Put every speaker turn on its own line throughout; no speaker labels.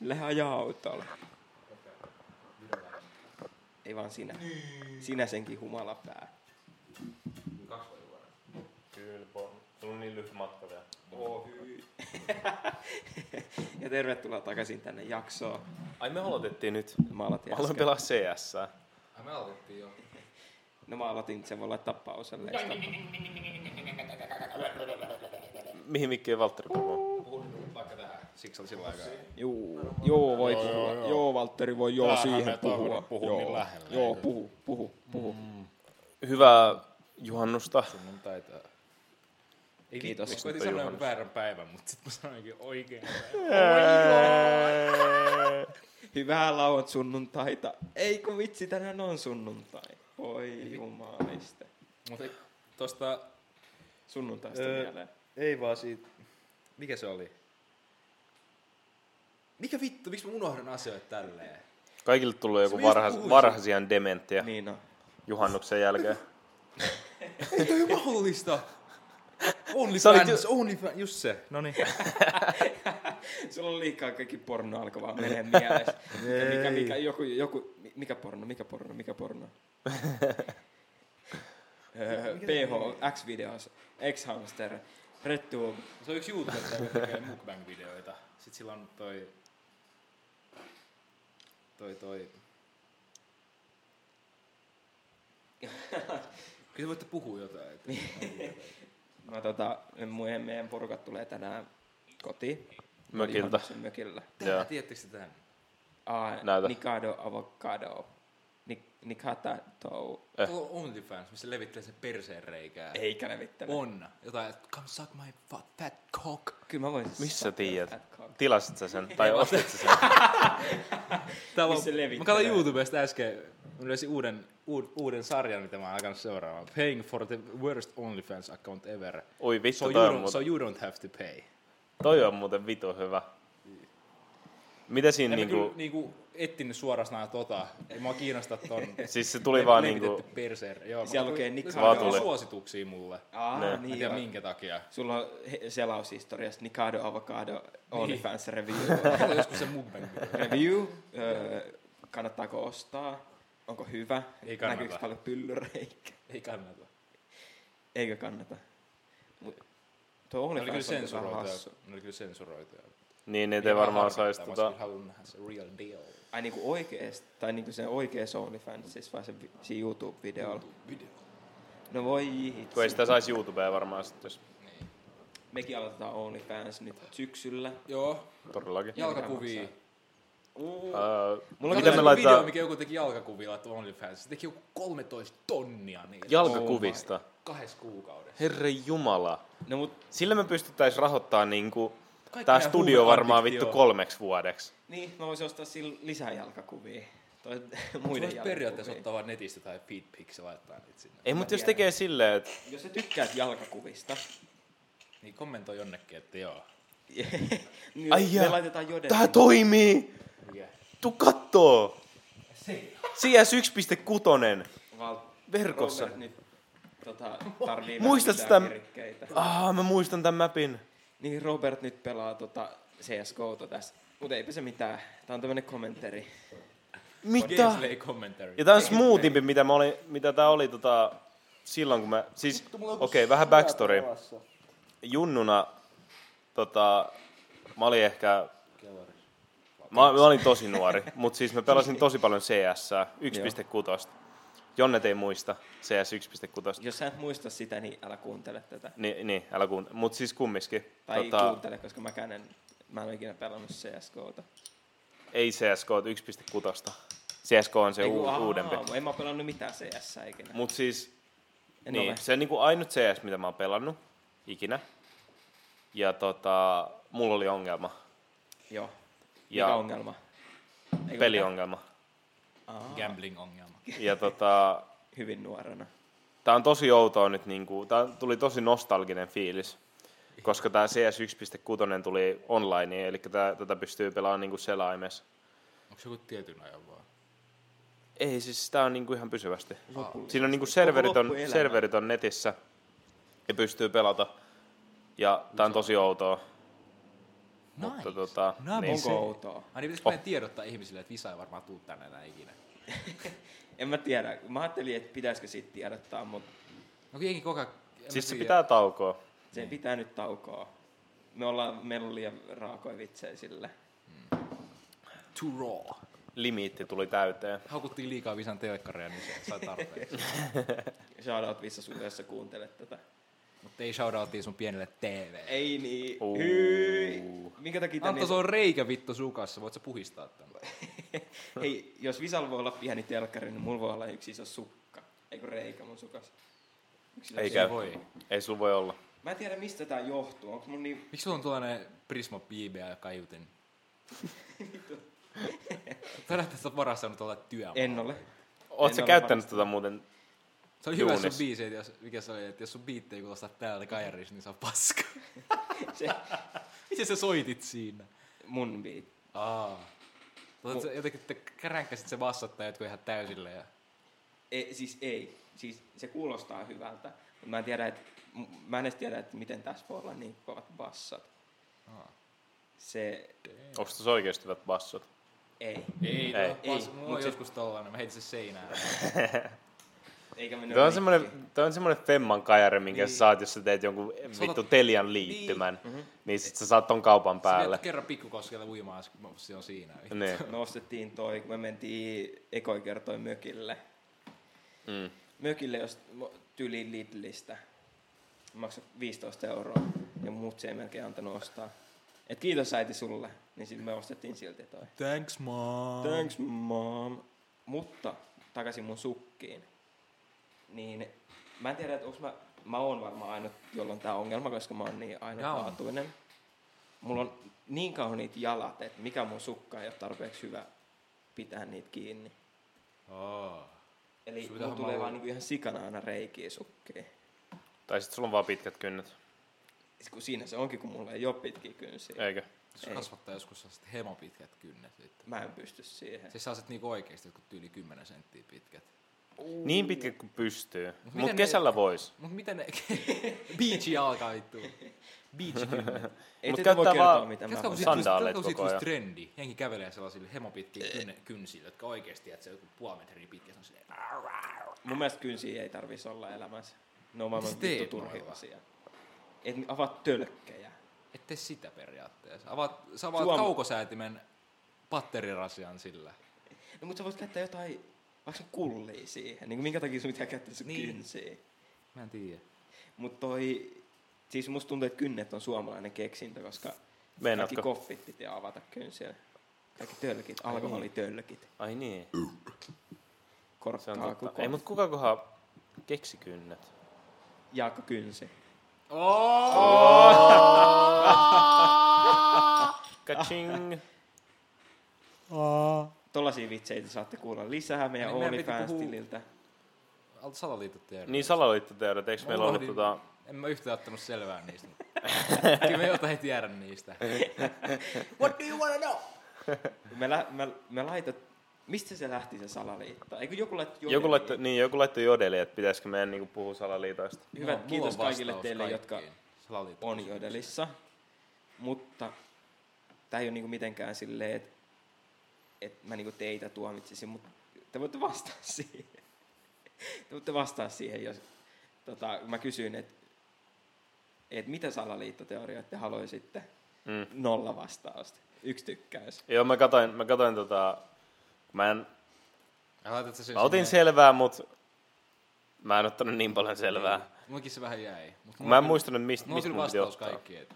Lähde ajaa autolla. Ei vaan sinä. Sinä senkin humala pää.
Kyllä, po- sulla on niin lyhyt matka vielä.
ja tervetuloa takaisin tänne jaksoon. No
Ai me aloitettiin nyt.
Mä aloitin
Mä aloin
äsken.
pelaa CS.
Ai me aloitettiin jo.
No mä aloitin, sen voi laittaa pausalle. eiks tää-
Mihin Mikki ja Valtteri puhuu?
Puhun vaikka tähän. Siksi oli sillä aikaa.
Juu, joo voi
Joo,
puhua. Joo,
joo, joo.
Valtteri voi joo
Tämähän
siihen
me tää
puhua.
voi puhua
joo,
niin lähellä,
joo
eikö?
puhu, puhu, puhu.
Hyvää juhannusta.
Mun taitaa. Ei,
Kiitos.
Mä koitin
Mutta
sanoa
juhannus.
joku väärän päivän, mutta sitten mä sanoinkin oikein.
Hyvää lauat sunnuntaita. Ei kun vitsi, tänään on sunnuntai. Oi jumaliste.
mutta tosta...
Sunnuntaista
Öö.
mieleen.
Ei vaan siitä. Mikä se oli?
Mikä vittu, miksi mä unohdan asioita tälleen?
Kaikille tulee joku
Se mä just
varhais,
puhuin.
varhaisian dementia
Niin on.
juhannuksen jälkeen.
Ei toi ole mahdollista!
Sä olit
OnlyFans, OnlyFans, just se.
No niin.
Sulla on liikaa kaikki porno alkaa vaan menee mielessä. mikä, mikä, mikä, joku, joku, mi- mikä porno, mikä porno, mikä porno? Öö, PH, X-videos, X-hamster, Red Tube.
Se on yksi YouTubettaja, joka tekee mukbang-videoita. Sitten sillä on toi... Toi toi...
Kyllä te voitte puhua jotain.
No tota, meidän, meidän porukat tulee tänään kotiin.
Mökiltä.
Sen mökillä.
Joo.
Tää, tiedättekö te tämän?
Ah,
Näytä.
Nikado avocado. Ni, nikata tou.
Eh.
Tuolla on OnlyFans, missä levittelee sen perseen reikää.
Eikä levittänyt.
On. Jotain, että come suck my fat, fat cock.
Kyllä mä voin
Missä
saada
tiedät?
fat cock.
Tilasit sä sen? Tai ostit sä sen?
Täällä
Missä
mä
levittelee?
katsoin YouTubesta äsken, mä löysin uuden, uud, uuden sarjan, mitä mä oon alkanut seuraamaan. Paying for the worst OnlyFans account ever.
Oi vittu,
So you,
toi, on
don't, so
muuten,
you don't have to pay.
toi on muuten vitu hyvä. Mitä siinä
En niinku... mä
niinku...
kyllä niinku ettinyt suorastaan tota. Ei mua kiinnosta ton.
Siis se tuli vaan niinku...
Levitetty perseer. Joo, mä
Siellä
katsoin-
lukee Nick
se on
Vatuli.
suosituksia mulle.
Ah,
Ne.
Mä en
niin.
tiedä
joo.
minkä takia.
Sulla on he- selaushistoriasta Nikado Avocado OnlyFans review.
Kato joskus se mukbang
review. Öö, kannattaako ostaa? Onko hyvä?
Ei kannata.
Näkyykö paljon pyllyreikä?
Ei kannata.
Eikö kannata? Mut, tuo
Ne oli kyllä
OnlyFans on kyllä vähän
sensuroitu.
hassu.
Ne oli kyllä sensuroituja.
Niin, niitä ei varmaan saisi
Mä olisin
tota...
kyllä halunnut nähdä se real deal.
Ai niinku oikeesti, tai niinku se oikees OnlyFans, siis vai se vi- siinä YouTube-videolla?
Video.
No voi hitsi.
Kun ei sitä saisi YouTubeen varmaan sitten, jos
Mekin aloitetaan OnlyFans nyt syksyllä.
Joo,
todellakin.
jalkakuvia.
Öö,
Mulla
Mulla
on
mitä me laitetaan
video, mikä joku teki jalkakuvilla tuon OnlyFans. Se teki joku 13 tonnia niitä.
jalkakuvista?
kahdessa kuukaudessa.
Herra Jumala.
No mut,
Sillä me pystyttäisiin rahoittaa niinku...
Kaikki
Tää
meidän
studio varmaan
huumeaddiktio.
vittu kolmeksi vuodeksi.
niin, mä voisin ostaa sillä lisää jalkakuvia. Toi,
Muiden
muiden
voisi periaatteessa
jalkakuvia.
ottaa vaan netistä tai feedpics ja laittaa niitä sinne.
Ei, mutta jos
tiedän.
tekee silleen, että
Jos sä tykkäät jalkakuvista,
Niin kommentoi jonnekin, että joo.
niin
Ai
me
jaa.
laitetaan joden.
tää toimii,
Mikä?
tuu kattoo. CS 1.6.
Val-
verkossa.
Robert nyt tota, tarvii vähän
Muistat
lisää
sitä-
kirikkeitä.
Ah, mä muistan tämän mapin.
Niin Robert nyt pelaa tota CSGOta tässä. Mut eipä se mitään. Tää on tämmönen kommentteri.
Mitä?
Gameplay commentary.
Ja tää on smoothimpi, mitä, mä olin, mitä tää oli tota, silloin, kun mä... Siis, okei, okay, vähän backstory. Junnuna tota, mä olin ehkä... Mä, mä olin tosi nuori, mutta siis mä pelasin tosi paljon CS 1.6. Jonnet ei muista CS 1.6.
Jos sä et muista sitä, niin älä kuuntele tätä.
Ni, niin, älä kuuntele. Mut siis kumminkin.
Tai tota... ei kuuntele, koska mä en, mä en ole ikinä pelannut CSGOta.
ei CSK 1.6. CSK on se
Ei, kun,
u-
ahaa,
uudempi.
En mä oo pelannut mitään CS ikinä.
Mut siis
en
niin,
ole.
se on niinku ainut CS, mitä mä oon pelannut ikinä. Ja tota, mulla oli ongelma.
Joo.
Ja
Mikä ongelma? Eikö
peliongelma.
Gambling-ongelma.
Ja tota,
mitään? Hyvin nuorena.
tää on tosi outoa nyt, niinku, tää tuli tosi nostalginen fiilis. Koska tää CS 1.6 tuli online, eli tää, tätä pystyy pelaamaan niinku selaimessa.
Onko se joku tietyn ajan vaan?
Ei, siis tää on niinku ihan pysyvästi.
Lopullisesti.
Siinä on niinku serverit, on,
loppuelämä.
serverit on netissä ja pystyy pelata. Ja tää on tosi outoa. Mutta tota,
Nice.
niin, Oh.
Onko outoa?
Ai niin, pitäisikö meidän tiedottaa ihmisille, että Visa ei varmaan tuu tänne enää ikinä?
En mä tiedä. Mä ajattelin, että pitäisikö siitä tiedottaa, mutta
No kun jengi koko ajan... en
siis
mä
se
tiedä.
pitää taukoa.
se pitää nyt taukoa. Me ollaan, meillä on liian raakoja vitsejä sille.
Too raw.
Limiitti tuli täyteen.
Haukuttiin liikaa Visan telkkaria, niin se sai tarpeeksi.
Shoutout Vissa sun, jos sä kuuntelet tätä.
Mutta ei shoutouttiin sun pienelle TV.
Ei niin.
Uu.
Hyi. Minkä takia tän
Antto,
niin...
se on reikä vittu sukassa. Voit sä puhistaa tämän?
Hei, jos Visalla voi olla pieni telkkari, niin mulla voi olla yksi iso sukka. Eikö reikä mun sukas? Yksi iso
Ei
sukka.
käy.
voi.
Ei sulla voi olla.
Mä en tiedä, mistä tää johtuu. Onko mun niin...
Miksi sulla on tuollainen Prisma BBA ja kaiutin? Todella, että sä oot varastanut tuolla työmaa.
En ole.
Oot
En
sä
ole
käyttänyt
varmasti.
tätä muuten?
Se oli hyvä sun
Juunis.
biisi, että jos, mikä se oli, että jos sun biitti ei kuulostaa täältä kajarissa, niin se on paska.
Se
Miten sä soitit siinä?
mun biit.
Aa. Tota, sä jotenkin te kränkkäsit se bassot tai jotkut ihan täysille. Ja...
E, siis ei. Siis se kuulostaa hyvältä. Mut Mä en tiedä, että... m- Mä en edes tiedä, että miten tässä voi olla niin kovat bassat.
Aa.
Se...
Onko tässä oikeasti hyvät bassot?
Ei.
Ei,
Ei.
ei. Bass,
Ei,
mulla
mut
on
se-
joskus tollanen, mä heitin se seinään.
Eikä mennyt
Tuo on
rikki.
semmoinen, tuo on semmoinen femman kajare, minkä
Niin.
niin. sä saat, jos sä teet jonkun vittu telian liittymän. Niin, niin sit sä saat ton kaupan päälle.
Päälle. kerran pikkukoskella uimaan, se on siinä.
Niin.
Me ostettiin toi, kun me mentiin ekoi kertoi mökille.
Mm.
Mökille jos tyli Lidlistä. Maksoi 15 euroa ja muut se ei melkein antanut ostaa. Et kiitos äiti sulle. Niin sitten me ostettiin silti toi.
Thanks mom.
Thanks mom. Mutta takaisin mun sukkiin. Niin mä en tiedä, että onks mä... Mä oon varmaan ainut, jolla on tää ongelma, koska mä oon niin ainutlaatuinen. Mulla on niin kauniit jalat, että mikä mun sukka ei ole tarpeeksi hyvä pitää niitä kiinni.
Oh.
Eli
Sun pitää
mulla tulee
olla-
vaan niinku ihan sikana aina reikiä sukkiin.
Tai sit sulla on vaan pitkät kynnet.
Siis Kun siinä se onkin, kun mulla ei ole pitkiä kynsiä.
Eikö?
Jos
Ei.
kasvattaa joskus sellaiset hemopitkät kynnet. Vittu.
Mä en pysty siihen.
Siis sä olisit niinku oikeesti jotkut yli 10 senttiä pitkät.
Niin pitkät kuin pystyy.
miten
Mut
ne-
kesällä vois.
Mut miten ne... Beachi alkaa vittu. Beachi kynnet.
Ei teitä
Mut
voi
käyttää
kertoa,
vaan-
mitä mä
Tiedätkö, kun
voin.
sit-
siitä tulisi- tiedätkö,
Sandaaleet
kun siitä
koko ajan.
tulisi trendi. Jengi kävelee sellaisilla hemopitkiä kyn, kynsillä, jotka oikeesti, että se on joku puoli metriä pitkä. Se on silleen, "Arr, arr."
Mun mielestä kynsiä ei tarvis olla elämässä. Ne on maailman
Miksi teet
vittu turhi
noilla?
asia. Et avaa tölkkejä.
Et tee sitä periaatteessa. Avaat, sä avaat
Suom-
kaukosäätimen patterirasian sillä.
No mutta sä voit käyttää jotain, vaikka sun kullia siihen. Niin minkä takia sun pitää käyttää sun
Niin.
niin. kynsiä.
Mä en tiedä.
Mut toi, siis musta tuntuu, että kynnet on suomalainen keksintö, koska kaikki
Meinaatko?
koffit piti avata kynsiä. Kaikki tölkit, alkoholitölkit.
Ai niin. Se on
Korkkaa
totta. Ei
kukaan.
mut kuka kohan keksi kynnet?
Jaakko Kynsi.
Kaching.
Tollaisia vitsejä saatte kuulla lisää meidän
Niin,
niin,
meidän piti
OnlyFans-tililtä.
Alta salaliittoteoria.
Niin salaliittoteoriat, eikö meillä ollut tota...
En mä yhtään ottanut selvää niistä. Kyllä me jotain ei tiedä niistä. What do you wanna know?
Me, lä- me, me laitat, mistä se lähti se salaliitto? Eikö joku laittoi
Joku
jodelin?
laittoi, niin, joku laittoi jodeli, että pitäisikö meidän niinku puhua salaliitoista.
Hyvä,
No, Mulla- mulla
kiitos
on
kaikille
vastaus
teille, jotka
kaikkiin salaliittokysymyksiin.
on jodelissa. Mutta tämä ei ole niinku mitenkään silleen, että et mä niinku teitä tuomitsisin, mutta te voitte vastata siihen. Te voitte vastata siihen, jos tota, mä kysyn, että et mitä salaliittoteorioita te haluaisitte?
Mm.
Nolla vastausta. Yksi tykkäys.
Joo, mä katoin, mä katoin tota... Mä, en,
Ja laitat sä sen
mä otin
sinne-
selvää, mut mä en ottanut niin paljon selvää.
Mullakin se vähän jäi. Mut
Mä en muistanut, mistä
Mulla on
mistä
kyllä
mun piti
vastaus
ottaa.
kaikki. Et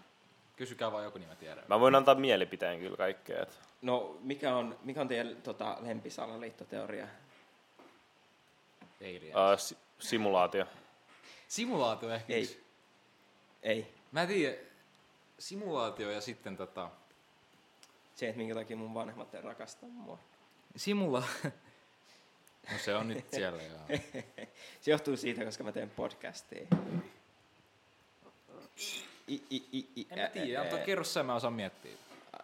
kysykää vaan joku, niin mä tiedän.
Mä voin antaa mielipiteen kyllä kaikkea. Et.
No, mikä on, mikä on teidän tota, lempisalaliittoteoria?
Alien.
Uh, si- simulaatio.
Simulaatio ehkä.
Ei.
yksi.
Ei.
Mä en tiedä. Simulaatio ja sitten tota...
Se, että minkä takia mun vanhemmat ei rakasta mua.
Simula... No se on nyt siellä, joo.
Se johtuu siitä, koska mä teen podcastia. I, i, i, i,
En mä tiedä,
ä, ä,
Anto,
ä.
kerro sä, mä osaan miettiä.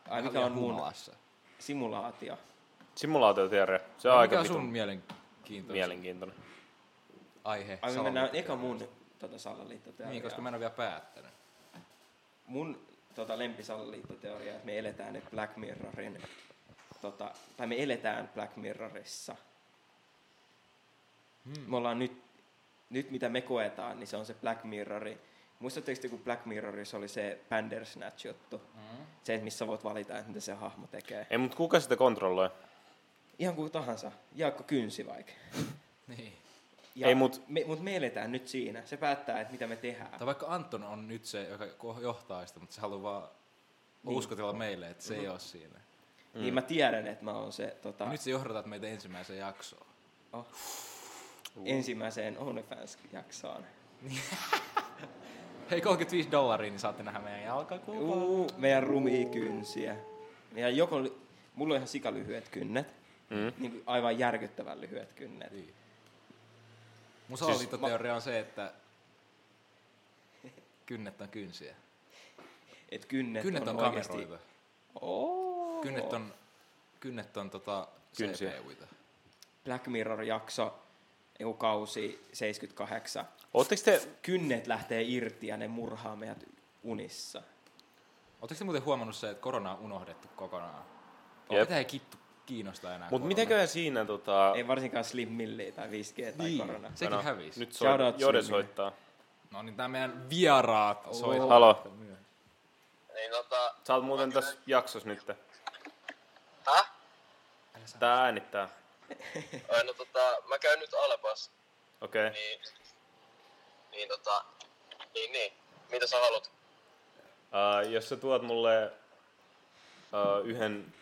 Ai, mikä on mun simulaatio?
Simulaatioteoria. Se
Se
on
on mikä
aika
on sun
vitun
mielenkiintoinen
mielenkiintoinen.
aihe?
Ai
Niin,
me
salaliittoteoria?
mennään eka mun tota, salaliittoteoriaan.
Niin, koska mä en ole vielä päättänyt.
Mun tota, lempisaliittoteoriaa, että me eletään nyt Black Mirrorin, tota, tai me eletään Black Mirrorissa. Hmm. Me ollaan nyt, nyt, mitä me koetaan, niin se on se Black Mirrori. Muistatteko te, kun Black Mirrorissa oli se Bandersnatch-juttu? Hmm. Se, että missä voit valita, että mitä se hahmo tekee.
Ei, mutta kuka sitä kontrolloi?
Ihan kuin tahansa. Jaakko Kynsi vaikka.
Niin.
Ja
Ei, mut-
me, mut me eletään nyt siinä. Se päättää, että mitä me tehdään.
Tai vaikka Anton on nyt se, joka ko- johtaa sitä, mutta se haluaa vaan niin. uskotella meille, että se mm. ei ole siinä.
Mm. Niin mä tiedän, että mä oon se tota,
Ja nyt se johdatat meitä ensimmäiseen jaksoon.
Oh. ensimmäiseen OnlyFans-jaksoon.
Hei, 35 dollaria, niin saatte nähdä meidän jalkakuvan.
Uu, meidän rumikynsiä. Ja joko, li- mulla on ihan sikalyhyet kynnet. Mm. Niin kuin aivan järkyttävän lyhyet kynnet.
Niin. Mun salaliittoteoria on se, että kynnet on kynsiä.
Et kynnet,
Kynnet on
oikeesti-
kameroita.
Oo.
Kynnet on, kynnet on tota
Kynsiä.
CPU-ita.
Black Mirror-jakso, joku kausi 78.
Ootteko te,
Kynnet lähtee irti ja ne murhaa meidät unissa.
Oletteko te muuten huomannut se, että korona on unohdettu kokonaan?
Jep.
Jep. Mitä ei kittu kiinnosta enää
mutta
korona?
mitenköhän siinä tota...
Ei varsinkaan Slim Milli tai 5G tai
Niin,
korona.
sekin no, hävisi.
Nyt soi,
Shout out
Jode
Slimille.
soittaa.
No niin, tää meidän vieraat soittaa.
Halo.
myös.
Niin tota,
Sä oot muuten tässä jaksossa nyt.
häh?
Tää äänittää.
Ai, no tota, mä käyn nyt Alpas,
Okei. Okay.
niin, niin tota, niin niin, mitä sä haluat?
Uh, jos sä tuot mulle uh, yhden,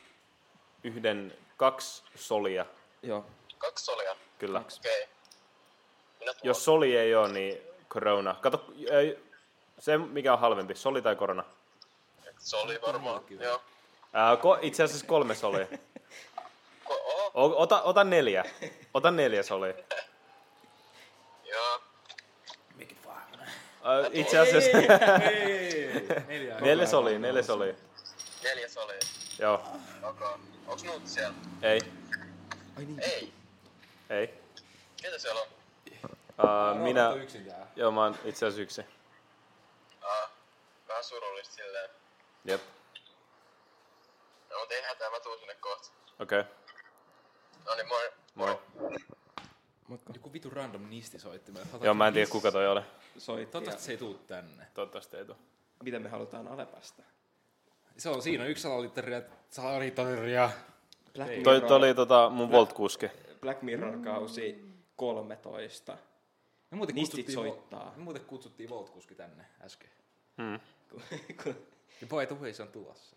yhden, kaksi solia,
Joo,
Kaksi solia,
kyllä.
okei. Okay. Minä tuon.
Jos soli ei ole, niin korona. Kato, ei, se mikä on halvempi, soli tai korona.
Se oli varmaan, joo.
Ää, Äh, ko, itse asiassa kolme solia.
Ko- oho,
O, ota, ota neljä. Ota neljä solia.
joo.
Ää, Äh, itse asiassa
Neljä.
neljä solia, neljä solia.
Neljä solia,
Joo,
okei. Onks nuut siellä?
ei,
Niin.
Ei.
ei.
Ketä siellä on?
Ää, minä,
Yksin jää.
joo mä oon itse asiassa yksi.
Ah, vähän surullista silleen.
Jep,
No mut ei hätää, mä tuun sinne kohta.
okei, okay.
No niin, moi.
moi.
Joku vitu random nisti soitti. Mä
Joo, mä en tiedä kuka toi oli.
soitti. Ja,
Toivottavasti se ei tuu tänne.
Toivottavasti ei tuu.
mitä me halutaan Alepasta?
Se on siinä, on yksi salaliittoria. Salaliittoria.
Black
Toi, toi oli tota mun Volt-kuski.
Black Mirror-kausi 13.
Me muuten
Nistit
kutsuttiin Volt-
soittaa.
Me muuten kutsuttiin Voltkuski tänne äsken.
Ku- ku-
Ja by the way, se on tulossa.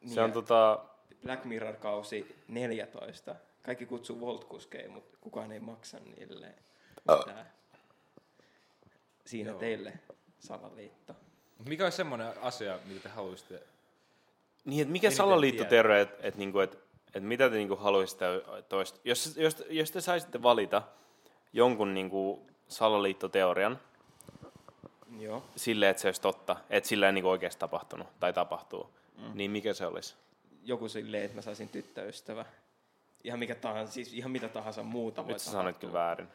niin,
Se on tota,
Black Mirror-kausi 14. Kaikki kutsuu Volt-kuskeja, mutta kukaan ei maksa niille
Oh.
mitään. Siinä
Joo.
teille salaliitto.
Mut mikä olisi semmoinen asia, mitä te haluaisitte?
Niin, että mikä
Eniten
salaliittoterve, että et, niinku, et, et mitä te niinku haluaisitte toista? Jos, jos, jos te saisitte valita jonkun niinku, salaliittoteorian
Joo.
sille, että se olisi totta, että sillä ei niinku, oikeasti tapahtunut tai tapahtuu, mm. niin mikä se olisi?
Joku silleen, että mä saisin tyttöystävä. Ihan, mikä tahansa, siis ihan mitä tahansa muuta voi
Nyt sä
tapahtua.
sanoit kyllä väärin.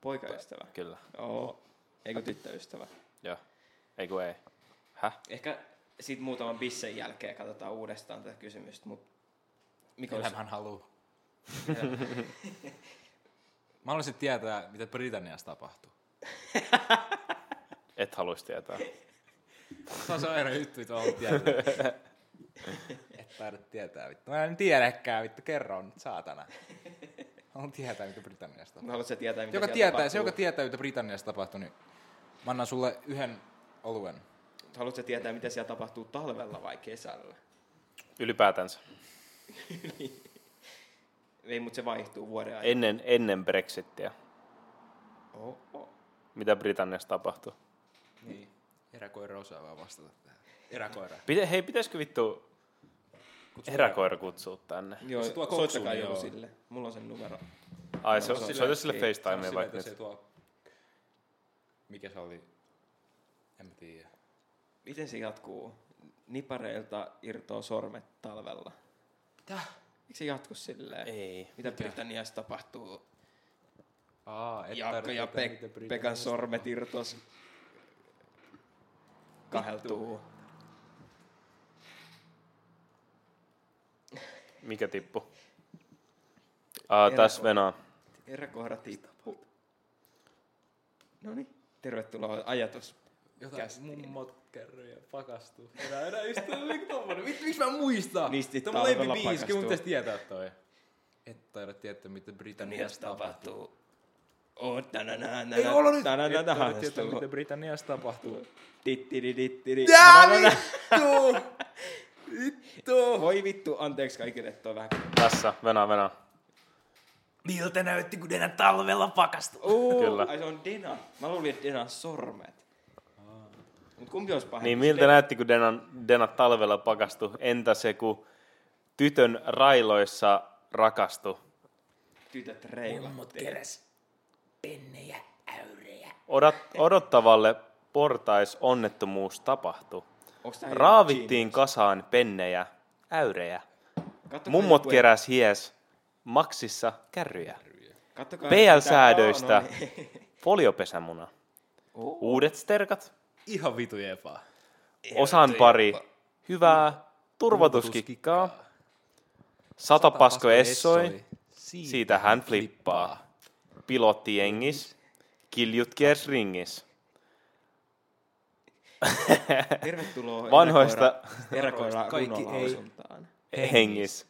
Poikaystävä.
Kyllä.
Joo. Eikö tyttöystävä?
Joo. Ei kun ei. Häh?
Ehkä sitten muutaman bissen jälkeen katsotaan uudestaan tätä kysymystä, mutta mikä olisi
Elämän haluu. Mä haluaisin tietää, mitä Britanniassa tapahtuu.
Et haluaisi tietää.
Se on se aina juttu, mitä mä haluan tietää. Et taida tietää, vittu. Mä en tiedäkään, vittu. Kerro nyt, saatana. Haluan tietää, mitä Britanniasta tapahtuu.
Mä haluatse tietää, mitä
Joka
siellä
tietää,
tapahtuu.
se, joka tietää, mitä Britanniassa tapahtuu, niin mä annan sulle yhden oluen.
Haluatko tietää, mitä siellä tapahtuu talvella vai kesällä?
Ylipäätänsä.
Ei, mutta se vaihtuu vuoden ajan.
Ennen, ennen Brexittiä.
Oh, oh.
Mitä Britanniassa tapahtuu?
Niin. Eräkoira osaa vaan vastata tähän. Eräkoira.
Pite, hei, pitäisikö vittu heräkoira kutsua tänne?
Joo,
Se tuo
soittakaa
koksun,
joku
joo.
sille. Mulla on sen numero.
Ai, se,
se on sille-
se, No, niin, se on sille FaceTimeen
vaikka
vaikka
nyt. Niin, Se
nyt.
tuo... Mikä se oli? En mä tiedä.
Miten se jatkuu? Nipareilta irtoaa sormet talvella.
Täh?
Eikö se jatku silleen?
Ei.
Mitä Britanniassa tapahtuu?
Aa, et
Jaakko ja
tarvitse
Pek-
mitään
Pekan sormet irtos kaheltuu.
Mikä tippu? Ah, tässä venaa.
Eräkohda tippuu. No niin, tervetuloa ajatus.
Jotain
Kästiin.
mummot kärryjä pakastuu. Enää, enää ystävä, niinku tommonen. Miksi miks mä en muista?
Niistä
Tämä on mun
talvella
lempibiisi, kyllä mun
pakastuu.
pitäisi tietää toi. Et taida tietää, mitä Britanniassa
Britanniassa
tapahtuu.
tapahtuu. Oh, tanana,
Ei olla nyt!
Tanana,
Et taida
tanana,
tietää, mitä Britanniassa tapahtuu.
Tittiri, tittiri.
Tää
Tanana.
vittu! Vittu!
Voi vittu, anteeksi kaikille, että on vähän...
Tässä, venaa, venaa.
Miltä näytti, kun enää talvella pakastuu?
Uu,
Kyllä.
Ai se on Dena. Mä luulin, että Dena on sormet. Mut kumpi olisi pahempi?
Niin miltä näytti, kun Denan, Denat talvella pakastu? Entä se, kun tytön railoissa rakastu?
Tytöt reilaa.
Odot, odottavalle portais onnettomuus tapahtui.
Onks tää
Raavittiin kasaan pennejä, äyrejä.
joku- Kattokaa
Mummot
joku-
keräs hies, maksissa kärryjä.
kattokaa
PL-säädöistä
mitä- no niin.
foliopesämuna. Uudet sterkat,
Ihan vitu jepaa.
osan pari, hyvää turvatuskikkaa. Sata pasko essoi, siitä hän flippaa. Tota, Pilotti jengis, kiljut kiers ringis.
Tervetuloa
Vanhoista-
erakoilla
Kaikki ei.
runolausuntaan.
hengis.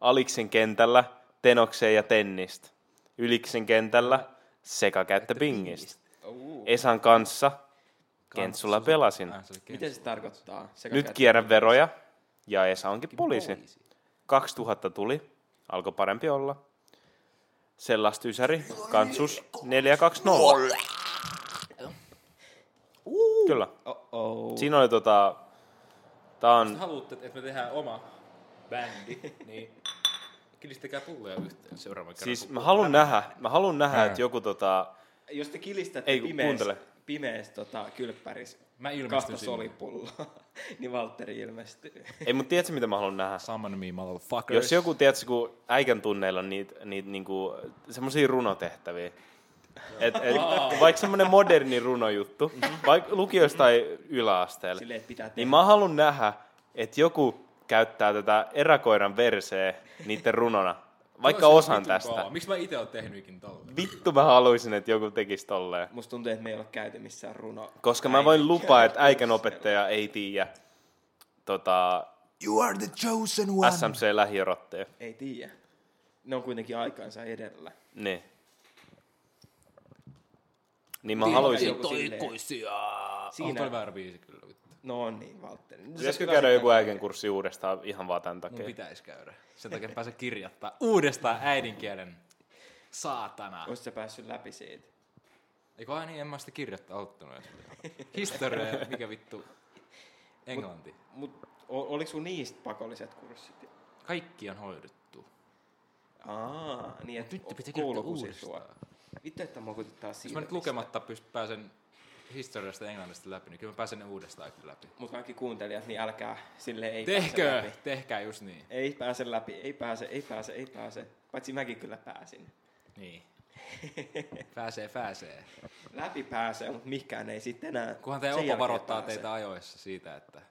Aliksen kentällä tenokseen ja tennist. Yliksen kentällä sekakättä pingist.
Uu.
Esan kanssa kentsulla pelasin.
Ah, se oli
Mitä se tarkoittaa? Sekä
Nyt
kättä-
kierrän veroja ja Esa onkin poliisi. 2000 tuli, alkoi parempi olla. Sellaista ysäri, kansus 420. Kyllä.
Oh-oh.
Siinä oli tota... Tää on
haluatte, että me tehdään oma bändi, niin kilistäkää pulloja yhteen seuraavan kerran.
Siis mä haluan nähdä, mä haluan nähdä, että joku tota...
Jos te kilistätte
Ei,
Ei,
kun
pimeäs,
kuuntele.
pimeäs tota, kylppäris
Mä
kahta
ilmestyn sinne.
solipulloa, niin Valtteri ilmestyy.
Ei, mut tiedätkö, mitä mä haluan nähdä?
Summon me, motherfuckers.
Jos joku, tiedätkö, kun äikän tunneilla on niitä, niitä niinku, semmosia runotehtäviä. Et, et, vaikka semmonen moderni runojuttu, vaikka lukiosta tai yläasteella.
Mm-hmm. Silleen, että pitää tehdä.
Niin mä haluan nähdä, että joku käyttää tätä eräkoiran verseä niiden runona. Vaikka
Toi on
osan
vitun
tästä.
kova. Miksi mä itse oon tehnytkin tolle?
Vittu mä haluaisin, että joku tekisi tolleen.
Musta tuntuu, että me ei ole käyty missään runo.
Koska mä voin lupaa, että äikänopettaja ei tiedä tota,
You are the chosen one.
SMC-lähiorotteja.
Ei tiedä. Ne on kuitenkin aikaansa edellä.
Niin. Niin mä haluaisin...
Joku silleen-
Siinä.
Siinä,
Toi väärä biisi kyllä. vittu.
no on niin, Valtteri.
Pitäisikö käydä joku äiken kurssi uudestaan ihan vaan tämän
Mun
No
takia?
pitäis käydä. Sen takia pääsee kirjoittaa uudestaan äidinkielen. Saatana.
Olis sä päässyt läpi siitä?
Eikö aina niin, en mä sitä kirjoittaa auttanut. edes. Historia, ja mikä vittu. Englanti.
Mut o- oliko sun niistä pakolliset kurssit?
Kaikki on hoidettu.
Aa, niin että
Nyt te pitää No kirjoittaa
koulukusi sua.
uudestaan.
Vittu, että mä kutittaa
Jos mä nyt
silmistä.
lukematta pyst- pääsen historiasta ja englannista läpi, niin kyllä mä pääsen ne uudestaan kyllä läpi.
Mut kaikki kuuntelijat, niin älkää sille ei pääse
Tehkö?
läpi.
Tehkää just niin.
Ei pääse läpi, ei pääse, ei pääse, ei pääse. Paitsi mäkin kyllä pääsin.
Niin. Pääsee, pääsee.
Läpi pääsee, mutta mikään ei sitten enää.
Kunhan teidän
sen
opo
jälkeen
varoittaa
pääse.
teitä ajoissa siitä, että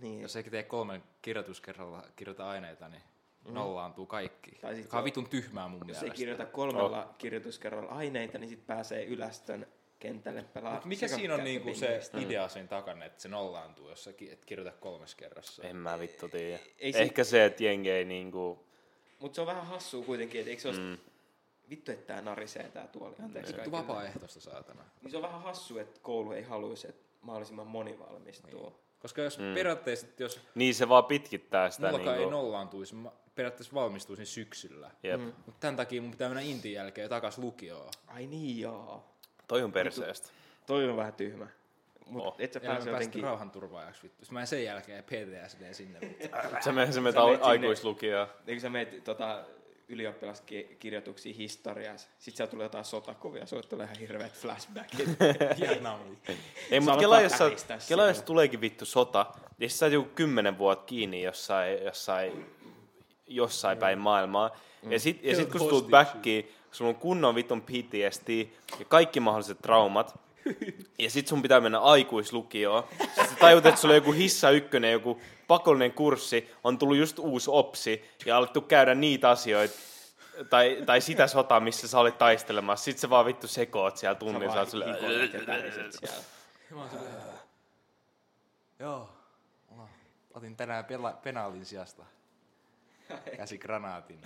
Niin.
jos ei tee kolmen kirjoituskerralla kirjoita aineita, niin nollaantuu kaikki.
Mhm. Tai sit
Joka on
joo.
vitun tyhmää mun
Jos ei
mielestä.
kirjoita kolmella oh. kirjoituskerralla aineita, niin sitten pääsee ylästön kentälle pelaa.
Mut mikä
sekä
siinä on
kättä
niinku se
pingeistä.
idea siinä takana, että se nollaantuu, jos sä ki- et kirjoita kolmessa kerrassa?
En mä vittu tiedä.
Ei se-
Ehkä se, että jengi ei niinku...
Mut se on vähän hassua kuitenkin, että eikö se mm. Vittu, että tää narisee tää tuoli.
Mm.
Anteeksi
Vittu
kaikille.
vapaaehtoista saatana.
Niin se on vähän hassua, että koulu ei haluaisi, että mahdollisimman moni valmistuu. Niin.
Koska jos mm. periaatteessa, jos
Niin se vaan pitkittää sitä
mullakaan ei
niinku...
nollaantuisi, mä periaatteessa valmistuisin syksyllä.
Jep.
Mm.
Mutta tämän takia mun pitää mennä intin jälkeen takas lukioon.
Ai niin joo.
Toi on perseestä.
Toi on vähän tyhmä. Mut
Oh.
oh. et sä
Ja mä
pääse
päästä
jotenkin...
rauhanturvaajaksi vittu. Sitten mä en sen jälkeen PTSD sinne. vittu.
Sä menet, sä menet
Sä menet sinne-
aikuislukioon.
Eikö sä meet tota, ylioppilaskirjoituksia historiassa, sit siellä tulee jotain sotakuvia, sulle tulee ihan hirveät flashbackit.
Vietnam.
Ei,
Sä
mutta
alat
kela, jos, sä-
täpistää
kela, jos
siellä.
tuleekin vittu sota, ja sä oot joku kymmenen vuotta kiinni jossain, jossain, jossain päin maailmaa, ja sit, ja sit kun sä tulet backiin, sulla on kunnon vitun PTSD ja kaikki mahdolliset traumat, Ja sit sun pitää mennä aikuislukioon. Sit sä tajut, että sulla on joku hissa ykkönen, joku pakollinen kurssi, on tullut just uusi opsi ja alettu käydä niitä asioita, tai, tai sitä sotaa, missä sä olit taistelemassa. Sit sä vaan vittu sekoot siellä tunnin, niin sä oot silleen...
Joo. Mä Otin tänään pela- penaalin sijasta. Käsikranaatin.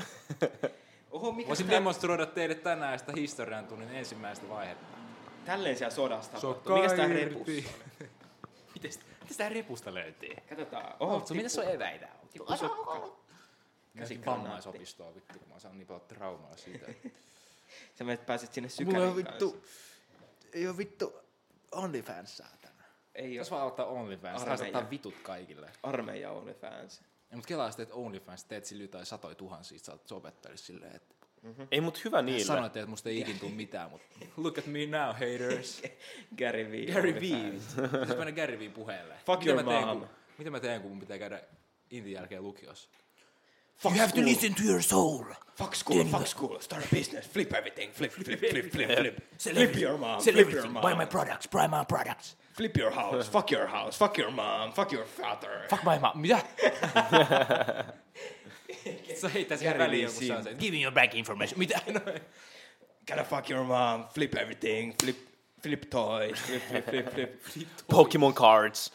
Oho, mikä
Voisin
tää,
demonstroida teille tänään sitä historian tunnin ensimmäistä vaihetta.
tälleen siellä sodassa tapahtuu?
Sokka
Mikäs tää
irti.
repus on?
Mites, mites tää repusta löytyy?
Katsotaan. Oho,
Otsu, mitä sun eväitä on?
tippu sokka.
Käsin
Käsikranaatti.
vammaisopistoa vittu, kun mä saan niin paljon traumaa siitä.
Sä menet pääset sinne sykärin kanssa.
ei oo vittu OnlyFans saatana.
Ei
Jos
oo.
vaan aloittaa OnlyFans,
Armeija.
rastattaa vitut kaikille.
Armeija OnlyFans.
Ja mut kelaa sitten, että OnlyFans teet sille jotain satoi tuhansia, sä oot sopettajille silleen, että
Ei mut hyvä niillä.
sanoitte, että musta ei ikin tuu mitään, mutta look at me now, haters.
Gary V.
Gary V.
OnlyFans.
Jos mennä Gary V puheelle.
Fuck
Mitä
your
mä teen,
mom.
Kun, mitä mä teen, kun mun pitää käydä intin jälkeen lukiossa?
Fuck school.
to your soul.
Fuck school, fuck school. Start a business. Flip everything. Flip, flip, flip, flip, flip. Flip your mom. Flip your mom.
products, buy my products.
Flip your house. Fuck your house. Fuck your mom. Fuck your father.
Fuck my mom. Mitä? Sä heittää siihen
Gary
väliin
Vee
joku
siinä.
sansa, että give me your bank information. Mitä? No,
Gotta fuck your mom. Flip everything. Flip, flip toys. Flip, flip, flip, flip.
Pokemon cards.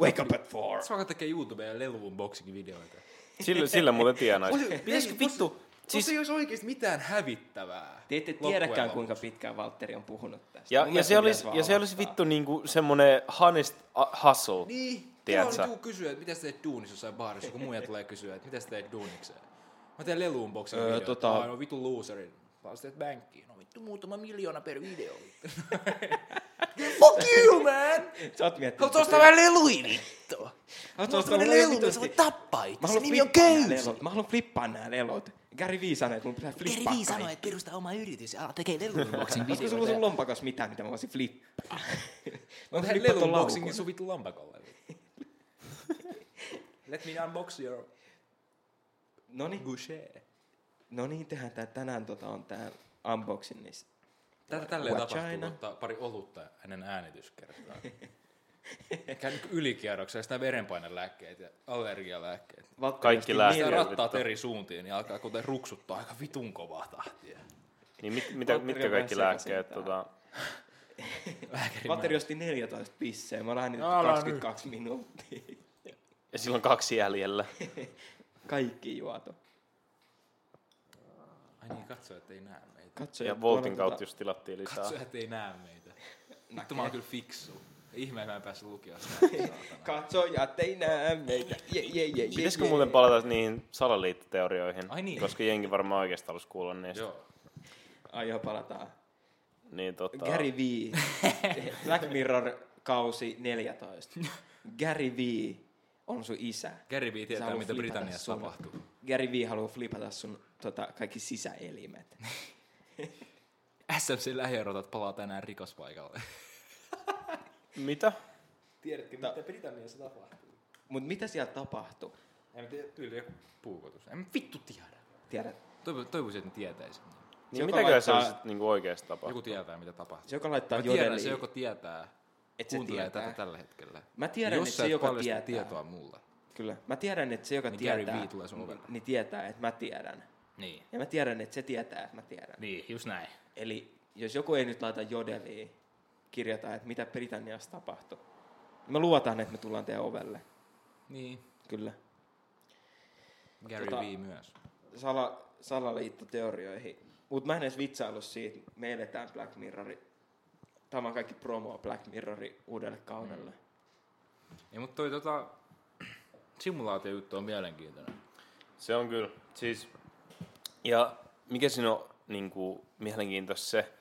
Wake up at four.
Sä vaan tekee YouTubeen ja leluvun boxing videoita.
Sillä, sillä muuten tienaisit.
Pitäisikö
Niin,
vittu? Siis ei olisi oikeesti mitään hävittävää.
Te ette
Loppujen
tiedäkään,
lopuksi.
kuinka pitkään Valtteri on puhunut tästä.
Ja,
Mun
ja,
mielestä
se olisi,
pitäisi
ja se
vaan
olisi
aloittaa.
vittu niinku semmonen honest uh, hustle.
Niin,
Tiedät
tiedätkö?
sä?
Mulla kysyä, että mitä sä teet duunissa jossain baarissa, kun muija tulee kysyä, että mitä sä teet duunikseen. Mä teen leluun boxin
Öö,
öö,
tota-
tota... Ai, no vitu loserin. Vaan sä teet bankkiin. No vittu muutama miljoona per video. Fuck you, man!
Sä oot miettinyt.
Haluatko ostaa vähän leluja, vittu?
Haluat
Haluatko ostaa vähän leluja, mitä sä voit tappaa itse.
Mä
Se
haluan
nimi on
flippaa nää
köys.
lelot. Mä haluan flippaa nää lelot. Gary Vee sanoi, että mun pitää flippaa
Keri Vii sanoi, että perustaa oma yritys ja ala tekee leluun boxin
Olisiko sulla
videoita. Ah.
sun lompakas mitään, mitä mä voisin flippaa? Mä
Mä
voin flippaa
tehdään
ton
leluun
laukun.
boxingin sun vittu lampakolle. Let me unbox your
Noniin,
goucher.
noniin, niin. No tehdään tää tänään tota on tää unboxing niin niissä.
Tätä tälleen
Vagina.
tapahtuu, mutta pari olutta hänen äänityskertaa. Käyn niinku ylikierroksella sitä verenpainelääkkeet ja allergialääkkeet.
Kaikki
Sitä
lähtee.
rattaat eri suuntiin ja alkaa kuten ruksuttaa aika vitun kovaa tahtia.
Niin mit, mitä,
Valtteri
mitkä
on vähän
kaikki
sekaisin
lääkkeet?
tää.
Tota,
Valtteri osti 14 pisseä, mä lähdin nyt
Älä
22 minuuttia.
ja silloin kaksi jäljellä.
Kaikki juoto.
Ai niin, katsojat ei näe meitä.
Katso,
Ja
tuota-
Voltin
tota-
kautta just tilattiin lisää.
Katsojat ei näe meitä. Vittu mä oon kyllä fiksu. Ihme, mä en päässyt lukiosta. saatana.
Katsojat ei näe meitä. Je, je, je, je,
Pitäisikö
je.
muuten palata niihin salaliittoteorioihin?
Ai niin.
Koska jengi varmaan oikeastaan olisi kuulla niistä.
Joo.
Ai joo, palataan.
Niin tota,
Gary V. Black Mirror kausi 14. Gary V. on sun isä.
Gary Vee
Sä
tietää,
haluat
mitä
flipata
Britanniassa
sun-
tapahtuu.
Gary V. haluaa flipata sun tota, kaikki sisäelimet.
SMC lähiörotat palaa tänään rikospaikalle.
Mitä? Niin
Tiedätkö, mitä Britanniassa tapahtuu?
Mut mitä siellä tapahtuu?
En mä tiedä, tyyli joku puukotus. En mä vittu tiedä.
Tiedät,
Toivo, toivoisin, että ne tietäisi.
Niin
joka
mitäköhän se
laittaa-
olisi sit niinku oikeasti tapahtunut?
Joku tietää, mitä tapahtuu.
se joka laittaa
Mä tiedän, se
jodeliin.
joko tietää,
Et se
kuuntelee
tietää.
tätä tällä hetkellä.
Mä tiedän,
Jos
että
sä
se
et
joka
paljasta
tietää.
tietoa mulle.
Kyllä. Mä tiedän, että se joka
Niin Gary
tietää,
Vee tulee sun ovelle.
niin tietää, että mä tiedän.
Niin.
Ja mä tiedän, että se tietää, että mä tiedän.
Niin, just näin.
Eli jos joku ei nyt laita jodeliin, kirjoita, että mitä Britanniassa tapahtui. niin Me luotaan, että me tullaan teidän ovelle.
Niin.
Kyllä.
Gary
Tota-
tota... Vee myös.
Sala, salaliittoteorioihin. Mutta mä en edes vitsaillut siitä, me eletään Black Mirrori. Tämä on kaikki promo Black Mirrori uudelle kaudelle. Mm.
Ei, mutta toi tota, simulaatiojuttu on mielenkiintoinen.
Se on kyllä. Siis, ja mikä siinä on niinku, mielenkiintoista se,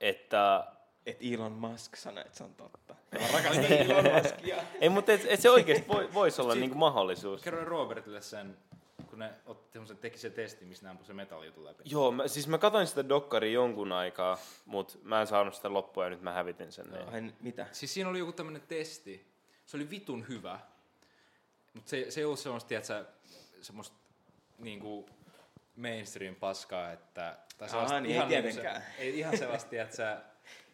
että
Et Elon Musk sanoi, että se on totta. Mä rakastan Elon Muskia.
ei, mutta et, et se oikeasti voi, voisi olla niinku mahdollisuus.
Kerroin Robertille sen, kun ne otti semmosen, teki se testi, missä ne ampui se metallijutun läpi.
Joo, mä, siis mä katsoin sitä dokkaria jonkun aikaa, mutta mä en saanut sitä loppua ja nyt mä hävitin sen. Niin.
Ai, mitä?
Siis siinä oli joku tämmönen testi. Se oli vitun hyvä. Mutta se, se ei ollut semmoista, tiedätkö, semmoista niinku mainstream paskaa, että... Tai
Aha, niin ei
ihan niinku
tietenkään.
Se, ei ihan sellaista, tiedätkö,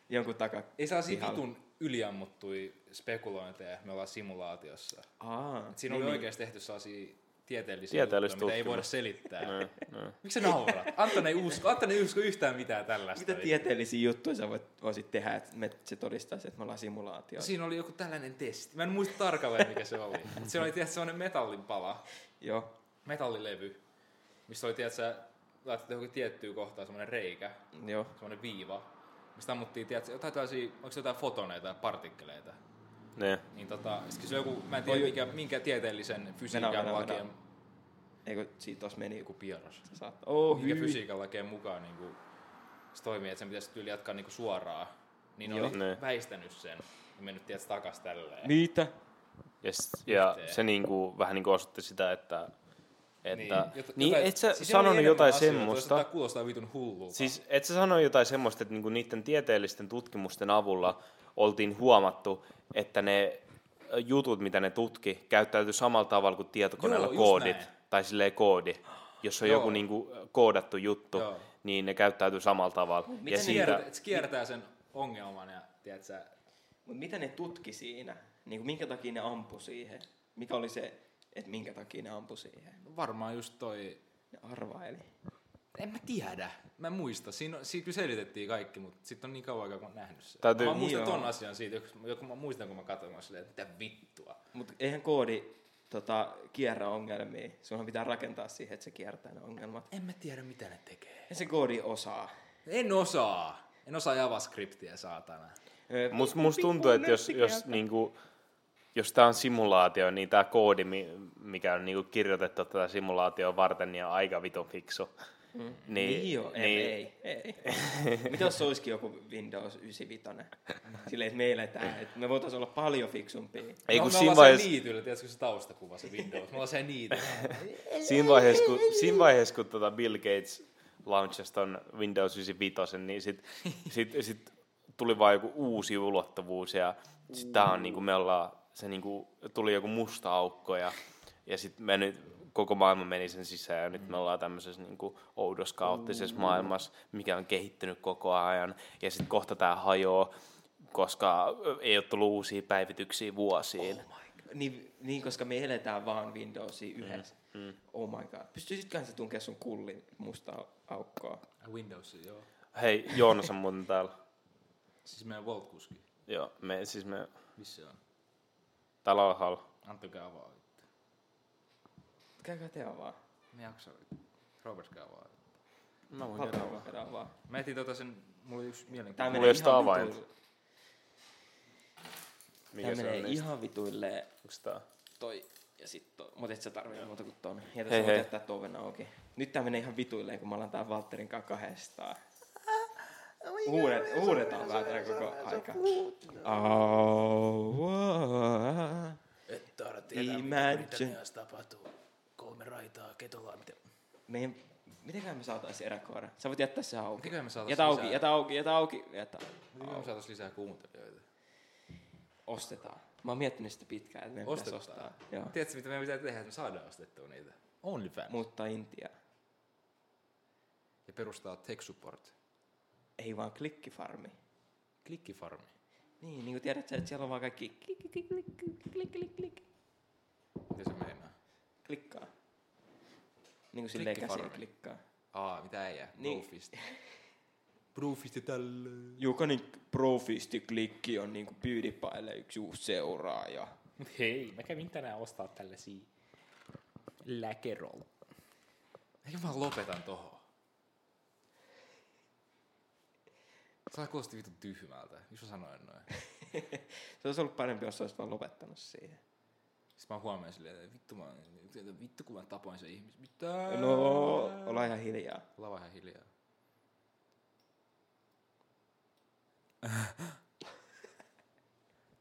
jonkun taka.
Ei sellaisia
pihalla.
vitun yliammuttui spekulointeja, me ollaan simulaatiossa.
Aa, niin.
Et siinä oli oikeasti tehty sellaisia tieteellisiä
Tieteellistä
juttuja, mitä ei
tutkimusta.
voida selittää.
Nö, nö.
Miksi sä naurat? Anton ei usko, Anton ei usko yhtään mitään tällaista.
Mitä tieteellisiä juttuja sä voit, voisit tehdä, että me, se todistaisi, että me ollaan simulaatio.
Siinä oli joku tällainen testi. Mä en muista tarkalleen, mikä se oli. Mut Se oli tietysti sellainen metallin pala,
Joo,
metallilevy, missä oli tietysti laitettu johonkin tiettyyn kohtaan semmoinen reikä,
joo.
semmoinen viiva, mistä ammuttiin, tiedätkö, jotain tällaisia, onko se jotain fotoneita, partikkeleita.
Ne.
Niin tota, sit se oli joku, mä en tiedä mikä, minkä tieteellisen fysiikan
Mennään, mennään,
lakien,
mennään. Eikö siitä tos meni joku
joku pieros.
saat? Oh,
Minkä
hyi.
fysiikan lakien mukaan niin kuin, se toimii, että sen pitäisi tyyli jatkaa niin kuin suoraan. Niin ne
Joo.
oli
Ne.
väistänyt sen ja mennyt tietysti takas tälleen.
Mitä?
Ja, s- ja
Yhteen.
se niinku, vähän niinku osoitti sitä, että... että niin,
jot-
niin
jotain-
et sä
siis
siis
siellä oli
sanonut
enemmän
jotain
asioita,
semmoista.
Tämä kuulostaa vitun hullulta.
Siis et sä sano jotain semmoista, että niinku niiden tieteellisten tutkimusten avulla oltiin huomattu, että ne jutut, mitä ne tutki, käyttäytyy samalla tavalla kuin tietokoneella
Joo, just
koodit.
näin.
Tai silleen koodi. Jos on
Joo.
joku niinku koodattu juttu,
Joo.
niin ne käyttäytyy samalla tavalla.
Miten
ja
ne
siitä,
kiertää, et se kiertää sen ongelman ja tiedät sä,
Mut mitä ne tutki siinä? Niin kuin minkä takia ne ampu siihen? Mikä oli se, että minkä takia ne ampu siihen?
varmaan just toi,
Ne arvaili.
en mä tiedä, mä en muista, siinä, on- siitä kyllä selitettiin kaikki, mutta sitten on niin kauan aikaa, kun mä oon nähnyt sen.
Täytyy- Niin,
mä muistan
Joo.
ton asian siitä, joku, joku mä muistan, kun mä katsoin, mä oon silleen, että mitä vittua.
Mutta eihän koodi tota, kierrä ongelmia. Sunhan pitää rakentaa siihen, että se kiertää ne ongelmat.
En mä tiedä, mitä ne tekee.
Ja se koodi osaa.
En osaa, en osaa JavaScriptia, saatana.
Öö,
Must, musta tuntuu, että jos, jos, niinku, jos tämä on simulaatio, niin tämä koodi, mi- mikä on niinku kirjoitettu tätä simulaatioa varten, niin on aika vitun fiksu. Mm.
Niin, niin joo, ei, ei, ei. Mitä jos se olisikin joku Windows 95? Silleen, että me eletään, että me voitaisiin olla paljon fiksumpia.
Ei,
No,
kun
me
siinä
ollaan siellä
vaiheessa,
niityllä, tiedätkö se taustakuva, se Windows, me ollaan siellä niityllä.
siinä vaiheessa, kun, siinä vaiheessa, kun tota Bill Gates launchasi ton Windows 95, niin sit, sit, sit tuli vaan joku uusi ulottuvuus ja sit tää on niinku, me ollaan, se niinku, tuli joku musta aukko ja, ja sit me nyt, koko maailma meni sen sisään ja nyt me ollaan tämmöisessä niinku oudossa kaoottisessa maailmassa, mikä on kehittynyt koko ajan ja sit kohta tää hajoaa, koska ei ole tullut uusia päivityksiä vuosiin.
Niin, niin, koska me eletään vaan Windowsia yhdessä. Mm, mm. Oh my god. Pystyisitkään se tunkemaan sun kullin musta aukkoa?
Windows, joo.
Hei, Joonas on muuten täällä.
Siis meidän Volt-kuski,
Joo, me siis me
missä se on?
täällä alhaalla.
Antakaa avaa.
Käykää te vaan.
Mä jaksa. Robert käy vaan.
Mä voin
Valtava kerran vaan.
Mä etin tota sen, mulla oli yksi
Tää
mielenkiintoinen.
menee
ei sitä
ihan
avainta.
vituille.
Mikä
Tää
se on
menee
niistä?
ihan vituilleen.
Onks tää?
toi ja sit toi. Mut et sä tarvii muuta kuin ton. Jätä sä
Hei,
voit
hei.
jättää tuon oven auki. Nyt tää menee ihan vituilleen, kun mä alan tää Valtterin kanssa kahdestaan. Huudet, huudetaan vähän tää koko aika. Auaa.
Et tarvitse
Imagine.
tapahtuu. Kolme raitaa, ketolla miten.
Meidän, mitenköhän me saatais eräkoira? Sä voit jättää se auki.
Mitenköhän me saatais
jätä auki,
lisää?
jätä auki, jätä auki, jätä
Miten me saatais lisää kuuntelijoita?
Ostetaan. Mä oon miettinyt sitä pitkään, että meidän pitäisi ostaa.
Ostetaan.
Joo.
Tiedätkö mitä meidän pitää tehdä, että me saadaan ostettua niitä? OnlyFans.
Muuttaa Intiaa.
Ja perustaa Tech Support.
Ei vaan klikkifarmi.
Klikkifarmi.
Niin, niin kuin tiedät sä, että siellä on vaan kaikki klik, klik, klik, klik, klik, klik, klik.
Mitä se meinaa?
Klikkaa. Niin kuin silleen käsiä
Klikkifarmi.
klikkaa.
Aa, mitä äijä?
Niin.
Niin. Brofist. Brofist tällä.
Jokainen profisti-klikki on niinku pyydipaille yksi uusi seuraaja.
Mut hei, mä kävin tänään ostaa tällaisia läkerolla. Eikö mä lopetan tohon? Sä kuulosti vittu tyhmältä, jos mä sanoin noin.
Se olisi ollut parempi, jos sä olisit vaan lopettanut siihen.
Sitten mä huomioin silleen, että vittu, mä, vittu kun mä tapoin sen ihmisen. Mitä?
No, olla ihan hiljaa.
Olla vähän hiljaa.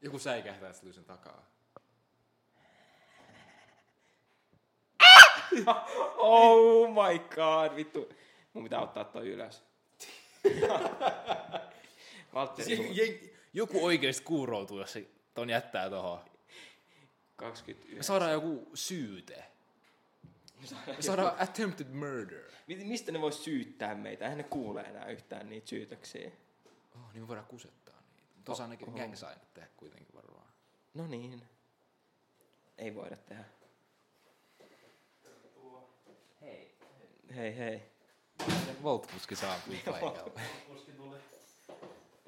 Joku säikähtää, että se tuli sen takaa.
Oh my god, vittu. Mun pitää ottaa toi ylös. Valtteri,
Siis
sun
jen- joku oikeesti kuuroutuu, jos se ton jättää tohon.
29.
Me saadaan joku syyte. Me saadaan attempted murder.
Mi- Mistä ne vois syyttää meitä? Eihän ne kuule enää yhtään niitä syytöksiä.
Oh, niin me voidaan kusettaa niitä. Mutta osaa nekin gangsainit tehdä kuitenkin varmaan.
No niin. Ei voida tehdä. Hei. Hei hei.
Voltkuski saapuu paikalle.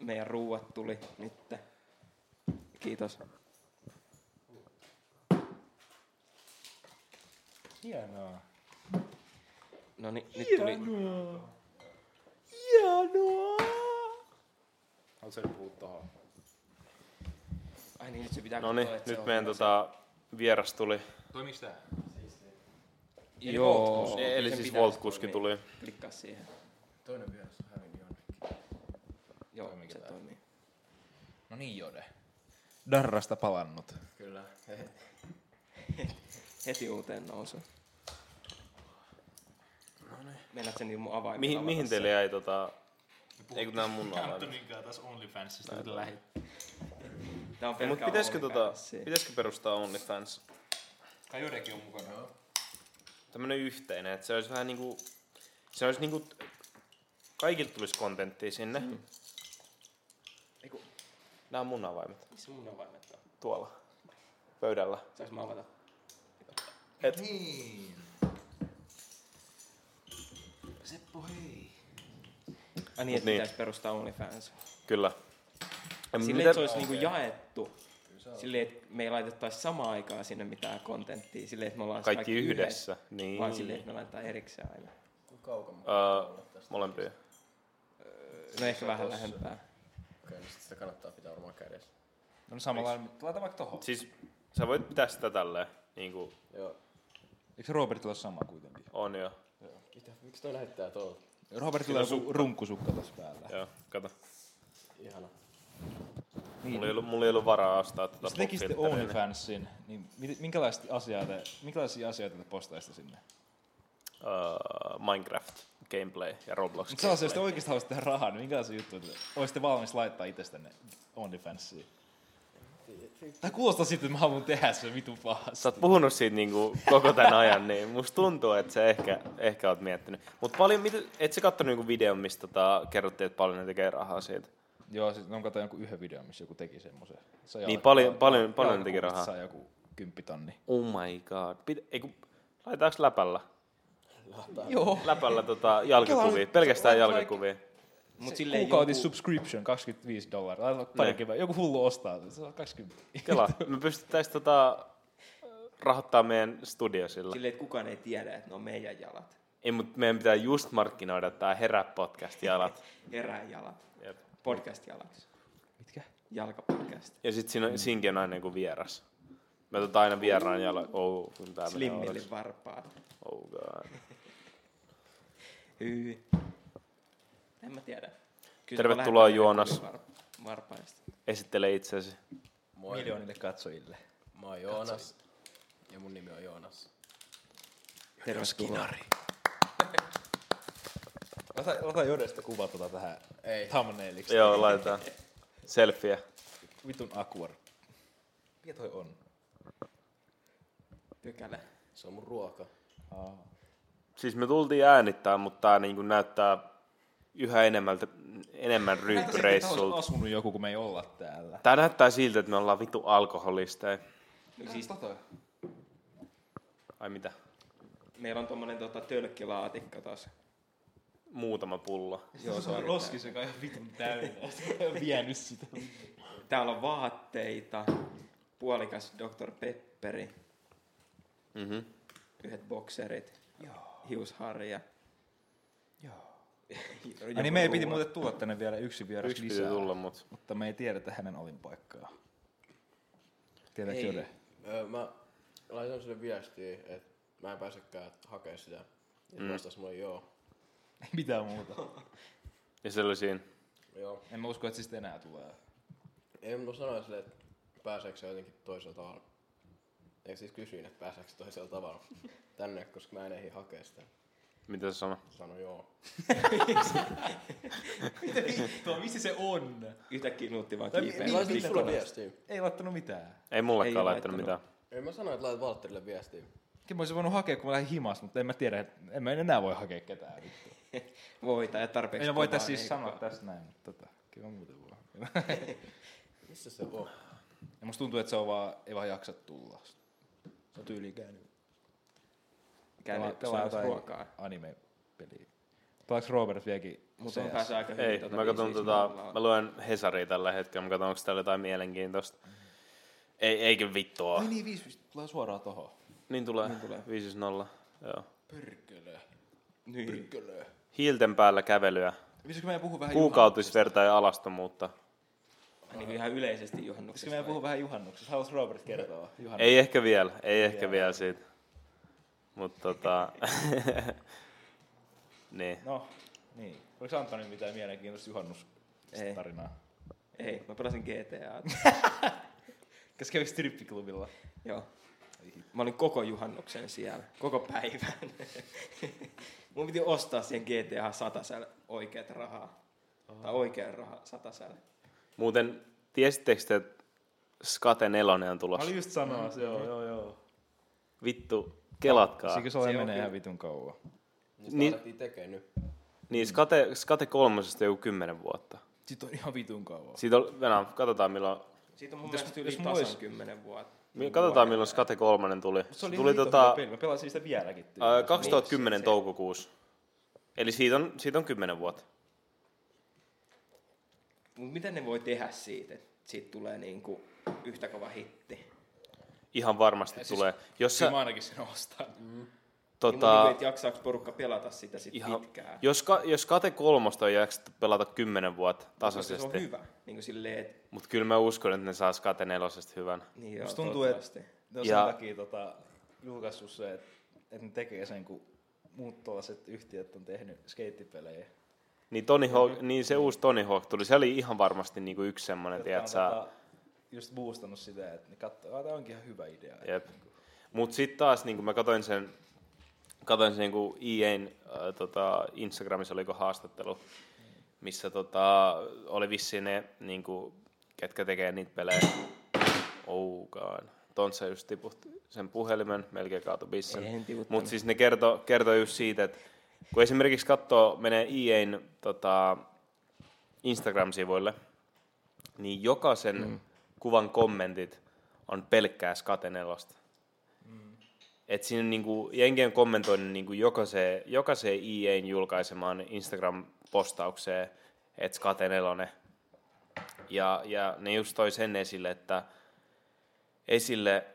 Meidän ruuat tuli nyt. Kiitos.
Hienoa.
No niin, nyt tuli.
Haluatko se puhua tohon?
Ai niin, nyt se pitää
No niin,
katsoa, että se
nyt
on
meidän
hyvä.
tota, vieras tuli.
Toimiks tää?
Joo.
Ei, eli
sen
siis
pitää
Volt-kuski
toimia.
tuli.
Klikkaa siihen.
Toinen vieras on hävinnyt jonnekin.
Joo,
Toimikin
se
tää.
toimii.
No niin, Jode.
Darrasta palannut.
Kyllä.
Heti uuteen nousuun. Meinaat sen niin mun avaimen
Mihin,
avata
mihin
sen?
teille jäi tota... Ei kun nää on mun alla.
Antoninkaan taas OnlyFansista nyt lähit.
Tää on
Mut
pelkkää
pitäisikö, tota,
OnlyFans.
pitäisikö perustaa OnlyFans?
Kai Jodekin on mukana.
Tämmönen yhteinen, että se olisi vähän niinku... Se olisi niinku... Kaikilta tulisi kontenttia sinne. Mm.
Eiku,
Nämä on mun avaimet.
missä mun avaimet on?
Tuolla. Pöydällä.
Saanko mä avata?
Niin. Seppo, hei.
Ai niin, että
niin.
pitäis perustaa OnlyFans.
Kyllä. Ja
Silleen,
mitä-
että se olisi niinku jaettu. Silleen, että me ei laitettaisi samaan aikaan sinne mitään kontenttia. Silleen, että me ollaan siis
Kaikki yhdessä.
yhdessä.
Niin.
Vaan silleen, että me laitetaan erikseen aina.
Öö, molempia.
No ehkä vähän lähempää.
No samalla laita vaikka tohon.
Siis sä voit pitää sitä tälleen. Niinku
Eikö Robert ole sama kuitenkin?
on jo.
Miksi toi näyttää tuolta?
Robertilla on joku runkkusukka tässä päällä.
Joo, kato.
Ihana.
Mulla ei ollut, mulla ei ollut varaa ostaa tätä
Jos tekisitte
popfiltteriä, niin-
OnlyFansin, niin mit- minkälaista asiaa te, minkälaisia asioita te postaisitte sinne?
öö, Minecraft gameplay ja Roblox
Mutta sellaisia, jos te
gameplay.
oikeasti haluaisitte tehdä rahaa, niin minkälaisia juttuja te olisitte valmis laittaa itsestänne OnlyFansiin? Tämä kuulostaa siltä, että mä haluan tehdä sen vitun pahasti.
Sä oot puhunut siitä niinku koko tämän ajan, niin musta tuntuu, että sä ehkä, ehkä oot miettinyt. Mutta paljon, mit, et sä kattonut niinku videon, mistä tota, kerrottiin, että paljon ne tekee rahaa siitä?
Joo, siis on katsoin joku yhden videon, missä joku teki semmoisen. Se
Niin paljon, paljon, paljon ne teki rahaa.
Saa joku kymppitonni.
Oh my god. Pid, ei kun, laitetaanko läpällä?
Joo.
Läpällä tota, jalkakuvia, pelkästään jalkakuvia.
Mut
Se
silleen
kuukautis
joku-
subscription 25 dollaria. Laita pari
Ne.
kevää. Joku hullu ostaa. Se on 20.
Kela, me pystyttäis tota, rahoittaa meidän studio sillä.
Silleen, että kukaan ei tiedä, että ne on meidän jalat.
Ei, mutta meidän pitää just markkinoida tää Herä podcast jalat.
Erään jalat.
Jep.
Podcast jalaksi. Mitkä? Jalkapodcast.
Ja sit siinä, siinkin on aina joku vieras. Mä otetaan aina vieraan jalo. Oh, kun tää menee oudoksi.
Slimmille varpaat.
Oh god.
Hyi. En mä tiedä. Kyllä
Tervetuloa,
se on lähempänä
Joonas.
kuin var- Varpaista.
Esittele itsesi.
Moi.
Miljoonille katsojille.
Mä oon Joonas. Ja mun nimi on Joonas.
Tervetuloa.
Ota, ota Jodesta kuva tota tähän
Ei.
thumbnailiksi.
Joo, laitetaan. Selfie.
Vitun awkward. Mikä toi on?
Pykälä.
Se on mun ruoka.
Siis me tultiin äänittää, mutta tää niinku näyttää yhä enemmältä, enemmän
Täällä
ryyppyreissulta.
olisi asunut joku, kun me ei olla täällä.
Tää näyttää siltä, että me ollaan vitu alkoholisteja.
No siis
Ai mitä?
meillä on tommonen tota, tölkkilaatikko tossa.
Muutama pullo.
Joo,
Se on roskis, joka on ihan vitun täynnä. Se on vienyt sitä.
Täällä on vaatteita, puolikas Dr. Pepperi,
Mhm.
yhdet bokserit, Joo. hiusharja. Joo.
Ai niin meidän piti muuten tulla tänne vielä yksi vieras
Yksi piti
lisää.
tulla, mut.
Mutta me ei tiedetä hänen olinpaikkaa. Tiedätkö
Ei.
Jode?
Öö, mä laitan sille viestiä, että mä en pääsekään hakea sitä. Ja mm. vastas mulle joo.
Ei mitään muuta.
Ja se oli siinä.
Joo.
En mä usko, että siitä enää tulee.
Ei mä sanoin sille, että pääseekö se jotenkin toisella tavalla. Eikä siis kysyin, että pääseekö se toisella tavalla tänne, koska mä en ehdi hakea sitä.
Mitä se sanoi?
Sano joo.
Tuo, missä se on?
Yhtäkkiä nuutti vaan
Tai
kiipeen.
mi-
Laitan
Mikko
sulle
laittoi?
viestiä.
Ei laittanut mitään.
Ei
Ei
mullekaan
laittanut.
laittanut mitään.
Ei mä sanoin, että laitat Valtterille viestiä.
Kyllä mä olisin voinut hakea, kun mä lähdin himas, mutta en mä tiedä, että en mä enää voi hakea ketään. vittu.
Voi, tai tarpeeksi
Ei mä voi
kovaa,
tässä siis
ei
sanoa
kukaan.
tässä näin, mutta tota. Kyllä mä muuten voi.
Missä se on?
Ja musta tuntuu, että se on vaan, ei vaan jaksa tulla. Se on tyyliin käynyt.
Käynyt pelaa ruokaa.
anime-peliä. Pelaaks Robert vieläkin
Mutta se on päässyt aika hyvin.
Ei, mä katson
biisiä
tota,
sinne
mä
ollaan.
luen Hesaria tällä hetkellä, mä katson onko täällä jotain mielenkiintoista. Ei, eikö vittua.
Ai niin, 5 tulee suoraan tohon.
Niin tulee, niin tulee. 5-0. Joo.
Pyrkölö.
Niin.
Pyrkölö.
Hiilten päällä kävelyä,
Pitäisikö meidän puhua vähän
kuukautisverta ja alastomuutta.
Niin kuin ihan yleisesti juhannuksesta.
Pitäisikö meidän puhua vähän juhannuksesta? Haluaisi Robert kertoa. Juhannus.
Ei ehkä vielä, ei ehkä vielä siitä. Mutta tota... niin.
No, niin. Oliko Antoni mitään
Ei.
mielenkiintoista juhannustarinaa?
Ei, mä pelasin GTA.
Kas kävi strippiklubilla?
Joo. Mä olin koko juhannuksen siellä, koko päivän. Mun piti ostaa siihen GTA 100 oikeat rahaa. Tai oikean rahaa 100
Muuten, tiesittekö te, että Skate 4 on
Mä
tulossa?
olin just sanoa, se joo, joo, joo.
Vittu, kelatkaa.
Sikö se ole
Se on
menee
kyllä.
ihan vitun kauan.
Niistä
Niin-
niin. alettiin tekee nyt.
Niin, Skate, Skate 3 joku 10 vuotta.
Sit on ihan vitun kauan.
Siitä on, no, katsotaan milloin,
Siitä on mun mielestä yli
jos
tasan
mulla olisi-
10 vuotta.
mi- katsotaan milloin Skate 3 tuli.
Se oli
tuli
ihan vitun
tota, Äh,
hyvä peli. Niin, Mä pelasin sitä vieläkin. tyyli.
ää, 2010 toukokuussa. Eli siitä on, siitä on 10 vuotta.
Mut miten ne voi tehdä siitä, että siitä tulee niinku yhtä kova hitti? Niin
Ihan varmasti tulee. Jos
siis Kyllä
sä,
mä ainakin sen ostan.
Tota... Niin
tota,
mun niinku, jaksaako porukka pelata sitä sit
ihan,
pitkään.
jos, ka, jos Kate 3 on jaksettu pelata 10
No,
vuotta
Koska se on
tasaisesti,
hyvä. Niinku silleen, et,
mutta kyllä mä uskon, että ne saa Kate 4 hyvän.
niin joo,
Musta tuntuu, että
toivottavasti.
ne on
Ja-
sen takia tota, julkaissut se, että et ne tekee sen, kun muut tuollaiset yhtiöt on tehnyt skeittipelejä.
Niin, Tony Hawk, niin se uusi Tony Hawk tuli, se oli ihan varmasti niinku yksi semmoinen,
Jotka on
tiedät sä,
tota, just boostannut sitä, että ne katsoo, että tämä onkin ihan hyvä idea.
Jep. Mut sit taas, niin mä katsoin sen, katsoin sen niin EAn äh, tota, Instagramissa oliko haastattelu, missä tota, oli vissiin ne, niin kuin, ketkä tekee niitä pelejä. Oukaan. Tontsa just tiputti sen puhelimen, melkein kaatu
En
bissen.
tiputtanut.
Mutta siis ne kertoo kerto just siitä, että kun esimerkiksi katsoo, menee EAn tota, Instagram-sivuille, niin jokaisen mm. kuvan kommentit on pelkkää skatenelosta. Mm. Et siinä on niinku, jengi on kommentoinut niinku jokaiseen, jokaiseen EAn julkaisemaan Instagram-postaukseen, että skatenelone. Ja, ja ne just toi sen esille, että, esille,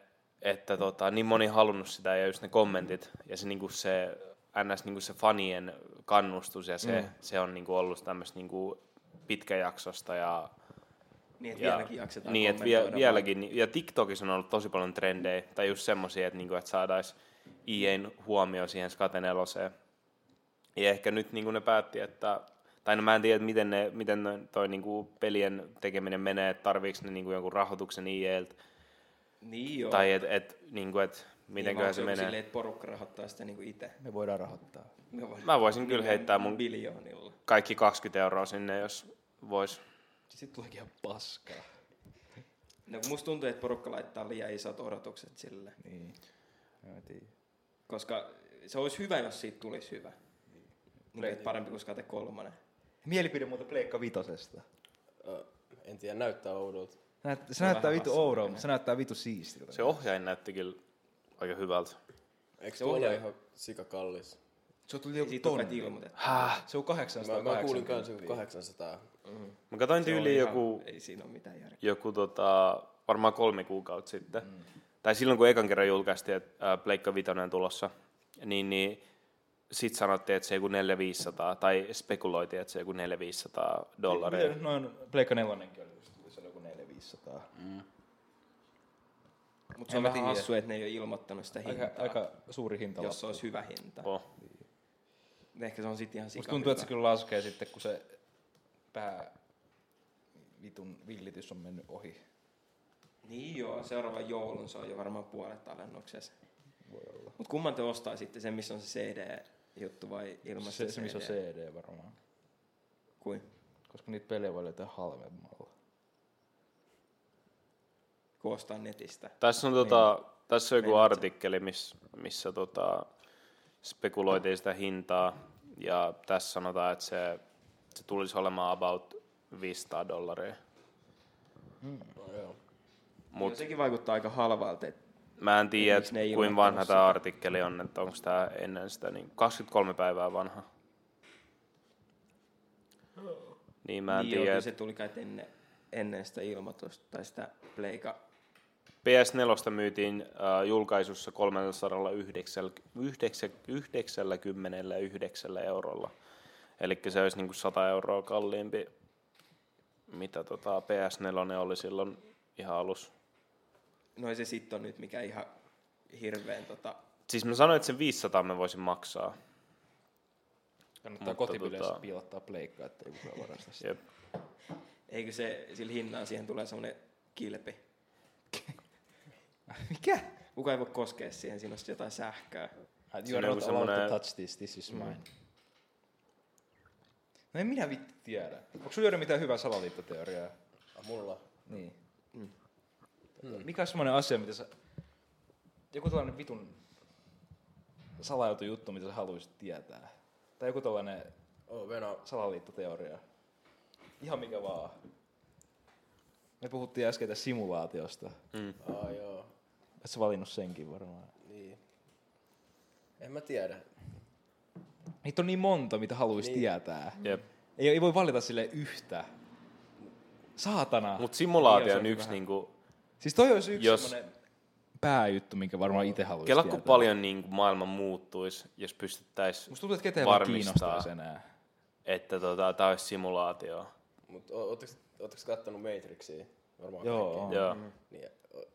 että tota, niin moni halunnut sitä ja just ne kommentit ja se, niinku se ns. Niinku se fanien kannustus ja se, mm. se on niinku ollut tämmöistä niinku pitkäjaksosta ja
Niin, että
ja-
vieläkin jaksetaan
Niin, että vie,
kommentoida
vieläkin. niin- Ja TikTokissa on ollut tosi paljon trendejä, tai just semmoisia, että, niinku, että saataisiin IEn huomio siihen skateneloseen. Ja ehkä nyt niinku ne päätti, että, tai no mä en tiedä, että miten, ne, miten ne, toi niinku pelien tekeminen menee, että tarviiko ne niinku jonkun rahoituksen IEltä,
vaan- Niin joo.
tai että et, niinku, et, mitenköhän
vaan
se
onko
menee.
Silleen, että porukka rahoittaa sitä niinku itse.
Me voidaan rahoittaa.
Me voidaan
Mä voisin kyllä heittää mun
biljoonilla.
kaikki 20 euroa sinne, jos vois.
Sitten tuleekin ihan paskaa.
No kun musta tuntuu, että porukka laittaa liian isot odotukset sille.
Niin. Mä en tiedä.
Koska se olisi hyvä, jos siitä tulisi hyvä. Niin, että parempi kuin skate kolmonen.
Mielipide muuten Pleikka vitosesta.
Ö, en tiedä, näyttää oudolta.
Näyt, se,
on
näyttää
vähän
vitu oudoa, mutta se näyttää vitu siistiltä.
Se ohjain näytti kyllä aika hyvältä.
Eikö
Se
se
on
ole
jo-
ihan sikakallis?
Se tuli joku
Siitä on kai
tonni.
ilmoitettu.
Se on 800.
Mä, mä kuulin kans joku 800.
Mä katsoin
Se oli
tyyliin
ihan-
joku...
Ei siinä ole mitään järkeä.
joku tota, varmaan kolme kuukautta sitten, mm. tai silloin kun ekan kerran julkaistiin, että ää, Pleikka Vitoinen on tulossa, niin, niin sitten sanottiin, että se joku 4500, tai spekuloitiin, että se joku 4500 dollaria.
Miten noin Pleikka nelonenkin oli? just tuli, Se oli joku 4500.
Mutta se on
mä
vähän
tiedä.
hassu, että ne ei ole ilmoittanut sitä hintaa,
Aika, aika suuri hinta.
jos se olisi hyvä hinta.
Oh.
Ehkä se on sitten ihan
Musta
sika
tuntuu, että se kyllä laskee sitten, kun se pää vitun villitys on mennyt ohi.
Niin joo, seuraavan joulun se on jo varmaan puolet alennuksessa. Voi olla. Mut kumman te ostaa sitten sen, missä on se CD-juttu vai ilman
Se, se missä on
CD?
CD varmaan.
Kuin?
Koska niitä pelejä voi löytää halvemmalla.
Kun ostaa netistä.
Tässä on, tota, tässä on joku
Meinaa se.
artikkeli, missä, missä tota, spekuloitiin sitä hintaa, ja tässä sanotaan, että se, se tulisi olemaan about 500 dollaria.
No, joo.
Mut.
Mut
Sekin Niin vaikuttaa aika halvalta. Et
mä en tiedä,
Miksi ne ei
kuinka
ilmoittanut
vanha tämä artikkeli on, että onko tämä ennen sitä, niin 23 päivää vanha. Niin mä en
niin joo,
tiedä.
kyllä
et
se tuli kai ennen, ennen sitä ilmoitusta tai sitä pleika.
PS4 myytiin äh, julkaisussa 399 eurolla. Eli se olisi niin kuin 100 euroa kalliimpi, mitä tota PS4 oli silloin ihan alussa.
No ei se sitten on nyt mikä ihan hirveän tota...
Siis mä sanoin, että sen 500 mä voisin maksaa.
Kannattaa
Mutta
kotipileissä
tota-
tota... piilottaa pleikkaa, ettei kukaan varasta sitä.
Jep.
Eikö se sillä hinnalla siihen tulee semmoinen kilpi?
Mikä?
Kuka ei voi koskea siihen, siinä on sit jotain sähköä.
Ah, You are
joku
not allowed to
semmonen-
touch this, this is mine. No en minä vitti tiedä. Onko sulla Jori mitään hyvää salaliittoteoriaa?
Ah, mulla.
Niin. Mm. Mikä on semmoinen asia, mitä sä... Joku tällainen vitun salautu juttu, mitä sä haluaisit tietää. Tai joku tällainen
Oh, Vena.
salaliittoteoria. Ihan mikä vaan. Me puhuttiin äsken tästä simulaatiosta.
Ah, joo.
Et sä valinnut senkin varmaan.
Niin. En mä tiedä.
Niitä on niin monta, mitä haluaisi
Niin.
niin. tietää.
Jep.
Mm.
Ei, ei voi valita sille yhtä. Saatana.
Mutta simulaatio
Niin,
on
se
yksi,
vähän-
niinku,
Siis toi olisi yksi
Jos-
jos... semmoinen pääjuttu, minkä varmaan itse haluaisi
kela
tietää.
kun paljon niinku maailma muuttuisi, jos pystyttäisiin,
Musta tuntuu, että ketään vaan
varmistaa.
kiinnostaisi enää.
että tota, tämä olisi simulaatio.
Mut o- ootteks, ootteks kattonut Matrixia? Varmaan
Joo,
kaikki.
on.
Joo.
Niin, o-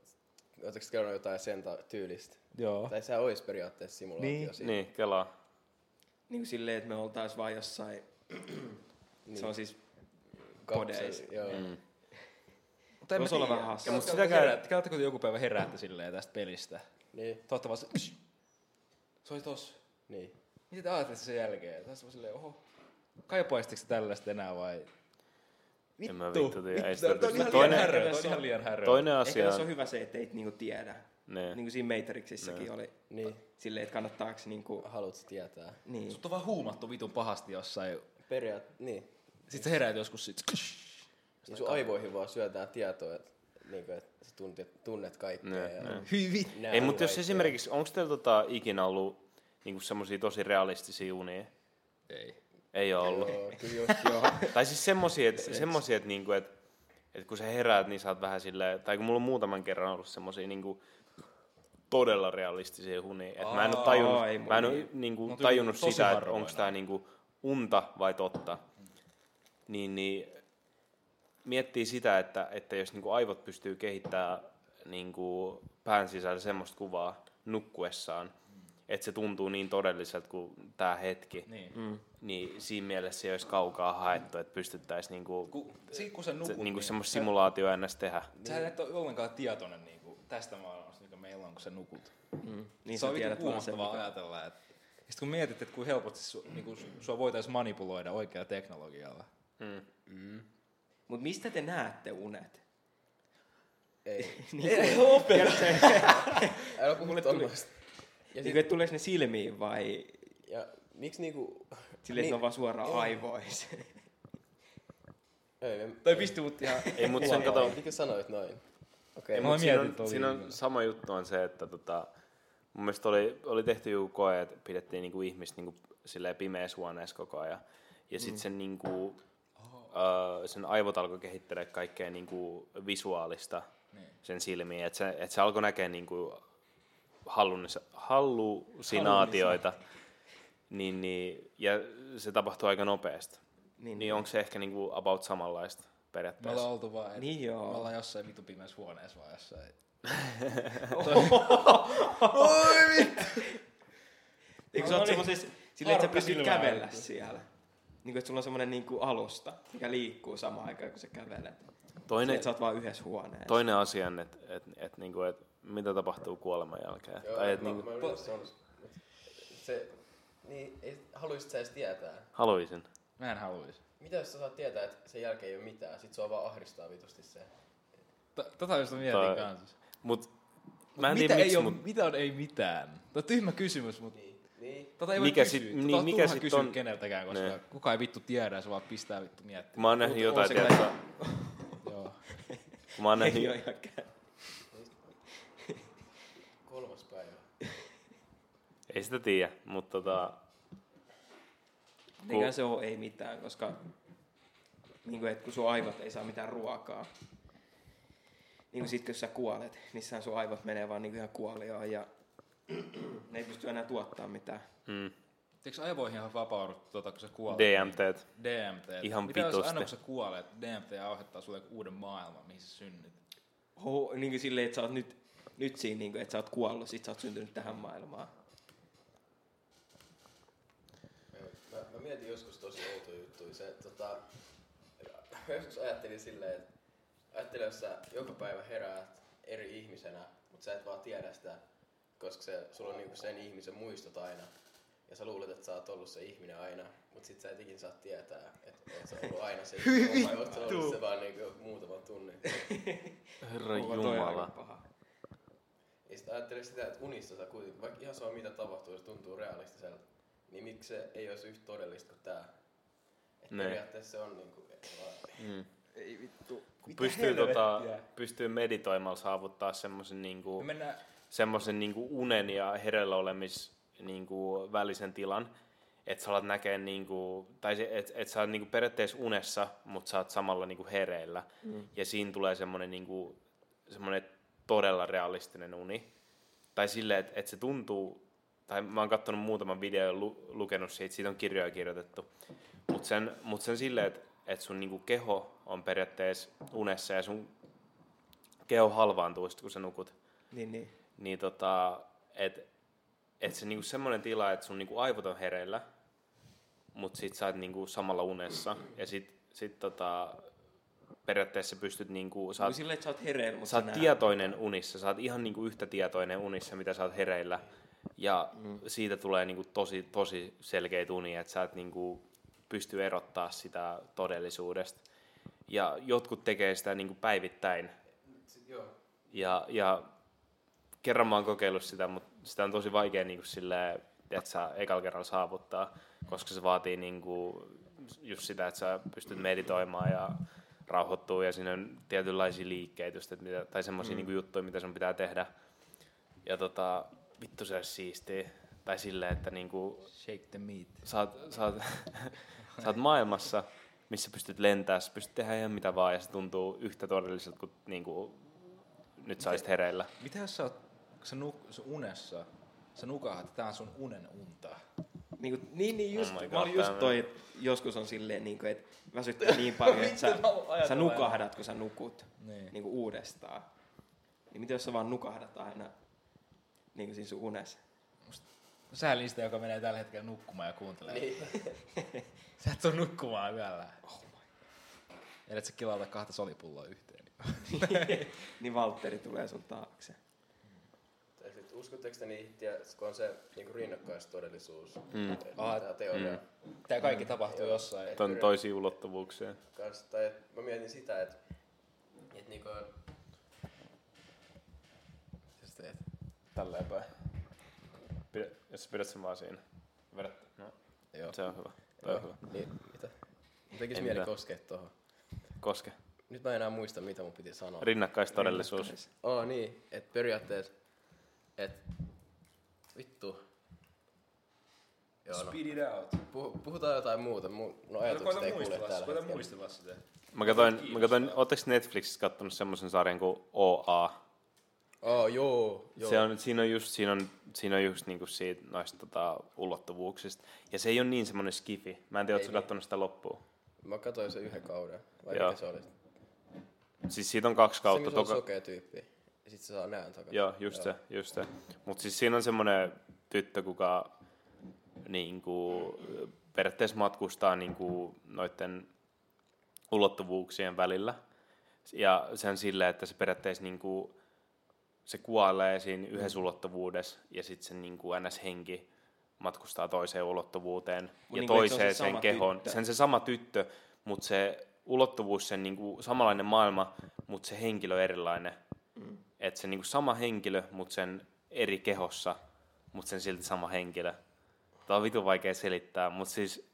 ootteks käynyt jotain sen ta- tyylistä?
Joo.
Tai sehän ois periaatteessa simulaatio
Niin.
siinä.
Niin, kelaa.
Niin kuin silleen, että me oltais vaan jossain... Niin. Se on siis...
Kapseli,
Kodeissa.
Joo. Mm.
Mutta en
Voisi
mä
olla
tiedä.
vähän hassua.
Mutta sitä kerät, kerät, kun joku päivä heräätte silleen tästä pelistä.
Niin,
Toivottavasti se, se oli tossa.
niin.
Mitä te ajattelette sen jälkeen? Tästä on silleen, oho, kaipaistiko tällaista enää vai?
En mä vittu tiedä. Ei sitä
Toi on
pysty.
ihan liian
Toinen,
häröä, toi on ihan liian häröä.
toinen
Ehkä
asia
tässä on
on...
hyvä se, että ei niinku tiedä.
Ne.
Niin kuin siinä Matrixissakin oli.
Niin,
Silleen, että kannattaako niinku...
haluat tietää.
Niin.
Sut on vaan huumattu vitun pahasti jossain.
Periaat, niin.
Sit sä heräät joskus sit.
Ja sun aivoihin vaan syötään tietoa, että niinku, et sä tunnet, tunnet kaikkea.
Ne,
ja
ne.
Hyi vittu.
näet
Niin, Ei, mutta jos
kaikkea.
esimerkiksi, onko teillä tota, ikinä ollut niinku semmoisia tosi realistisia unia?
Ei.
Ei ole ollut.
Joo, kyllä just joo.
tai siis semmosia, että, semmosia, että, niinku, että, että kun sä heräät, niin sä oot vähän silleen, tai kun mulla on muutaman kerran ollut semmosia niinku, todella realistisia hunia, että mä en ole tajunnut,
ei
mä en
mun-
ole niinku,
niin. on tosi-
tajunnut
tosi
sitä, että
harvoin
onko tää niinku unta vai totta. Niin, niin miettii sitä, että, että jos niinku aivot pystyy kehittämään niinku pään sisällä semmoista kuvaa nukkuessaan, että se tuntuu niin todelliselta kuin tämä hetki,
Niin.
niin siinä mielessä ei olisi kaukaa haettu, että pystyttäisiin niinku,
Kun, sit kun sä
se,
nukut,
niinku
niin
semmoista simulaatioa ennäs tehdä.
sä
Niin.
et ole ollenkaan tietoinen niinku tästä maailmasta, mikä meillä on, kun sä nukut.
Mm. Niin
se niinku
sä
on vitun
tiedät vaan sen,
kuumottavaa
mikä...
ajatella, että sitten kun mietit, että kuinka helposti su, niinku, sua voitaisiin manipuloida oikealla teknologialla.
Mut mistä te näette unet?
Ei.
Tiedätkö,
Älä puhu tommasta. Ja,
niin
sit,
kuin, että tuleeko ne silmiin vai
ja miksi niinku...
silleen,
Niin.
että ne on vaan suoraan
Joo.
aivoissa?
Ei, en-
Tai pisti mut ihan...
Ei, mutta sen kato,
Niin kuin sanoit noin. Okei,
Ei
okay,
mä
Mut siinä,
mietin
on,
tuolla
siinä on
viikolla.
sama juttu on se, että tota, mun mielestä oli, oli tehty joku koe, että pidettiin niinku ihmistä niinku silleen pimeässä huoneessa koko ajan. Ja
Mm.
sitten sen, niinku, ö, sen aivot alkoi kehittelee kaikkea niinku visuaalista
Niin.
sen silmiin. Että se, et se alkoi näkemään niinku hallunisa- hallusinaatioita. Niin, niin, ja se tapahtuu aika nopeasti.
Niin.
Niin, niin onko se ehkä niinku about samanlaista
Me
periaatteessa?
ollaan oltu vaan, et-
Niin joo.
me ollaan jossain vitu pimeässä huoneessa vaan jossain.
Eikö sä
No
oot
niin.
semmoses, silleen, että sä
Arppi
pystyt
silmään
kävellä
ainakin.
siellä? Niin kuin, että sulla on semmonen niin kuin alusta, mikä liikkuu samaan aikaan, kun sä kävelet. Silleen,
Toinen,
että sä oot vaan yhdessä huoneessa.
Toinen asia on, että et, et, niinku, et, mitä tapahtuu kuoleman jälkeen. Joo, tai et,
mä,
niinku,
mä, mä, se on, se, niin, ei, haluaisit sä edes tietää?
haluaisin.
Mä en haluis.
Mitä jos sä saat tietää, että sen jälkeen ei ole mitään, sit sua vaan ahdistaa vitusti se.
T- Tota just mä
Tai-
mietin kans.
Mut, mä en
mitä,
tiedä miksi,
ei oo,
mut
mitä on ei mitään? Tuo on tyhmä kysymys, mut
Niin, niin.
Tota ei voi
Mikä
mikä kysyä.
sit-
Sit,
niin,
tota on
mikä
turha
sit
kysyä
on- Niin.
keneltäkään, koska
Ne.
kukaan ei vittu tiedä, ja se vaan pistää vittu miettimään.
Mä oon nähnyt
Mut
jotain,
on se kyllä-
tiedätkö,
Joo.
kun mä oon
Ei
nähnyt,
ole ihan kä-
Kolmas päivä.
ei sitä tiedä, mutta tota,
Eikä se ole ei mitään, koska niin kuin, että kun sun aivot ei saa mitään ruokaa, niin kuin sit kun sä kuolet, niin sä sun aivot menee vaan niin kuin ihan kuoliaan ja ne ei pysty enää tuottaa mitään.
mm,
Eikö aivoihin ihan vapaudut, tota, kun sä kuolet?
DMT.
DMT.
Ihan
Mitä jos
vitusti.
aina kun sä kuolet, DMT aiheuttaa sulle uuden maailman, mihin sä synnyt?
Ho, niin kuin silleen, että sä oot nyt, nyt siinä, niin kuin, että sä oot kuollut, sit sä oot syntynyt tähän maailmaan.
Mä, mä mietin joskus tosi outoja juttuja. Se, tota, mä joskus ajattelin silleen, että ajattelin, jos sä joka päivä heräät eri ihmisenä, mutta sä et vaan tiedä sitä, koska se, sulla on niinku sen ihmisen muistot aina. Ja sä luulet, että sä oot ollut se ihminen aina, mutta sit sä et ikin saa tietää, että oot sä ollut aina se ihminen. Oot sä ollut se vaan niinku muutaman tunnin.
Herra
Onko toi aika
No Jumala.
paha?
Ja sitten ajattelin sitä, että unissa sä kuitenkin, vaikka ihan sama mitä tapahtuu, jos tuntuu realistiselta, niin miksi se ei olisi yhtä todellista kuin tää? Että
Ne.
periaatteessa se on niinku... vaan-
Mm.
Ei vittu.
Kun pystyy, tota, pystyy meditoimalla saavuttaa semmoisen niinku,
Me mennään,
semmoisen niinku unen ja hereillä olemis niinku, välisen tilan, että sä alat näkee, niinku, tai se- et, et sä oot niinku, periaatteessa unessa, mutta sä oot samalla niinku, hereillä. Mm. Ja siinä tulee semmoinen niinku, semmoinen todella realistinen uni. Tai silleen, että et se tuntuu, tai mä oon katsonut muutaman videon ja lu, lukenut siitä, siitä on kirjoja kirjoitettu. Mutta sen, mut sen silleen, että et sun niinku, keho on periaatteessa unessa ja sun keho halvaantuu sit, kun sä nukut
Niin, niin.
niin tota, et, et se niinku semmoinen tila, että sun niinku aivot on hereillä, mut sit sä oot niinku samalla unessa, ja sit, sit tota, periaatteessa sä pystyt niinku, sä
Saat,
oot,
silleen, että sä oot hereillä, mutta
sä oot tietoinen unissa, sä oot ihan niinku yhtä tietoinen unissa, mitä sä oot hereillä, ja mm. siitä tulee niinku tosi, tosi selkeitä unia, että sä et niinku pysty erottaa sitä todellisuudesta. Ja jotkut tekee sitä niinku päivittäin,
Sit, joo,
ja, ja kerran mä oon kokeillut sitä, mutta sitä on tosi vaikea niin silleen, että sä ekalla kerralla saavuttaa, koska se vaatii niin kuin, just sitä, että sä pystyt meditoimaan ja rauhoittuu ja siinä on tietynlaisia liikkeitä just, että mitä, tai semmoisia mm. niin juttuja, mitä sun pitää tehdä. Ja tota, vittu se olisi siistiä. Tai silleen, että niin kuin,
shake the meat.
sä oot, sä oot, sä oot maailmassa, missä pystyt lentämään, sä pystyt tehdä ihan mitä vaan, ja se tuntuu yhtä todelliselta kuin, niin kuin nyt sä olisit hereillä.
Mitä jos sä oot kun sä nuk, sun unessa, sä nukahat, että tää on sun unen unta.
Niin, kuin, niin, niin just,
Oh my
oh mä olin
God,
just
tää
toi, että joskus on silleen, niin kuin, että väsyttää niin paljon, että sä, sä nukahdat, kun sä nukut
Niin.
niin kuin uudestaan. Niin mitä jos sä vaan nukahdat aina niin kuin siinä sun unessa?
Säälin sitä, joka menee tällä hetkellä nukkumaan ja kuuntelee.
Niin.
sä et tuu nukkumaan yöllä. Oh my. Et sä kilauta kahta solipulloa yhteen.
niin Valtteri tulee sun taakse.
tai sit uskotteko te niihin, tie- kun on se niinku rinnakkaistodellisuus, mm. tämä teoria. Mm.
Tää kaikki tapahtuu jossain.
Et
Ton
pyri-
toisiin ulottuvuuksia.
kans, tai et, mä mietin sitä, että et niinku,
Mitä sä teet? Tälleen päin.
Pidä, jos sä pidät sen vaan siinä. Vedät. No,
joo.
se on hyvä. Toi on hyvä.
Niin, mitä? Mun tekis
Ei
mieli
mitään.
koskea tohon.
Koske.
Nyt mä en enää muista, mitä mun piti sanoa.
Rinnakkaistodellisuus.
Oo niin, että periaatteessa, että vittu. Joo, no.
Speed it out.
Puhu, puhutaan jotain muuta. Mun, no ajatukset
Koita
ei kuule
muistella,
täällä.
koita
hetkellä.
muistella sitä.
Mä katsoin, mä katsoin ootteko Netflixissä kattonut semmoisen sarjan kuin OA?
Oo, joo, joo.
Se on, siinä on just, siinä on, siinä on just niinku siitä noista tota, ulottuvuuksista. Ja se ei ole niin semmoinen skifi. Mä en tiedä,
niin.
ootko sä kattonut sitä loppuun.
Mä katsoin sen yhden kauden. Vai
Joo.
mikä se oli?
Siis siitä on kaksi kautta.
se, missä on sokea tyyppi. Ja sit se saa näön takaisin.
Joo, just se, just se. Mutta siis siinä on semmoinen tyttö, kuka niinku, periaatteessa matkustaa niinku, noiden ulottuvuuksien välillä. Ja sen sillä, että se periaatteessa niinku, se kuolee siinä yhdessä
Mm.
ulottuvuudessa ja sitten se niinku, NS-henki matkustaa toiseen ulottuvuuteen
niinku,
ja
et se on
toiseen
se
sen
sama
kehoon.
tyttö.
Sen se sama tyttö, mutta se ulottuvuus, sen niinku, samanlainen maailma, mutta se henkilö on erilainen.
Mm.
Että se niinku sama henkilö, mutta sen eri kehossa, mutta sen silti sama henkilö. Tämä on vitun vaikea selittää, mutta siis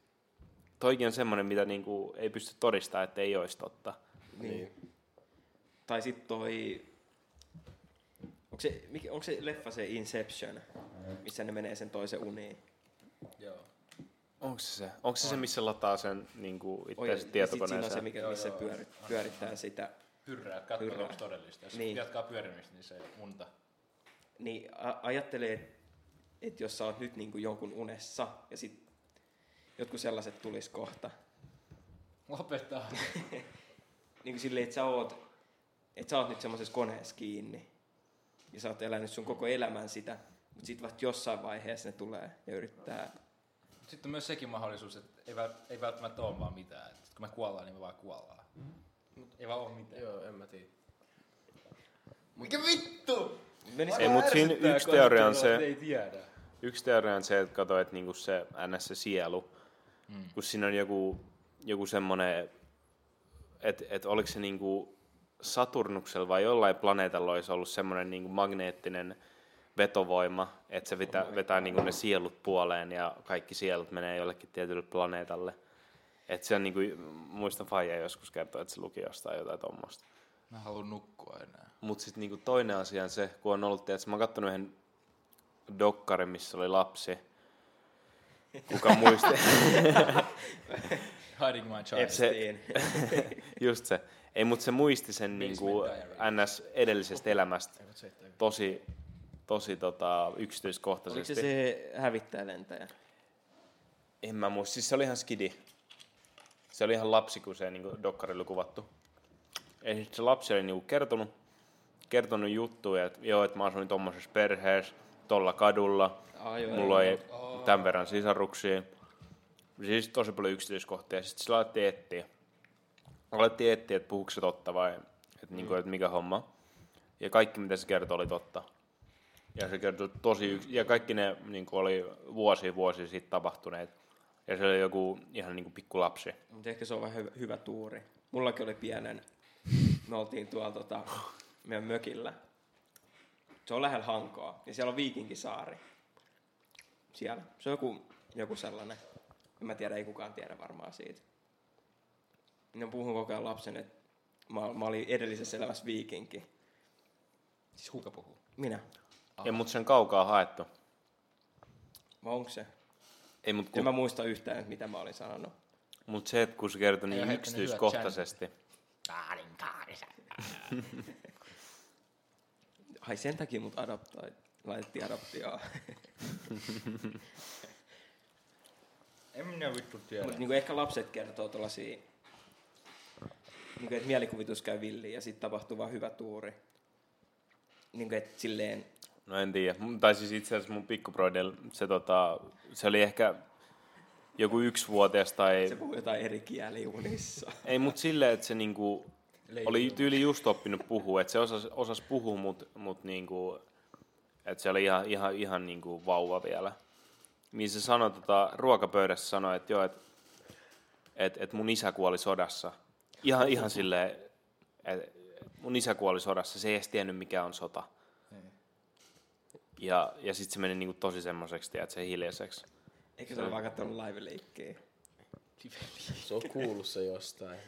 toikin on semmoinen, mitä niinku ei pysty todistamaan, että ei olisi totta.
Niin. Tai sitten toi... Onko se, mikä, onko se leffa se Inception, missä ne menee sen toisen uniin?
Onko se se? Onko se se, missä lataa sen niinku
Oi, ja
itse
sit siinä on se,
tietokoneeseen?
mikä, missä pyörit, pyörittää sitä.
Pyrrää, katsoa,
Pyrrää.
onko todellista. Jos
Niin.
niin. jatkaa pyörimistä, niin se unta.
Niin a- ajattelee, että et jos sä oot nyt niinku jonkun unessa ja sit jotkut sellaiset tulis kohta.
Lopettaa.
Niin kuin silleen, että sä oot, et sä oot nyt semmoisessa koneessa kiinni ja sä oot elänyt sun koko elämän sitä, mutta sit vasta jossain vaiheessa ne tulee ja yrittää
Sitten on myös sekin mahdollisuus, että ei, vält, ei välttämättä ole vaan mitään. Et kun me kuollaan, niin me vaan kuollaan. Mut ei vaan ole
niin.
mitään.
Joo, en mä tiedä. Mikä vittu?
Menis,
Ei, mutta siinä
Ärsyttää,
yksi
kun
teoria on
ajattelee,
se,
että Ei tiedä.
Yksi teoria on se, että kato, että niinku se ns. se sielu, mm. kun siinä on joku, joku semmoinen, että et oliko se niinku Saturnuksella vai jollain planeetalla olisi ollut semmoinen niinku magneettinen vetovoima, että se
Oh
vetä, vetää niinku ne sielut puoleen ja kaikki sielut menee jollekin tietylle planeetalle. Et se on niinku, muistan Faija joskus kertoi, että se luki jostain jotain tuommoista.
Mä haluan nukkua enää.
Mutta sitten niinku toinen asia on se, kun on ollut, tiedätkö, mä oon kattonut yhden dokkarin, missä oli lapsi. Kuka muisti?
Hiding my child.
Et se, just se. Ei, mutta se muisti sen niinku ns. edellisestä elämästä tosi, tosi tota,
oliko se
yksityiskohtaisesti.
se hävittäjälentäjä?
En mä muista. Siis se oli ihan skidi. Se oli ihan lapsi, kun se niinku dokkarilla kuvattu. Ja sit se lapsi oli niinku kertonut, kertonut juttuja, että joo, että mä asuin tommosessa perheessä, tolla kadulla,
Ai joo,
mulla oli tämän verran sisaruksia. Siis tosi paljon yksityiskohtia. Sitten sillä alettiin etsiä. Alettiin etsiä, että puhuuko se totta vai että, niinku, että mikä homma. Ja kaikki, mitä se kertoi, oli totta. Ja se kertoi tosi yks... Ja kaikki ne niin oli vuosi vuosi sitten tapahtuneet. Ja se oli joku ihan niin kuin pikkulapsi.
No, Mutta ehkä se on vähän hyvä, hyvä tuuri. Mullakin oli pienen, me oltiin tuolla tota, meidän mökillä. Se on lähellä Hankoa, ja siellä on Viikinkisaari. Siellä. Se on joku, joku sellainen. En mä tiedä, ei kukaan tiedä varmaan siitä. Ne on puhunut koko ajan lapsen, että mä, mä olin edellisessä elämässä viikinki.
Siis kuka puhuu?
Minä.
Ei, mutta sen kaukaa haettu.
Vai onko se?
Ei, mutta
En
kun...
mä
mä...
muista yhtään, että mitä mä olin sanonut.
mut se, että kun se kertoi niin
heittänyt
yksityiskohtaisesti.
Kaarin kaarissa.
Ai sen takia mut adoptoi. Laitettiin adoptioon.
En minä vittu tiedä.
Mutta niinku ehkä lapset kertoo tuollaisia, niinku, että mielikuvitus käy villiin ja sitten tapahtuu vaan hyvä tuuri. Niinku, et silleen,
No en tiedä. Mun- Tai siis itse asiassa mun pikkubroidel, se, tota, se oli ehkä joku yksivuotias tai...
se puhuu jotain eri kieliä unissa.
Ei, mutta silleen, että se niinku oli tyyli just oppinut puhua. Että se osas, osas puhua, mutta mut niinku, että se oli ihan, ihan, ihan niinku vauva vielä. Niin se sanoi tota, ruokapöydässä, sanoi, että joo, että et, et mun isä kuoli sodassa. Ihan, ihan silleen, että mun isä kuoli sodassa. Se ei edes tiennyt, mikä on sota. Ja, ja sitten se meni niinku tosi semmoiseksi, tiedät, se hiljaiseksi.
Eikö se ole vaan kattonut live-liikkiä?
Se on kuullut se jostain.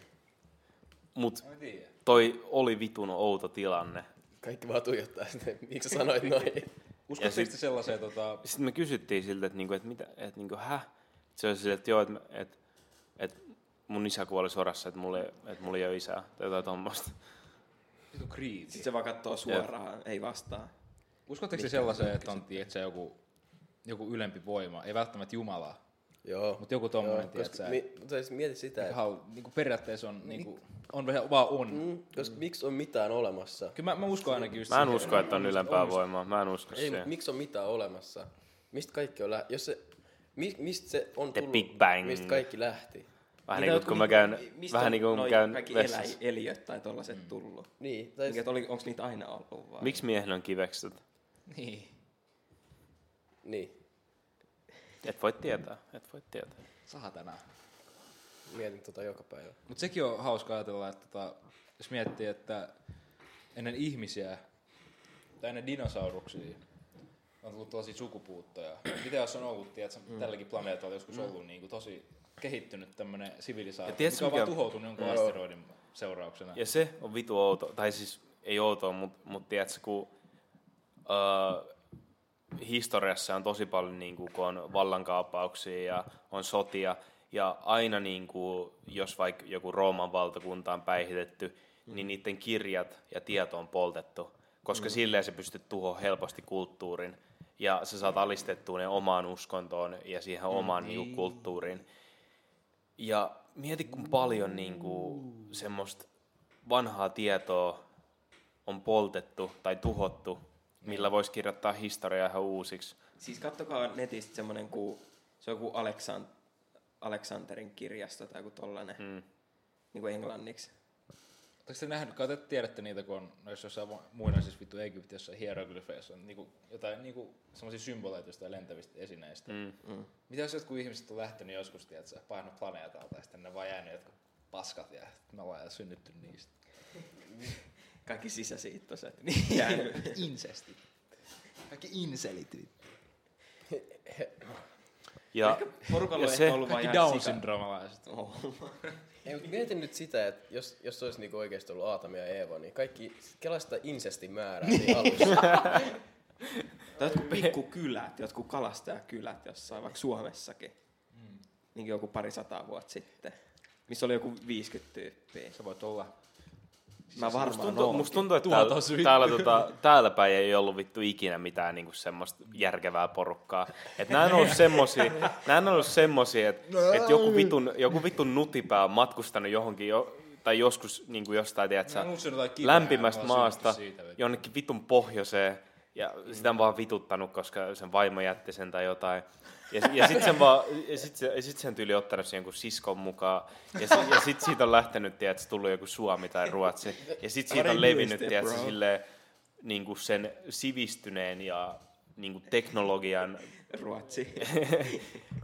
Mut
En tiedä.
toi oli vitun outo tilanne.
Kaikki vaan tuijottaa sitä, että miksi sä sanoit noin.
Ja
Uskotteko
sit-
te sellaiseen tota...
Sitten Siis me kysyttiin siltä, että, niinku, että mitä, että niinku, hä? Se oli silleen, että joo, että, että, että mun isä kuoli sodassa, että mulla, ei- että mulla ei ole isää tai jotain tuommoista.
Vitu kriisi.
Sitten se vaan kattoo suoraan, ei vastaa.
Uskotteko te sellaiseen, että on tiedätkö, joku, joku ylempi voima? Ei välttämättä Jumala.
Joo.
Mut joku tommonen,
Joo, koska
tiedätkö?
Mi, mutta siis mieti sitä, että
Hau, niinku periaatteessa on, niinku, on vähän vaan on. Mm.
mm, koska miksi on mitään olemassa?
Kyllä mä, mä uskon ainakin just
Mä en
siihen.
usko, että on ylempää voimaa. Mä en usko
Ei, mutta
siihen.
miksi on mitään olemassa? Mistä kaikki on lähti? Jos se, mi, mistä se on
The
tullut?
Big Bang.
Mistä kaikki lähti?
Mitä
Vähän niin kuin,
jotkut
kun mä
niinku-
käyn,
mistä
vähän
on
niin kuin kun
noi
käyn
Kaikki
vessassa.
eläi- eliöt tai tollaset mm. tullut.
Niin, tai
Niin, että oli, onko niitä aina ollut vai?
Miksi miehellä on kivekset?
Niin.
niin.
Et voi tietää, et voi tietää.
Saatana.
Mietin tota joka päivä.
Mutta sekin on hauska ajatella, että tota, jos miettii, että ennen ihmisiä tai ennen dinosauruksia, on tullut tosi sukupuuttoja. Mitä jos on ollut, tiedätkö, mm. tälläkin planeetalla joskus mm. ollut niin kuin, tosi kehittynyt tämmöinen
Ja
sivilisaatio, mikä, mikä
tiedätkö,
on vaan
mikä-
tuhoutunut jonkun asteroidin seurauksena.
Ja se on vitu outo. Tai siis ei outoa, mutta mut tiedätkö, kun öö, historiassa on tosi paljon, niin kuin, kun on vallankaappauksia ja on sotia, ja aina niin kuin, jos vaikka joku Rooman valtakunta on päihitetty, mm. niin niiden kirjat ja tieto on poltettu, koska mm. silleen se pystyt tuhoamaan helposti kulttuurin, ja sä saat alistettua ne omaan uskontoon ja siihen omaan niin. niin kulttuuriin. Ja mieti, kun paljon niin kuin, semmoista vanhaa tietoa on poltettu tai tuhottu, millä voisi kirjoittaa historiaa ihan uusiksi.
Siis kattokaa netistä semmoinen kuin, se on joku Aleksan, Aleksanterin kirjasto tai joku tollanen, mm. niin kuin englanniksi.
Oletteko te nähnyt, kai te tiedätte niitä, kun on noissa jossain va- muina siis vittu Egyptissä hieroglyfeissa on niinku, jotain niinku, semmoisia symboleita jostain lentävistä esineistä. Mm, mm. Mitä jos jotkut ihmiset on lähtenyt joskus, tiedätkö, painanut planeetalta ja sitten ne on vaan jäänyt jotkut paskat ja me ollaan synnytty niistä.
Kaikki sisäsiittoiset. Niin jäänyt.
Insesti. Kaikki inselit.
Ja,
Porukalla
ja
on
se,
ehkä ollut vaan
Kaikki
ihan
down
sika-
syndroomalaiset.
Oh.
Ei, mutta mietin nyt sitä, että jos, jos olisi niinku oikeasti ollut Aatami ja Eeva, niin kaikki, kelasta insestin määrää niin alussa.
Tai jotkut pikkukylät, jotkut kalastajakylät jossain, vaikka Suomessakin. Niin joku pari sataa vuotta sitten. Missä oli joku 50 tyyppiä.
Sä voit olla.
Mä varmaan
tuntuu,
oon.
musta tuntuu, että
Tuhat
täällä,
on syy.
täällä, tota, täällä päin ei ollut vittu ikinä mitään niinku semmoista järkevää porukkaa. Et nää on ollut semmosia, nää on ollut semmosia että et joku, vitun, joku vitun nutipää on matkustanut johonkin jo, tai joskus niinku jostain, tiedät sä,
Mä luulen, että jotain
lämpimästä
kipeää, me ollaan
maasta
synnytty siitä,
jonnekin vitun pohjoiseen. Ja sitä on vaan vituttanut, koska sen vaimo jätti sen tai jotain. Ja, ja sitten sen, vaan, ja sit, se- ja sit sen tyyli ottanut sen jonkun siskon mukaan. Ja, si, ja sitten siitä on lähtenyt, tiedätkö, tullut joku Suomi tai Ruotsi. Ja sitten siitä on
Are
levinnyt,
you still,
tiedätkö,
bro?
silleen, niin kuin sen sivistyneen ja niin kuin teknologian
Ruotsi.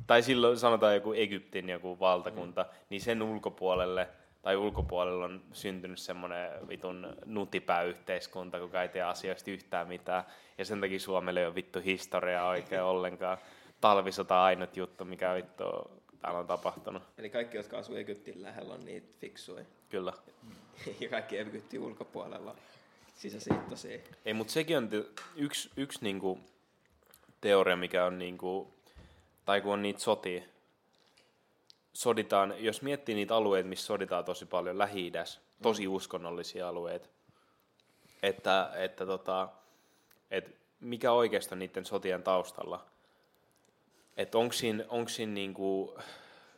tai silloin sanotaan joku Egyptin joku valtakunta, mm. niin sen ulkopuolelle tai ulkopuolella on syntynyt semmoinen vitun nutipäyhteiskunta, joka ei tee asioista yhtään mitään. Ja sen takia Suomelle ei ole vittu historiaa oikein ollenkaan. Talvisota ainut juttu, mikä vittu täällä on tapahtunut.
Eli kaikki, jotka asuu Egyptin lähellä, on niitä fiksuja.
Kyllä.
Ja kaikki Egyptin ulkopuolella on sisäsiittoisia.
Ei, mutta sekin on te- yksi, yksi niinku teoria, mikä on niinku, tai kun on niitä sotia, soditaan, jos miettii niitä alueita, missä soditaan tosi paljon, lähi tosi uskonnollisia alueita, että, että tota, et mikä oikeasti on niiden sotien taustalla. Että onko siinä, onko siinä niinku,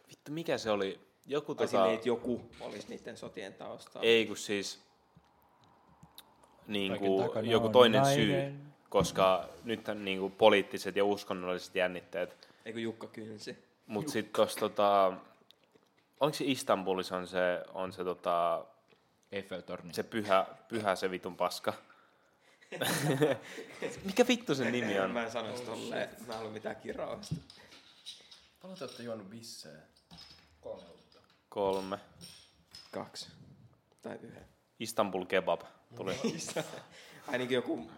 vittu mikä se oli, joku
Tai
tota...
silleen, että joku olisi niiden sotien taustalla.
Ei kun siis niin
Kaiken
kuin,
takana
joku
on
toinen
nainen.
syy, koska nyt niin kuin, poliittiset ja uskonnolliset jännitteet.
Eikö Jukka Kynsi?
Mutta sitten tuossa, tota, onko se Istanbulissa on se, on se, tota,
Eiffeltorni.
se pyhä, pyhä se vitun paska? Mikä vittu sen nimi on?
Mä en sanoisi tolleen, että mä en ollut mitään kirausta.
Paljon te olette juonut bissejä?
Kolme.
Kaksi. Tai yhden.
Istanbul kebab tuli.
Niin. Ainakin joku m-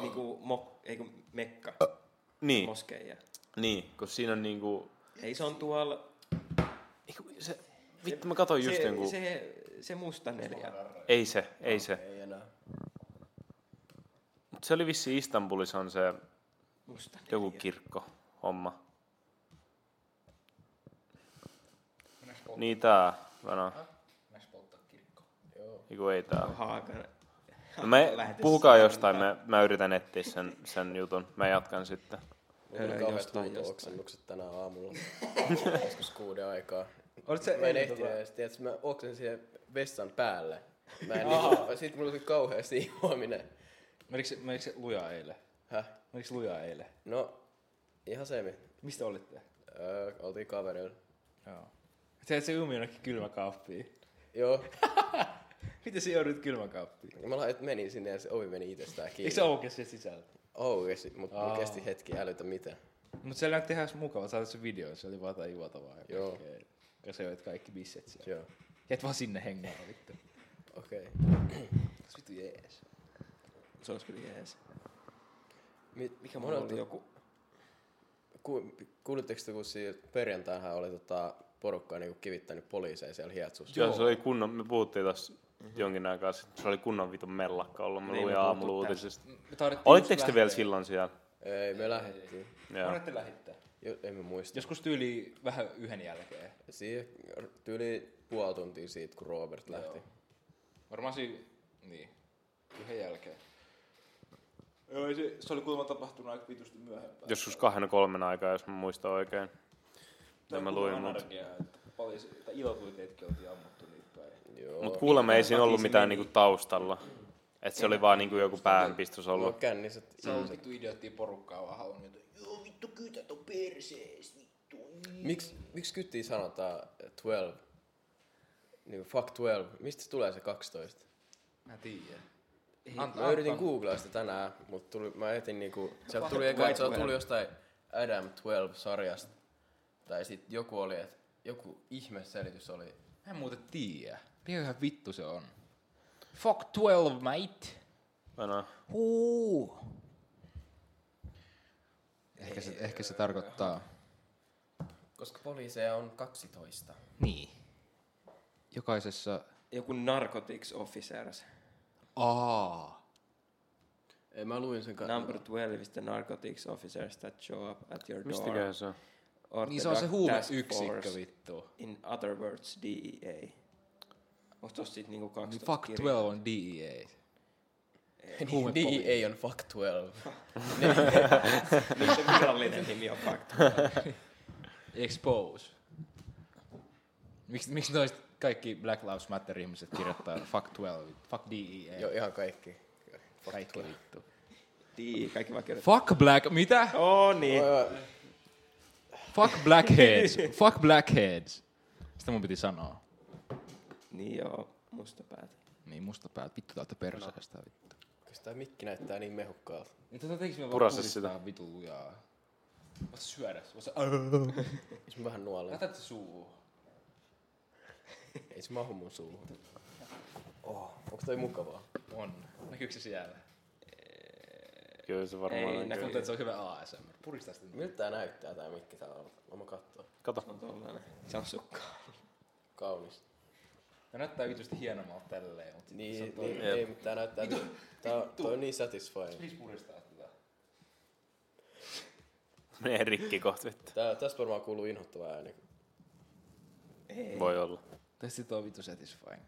niinku mo, ei kun mekka,
Niin,
moskeija.
niin, kun siinä on niinku...
Ei se on tuolla,
eiku, Se, vittu, mä katsoin just
se,
jonkun...
se, se musta neljä.
Ei se, ei se.
Ei enää.
Mut se oli vissi Istanbulissa on se
Musta neljä.
joku kirkko homma. Niin tää, Vana. Eiku ei tää.
Haakan.
No me,
Lähetys-
puhukaa jostain, mä, mä yritän etsiä sen, sen jutun. Mä jatkan sitten.
Mulla
Öö,
oli kauheat
jostain,
huuto-oksennukset tänä aamulla. Joskus kuuden aikaa.
Olit se
Mä en
eilen
ehtinyt
tota-
edes, tiedätkö, mä oksen siihen vessan päälle. Mä en niinku, sit mulla tuli kauhea siivoaminen.
Menikö, se- menikö se lujaa eilen?
Häh?
Menikö se lujaa eilen?
No, ihan semmi.
Mistä olitte?
Öö, oltiin kaverilla.
Joo. Teet se umi jonnekin kylmäkaappiin.
Joo,
Miten se joudut kylmäkaappiin?
mä lait, menin sinne ja se ovi meni itsestään kiinni.
Eikö se aukea se sisältä?
Oikeesti, mut mun
Aa.
kesti hetki älytä mitä.
Mutta siellä näytti ihan mukava, sä se video, se oli vaan jotain juotavaa. ja
Joo.
kaikkea. Ja sä joit kaikki bisset siellä.
Joo,
Jäät vaan sinne hengaan vittu.
okei.
Kas vittu jees.
Se olisi kyllä jees.
Mit,
Mikä mulla oli joku?
Ku, kuulitteko te, kun si- perjantainhan oli tota, porukkaa niinku kivittänyt poliiseja siellä Hietsussa?
Joo, se oli kunnon, me puhuttiin tässä mm-hmm. jonkin aikaa sitten, se oli kunnon vitun mellakka ollut, mä
Niin, me
luin
puhuttu
aamulla
tästä.
uutisista.
Me tarvittiin
Olitteko
just
te vielä
lähteä.
silloin siellä?
Ei, me lähdettiin.
Joo.
Monet te lähittää.
Jo, en mä muista.
Joskus tyyli vähän yhden jälkeen.
Siihen tyyli puoli tuntia siitä, kun Robert lähti.
Varmaan siinä, niin, yhden jälkeen. Joo, ei se, se oli kuulemma tapahtunut aika vitusti myöhempään.
Joskus kahden kolmen aikaa, jos mä muistan oikein. Ja mä luin, mutta
Paljon sitä ilotuliteetkin oltiin ammuttu niitä päin.
Joo.
mut kuulemma ei siinä
takia
ollut
se
mitään
meni?
niinku taustalla. Et se oli vaan niinku joku päähänpistys
Mulla on
ollut.
känniset
Se on
ihmiset.
vittu idioottia porukkaa vaan halunnut jotain. Joo vittu kytät on persees vittu.
Miksi miks kyttiin sanotaan eh, 12? Niin fuck 12. Mistä se tulee se 12?
Mä tiedän.
Antaa, mä yritin googlaa sitä tänään, mutta tuli, mä etin niinku, sieltä tuli eka,
White
että se
Man.
tuli jostain Adam 12-sarjasta. Tai sit joku oli, että joku ihmeselitys oli.
Mä en muuten tiedä. Mikä ihan vittu se on? Fuck 12, mate.
Aina.
Huu. Ehkä se, ehkä se tarkoittaa.
Koska poliiseja on 12.
Niin. Jokaisessa...
Joku narcotics officers.
Aa.
Ei, mä luin sen
Number 12 is the narcotics officers that show up at your door.
Mistäköhän se on?
Or
Niin
the
se on se
drug task
huumeyksikkö
force.
vittu.
In other words, DEA. Onko tossa sit niinku
Niin
12
fuck
kirjaa?
12 on E. DEA.
Niin,
E.
ei on fuck 12.
Niiden virallinen nimi on Fact.
Expose. Miksi miks noista kaikki Black Lives Matter ihmiset kirjoittaa fuck 12, fuck E DEA,
Joo, ihan kaikki.
kaikki vittu.
DEA, E kaikki vaan kirjoittaa.
Fuck black, mitä?
Oo niin.
Fuck blackheads, fuck blackheads. Sitä mun piti sanoa.
Niin joo, mustapäät.
Niin musta päät, vittu täältä perseestä vittu.
Koska tää mikki näyttää niin mehukkaalta.
No. Niin tota teiks me vaan
Purase
puhdistaa
sitä.
vitu lujaa? Voit sä syödä, voit sä
Jos mä vähän nuolen,
Jätät se suuhun.
ei se mahu mun suuhun. Oh, onko toi mukavaa?
On. Näkyykö se siellä?
Kyllä se varmaan
Ei
on.
näkyy.
Tuntuu, että se on hyvä ASMR. Purista sitä.
Miltä tää näyttää tää mikki täällä? Mä kattoo.
Kato.
Se on tollanen. Se on sukka.
Kaunis.
Tää näyttää vitusti hienommalta tälleen, mutta se on
Niin,
toi.
niin ei, mutta tää näyttää... Tää on, toi on niin satisfying.
Please siis puristaa sitä.
Menee rikki kohta vittu.
Tää, tästä varmaan kuuluu inhottava ääni.
Voi olla.
Tästä sit on vitu satisfying.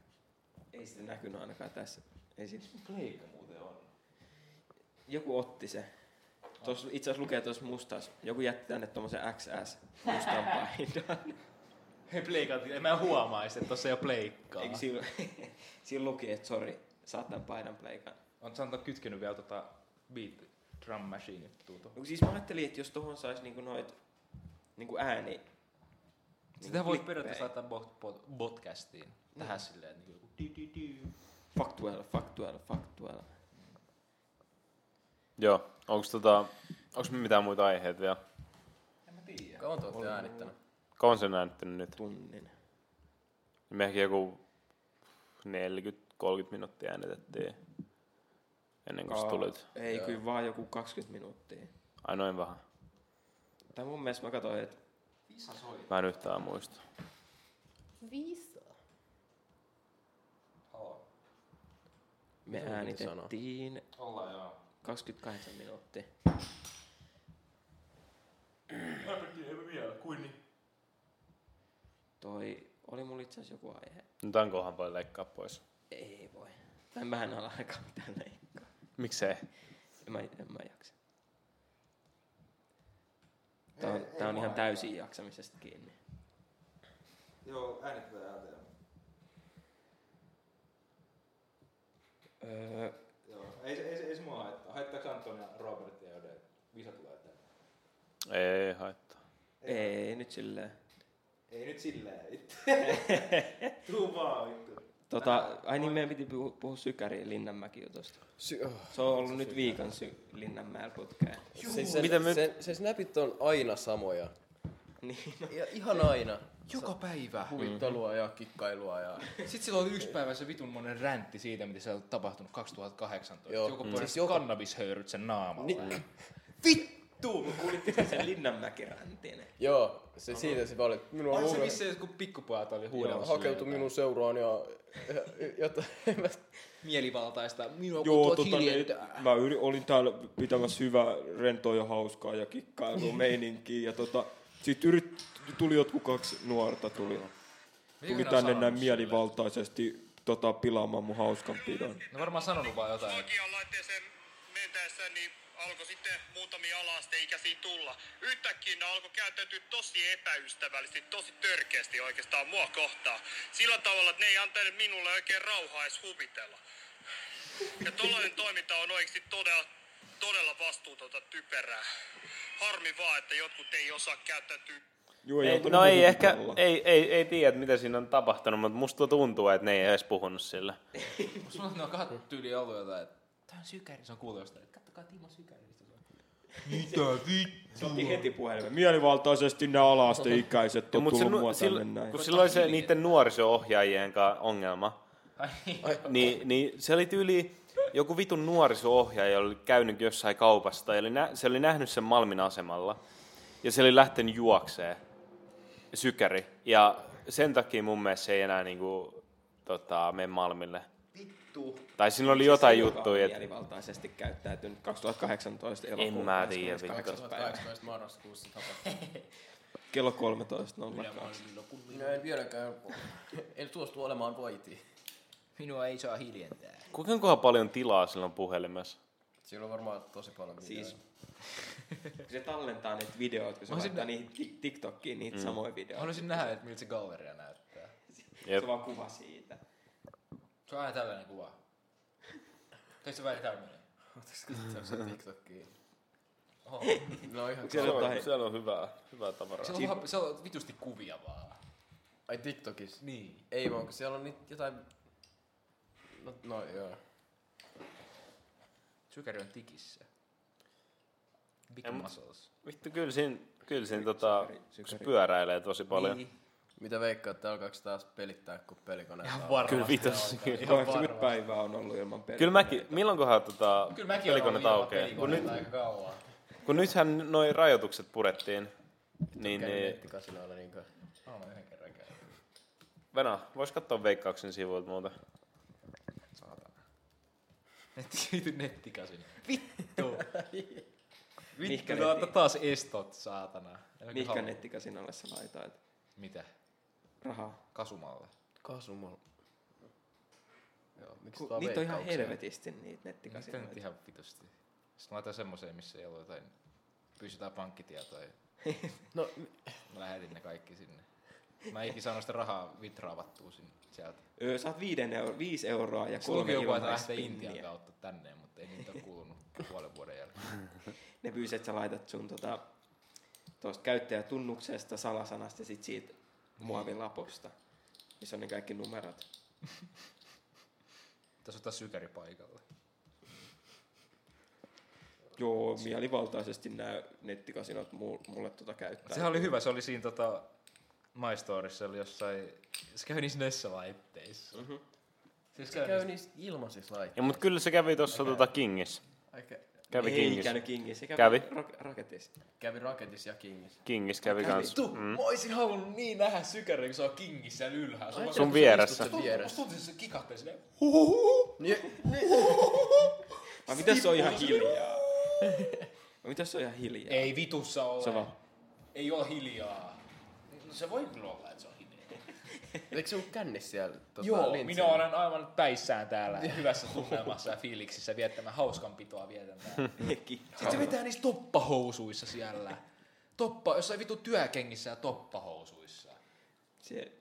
Ei sitä näkynyt ainakaan tässä. Ei sit.
Pleikka muuten on.
Joku otti se. Tuossa itse asiassa lukee tuossa mustas. Joku jätti tänne tommosen XS mustan paidan.
Hei pleikalti, en mä huomaisi, että tossa ei oo pleikkaa.
Eikö siinä, siinä luki, että sori, saat tämän paidan pleikan.
Oot sä antaa kytkenyt vielä tota beat drum machine juttua tuohon?
Mut Siis mä ajattelin, että jos tohon sais niinku noit niinku ääni...
Niin, Sitä voit
klippejä.
periaatteessa laittaa bot, bot, podcastiin. Tähän silleen, niin joku di, di, di.
Fuck 12, fuck 12, fuck 12.
Joo. Onks tota... Onks me mitään muita aiheita vielä?
En mä tiedä.
Kauan te ootte äänittänyt?
Kauan sen äänittänyt nyt?
Tunnin.
Me ehkä joku 40-30 minuuttia äänitettiin ennen kuin sä tulit.
Ei, Joo. kyllä vaan joku 20 minuuttia.
Ai noin vähän.
Tai mun mielestä mä katsoin, että
Mä en yhtään muista.
me
Mitä mun piti
äänitettiin
Ollaan joo.
28 minuuttia. Toi, oli mulla itse asiassa joku aihe.
No tämän kohan voi leikkaa pois.
Ei voi. Tai mä en ala aikaa mitään leikkaa.
Miksei?
En mä, en mä jaksa. Tää on, tää on ihan täysin jaksamisesta kiinni.
Joo, äänitetään ääntä.
Öö,
Joo. Ei, se- ei, se- ei se mua haittaa. Haittaako Antonia, Robertia ja Jode? Visa tulee tänne.
Ei haittaa.
ei, nyt silleen.
Ei nyt silleen vittu. Tuu vaan vittu.
Tota, ai niin, meidän piti puhua, puhua sykäriin Linnanmäki jutusta.
Sy- oh.
Se on ollut nyt viikon sy- Linnanmäellä putkeen.
Siis
Mitä
sen, Mitä
me-
me... sen, sen snapit on aina samoja.
Niin.
Ja ihan aina.
Joka päivä.
Huvittelua ja kikkailua ja...
Sitten sillä oli yksi päivä se vitun monen räntti siitä, mitä siellä oli tapahtunut 2018.
Joo.
Joku
Mm.
pörsi
Siis
siis joka... kannabishöyryt sen naamalla. Niin.
Vittu! Kuulitteko sen Linnanmäki-räntinen?
Joo, se siitä se oli. Minulla
Oliko se
uuden-
missä joku pikkupojat oli
Joo,
huudellut
hakeutui minun seuraan ja... Jotta...
mielivaltaista. Minua
Joo, tota, niin, mä yri, olin täällä pitämässä hyvää rentoa ja hauskaa ja
Niin.
kikkailua meininkiä. Ja tota, sit yrit, tuli jotkut kaksi nuorta tuli. Tuli tänne näin mielivaltaisesti tota, pilaamaan mun hauskan pidon.
No varmaan sanonut vaan jotain.
Nokian laitteeseen mentäessä niin alkoi sitten muutamia alasteikäisiä tulla. Yhtäkkiä ne alkoi käyttäytyä tosi epäystävällisesti, tosi törkeästi oikeastaan mua kohtaan. Sillä tavalla, että ne ei antanut minulle oikein rauhaa edes huvitella. Ja tollainen toiminta on oikeasti todella, todella vastuutonta typerää. Harmi vaan, että jotkut ei osaa käyttäytyä
Joo,
Ei,
antanut
no ei
muuta
ehkä,
olla.
ei, ei, ei tiedä, mitä siinä on tapahtunut, mutta musta tuntuu, että ne ei edes puhunut sillä.
Sulla on noin kahden tyyliä ollut jotain, että tää on sykäri. Se on kuullut jostain, että kattokaa Timo sykäri. mistä se on.
Se otti heti puhelimen.
Mielivaltaisesti nämä alasteikäiset on
Mut se
tullut
nu-
mua
sil-
tänne näin.
kun silloin se niiden nuoriso-ohjaajien kanssa ongelma, niin, niin se oli tyyli joku vitun nuoriso-ohjaaja oli käynyt jossain kaupassa, tai oli nä- se oli nähnyt sen Malmin asemalla, ja se oli lähtenyt juokseen, sykäri, ja sen takia mun mielestä se ei enää niinku, tota, mene Malmille.
Vittu.
Tai siinä oli jotain
Se, joka on
juttuja, että
Mielivaltaisesti käyttäytynyt 2018
en
elokuun
mä tiedä,
28.
vittu.
päivä.
18 marraskuussa tapahtui.
Kello 13.02.
Minä en vieläkään... En suostu olemaan vaiti.
Minua ei saa hiljentää.
Kuinka paljon tilaa sillä on puhelimessa?
Siellä on varmaan tosi paljon
Siis kun se tallentaa niitä videoita, kun se
Mä olisin
laittaa niihin Tik- TikTokiin niitä
Mm.
samoja
Mä
videoita.
haluaisin nähdä, että miltä se galleria näyttää.
Se
Jep.
on vaan kuva siitä.
Se on aina tällainen kuva. Tai se vähän tämmöinen.
videoita. TikTokkiin.
Oho.
No ihan...
Siellä on jotain
Siellä on hyvää, hyvää tavaraa.
Se on, vähän, se on vitusti kuvia vaan.
Ai TikTokissa?
Niin.
Ei vaan, kun siellä on niitä jotain... No, no joo.
Sykäri on tikissä. Big
En-
muscles.
Vittu, kyllä siinä, kyllä siinä tota, kun se pyöräilee tosi paljon. Niin.
Mitä veikkaat, että alkaako taas pelittää, kun pelikone saa?
varmasti.
Kyllä vitos.
Ihan
80
varmasti.
päivää on ollut ilman peliä.
Kyllä mäkin, milloinkohan tota,
Kyllä mäkin olen
pelikone
ollut ilman
aukeaa? Kun, nyt,
pelikoneita aika kauan.
kun nythän noi rajoitukset purettiin, niin,
Käynyt
niin
nettikasinoilla niinkö?
Mä oon yhden kerran käynyt.
Venä, vois katsoa Veikkauksen sivuilta muuten.
Netti, nettikasin. Vittu.
Mihkä
Vittu,
netti-
no antaa taas estot, saatana. Älkää
Mihkä
halua.
nettikasinalle alle sä laitaat
Mitä?
rahaa?
Kasumalle.
Kasumalla. Joo, miksi
Ku-
tuo
Niitä on ihan
veikkaukseen?
helvetisti niitä
Mitä nyt
nettikasinoita.
ihan vitusti? Sitten mä laitan semmoiseen, missä ei ole jotain, pysytään pankkitietoja.
No,
Mä lähetin ne kaikki sinne. Mä en ikinä saanut sitä rahaa vitraavattua sinne sieltä.
Öö, saat viiden euro, viisi euroa ja
Sitten luki
kolme
joku, että lähtee
ilmaispinniä.
Intian kautta tänne, mutta ei niitä ole kuulunut puolen vuoden jälkeen.
Ne pyysi, että sä laitat sun tota, tuosta käyttäjätunnuksesta, salasanasta ja sit
Niin.
siitä muovilaposta, missä on ne kaikki numerot.
Tässä ottaa sykäri paikalle.
Joo, mielivaltaisesti nämä nettikasinot mu- mulle tota käyttää.
Sehän oli hyvä, se oli siinä tota, My Storissa, se oli jossain, se kävi niissä Nessa-laitteissa. Mm-hmm. Siis
se käy niissä ilmaisissa
Ja
laitteissa.
mut kyllä se kävi tuossa tota Kingissä.
Aika...
Kävi
Ei
Kingissä.
käynyt Kingissä, se kävi,
Kävi.
kävi. Rak- raketissa.
Kävi raketissa ja kingissä.
Kingissä kävi kans.
Vittu, mm. mä oisin halunnut niin nähdä sykäri, kun se on kingissä siellä ylhäällä. Se on
Sun vieressä.
Istut sen
Musta
vieressä.
tuntuu, että se kikahtelee silleen.
Niin,
Vai mitä se on ihan hiljaa? Vai mitä se on ihan hiljaa?
Ei vitussa ole.
Se vaan.
Ei ole hiljaa. No se voi kyllä olla, että se on hiljaa.
Eikö se ollut kännissä siellä? Tota,
Joo,
lintsillä?
minä olen aivan päissään täällä hyvässä tunnelmassa ja fiiliksissä viettämään hauskanpitoa vietämään.
Heki.
Sitten se vetää niissä toppahousuissa siellä. Toppa, jossain vitu työkengissä ja toppahousuissa.
Se,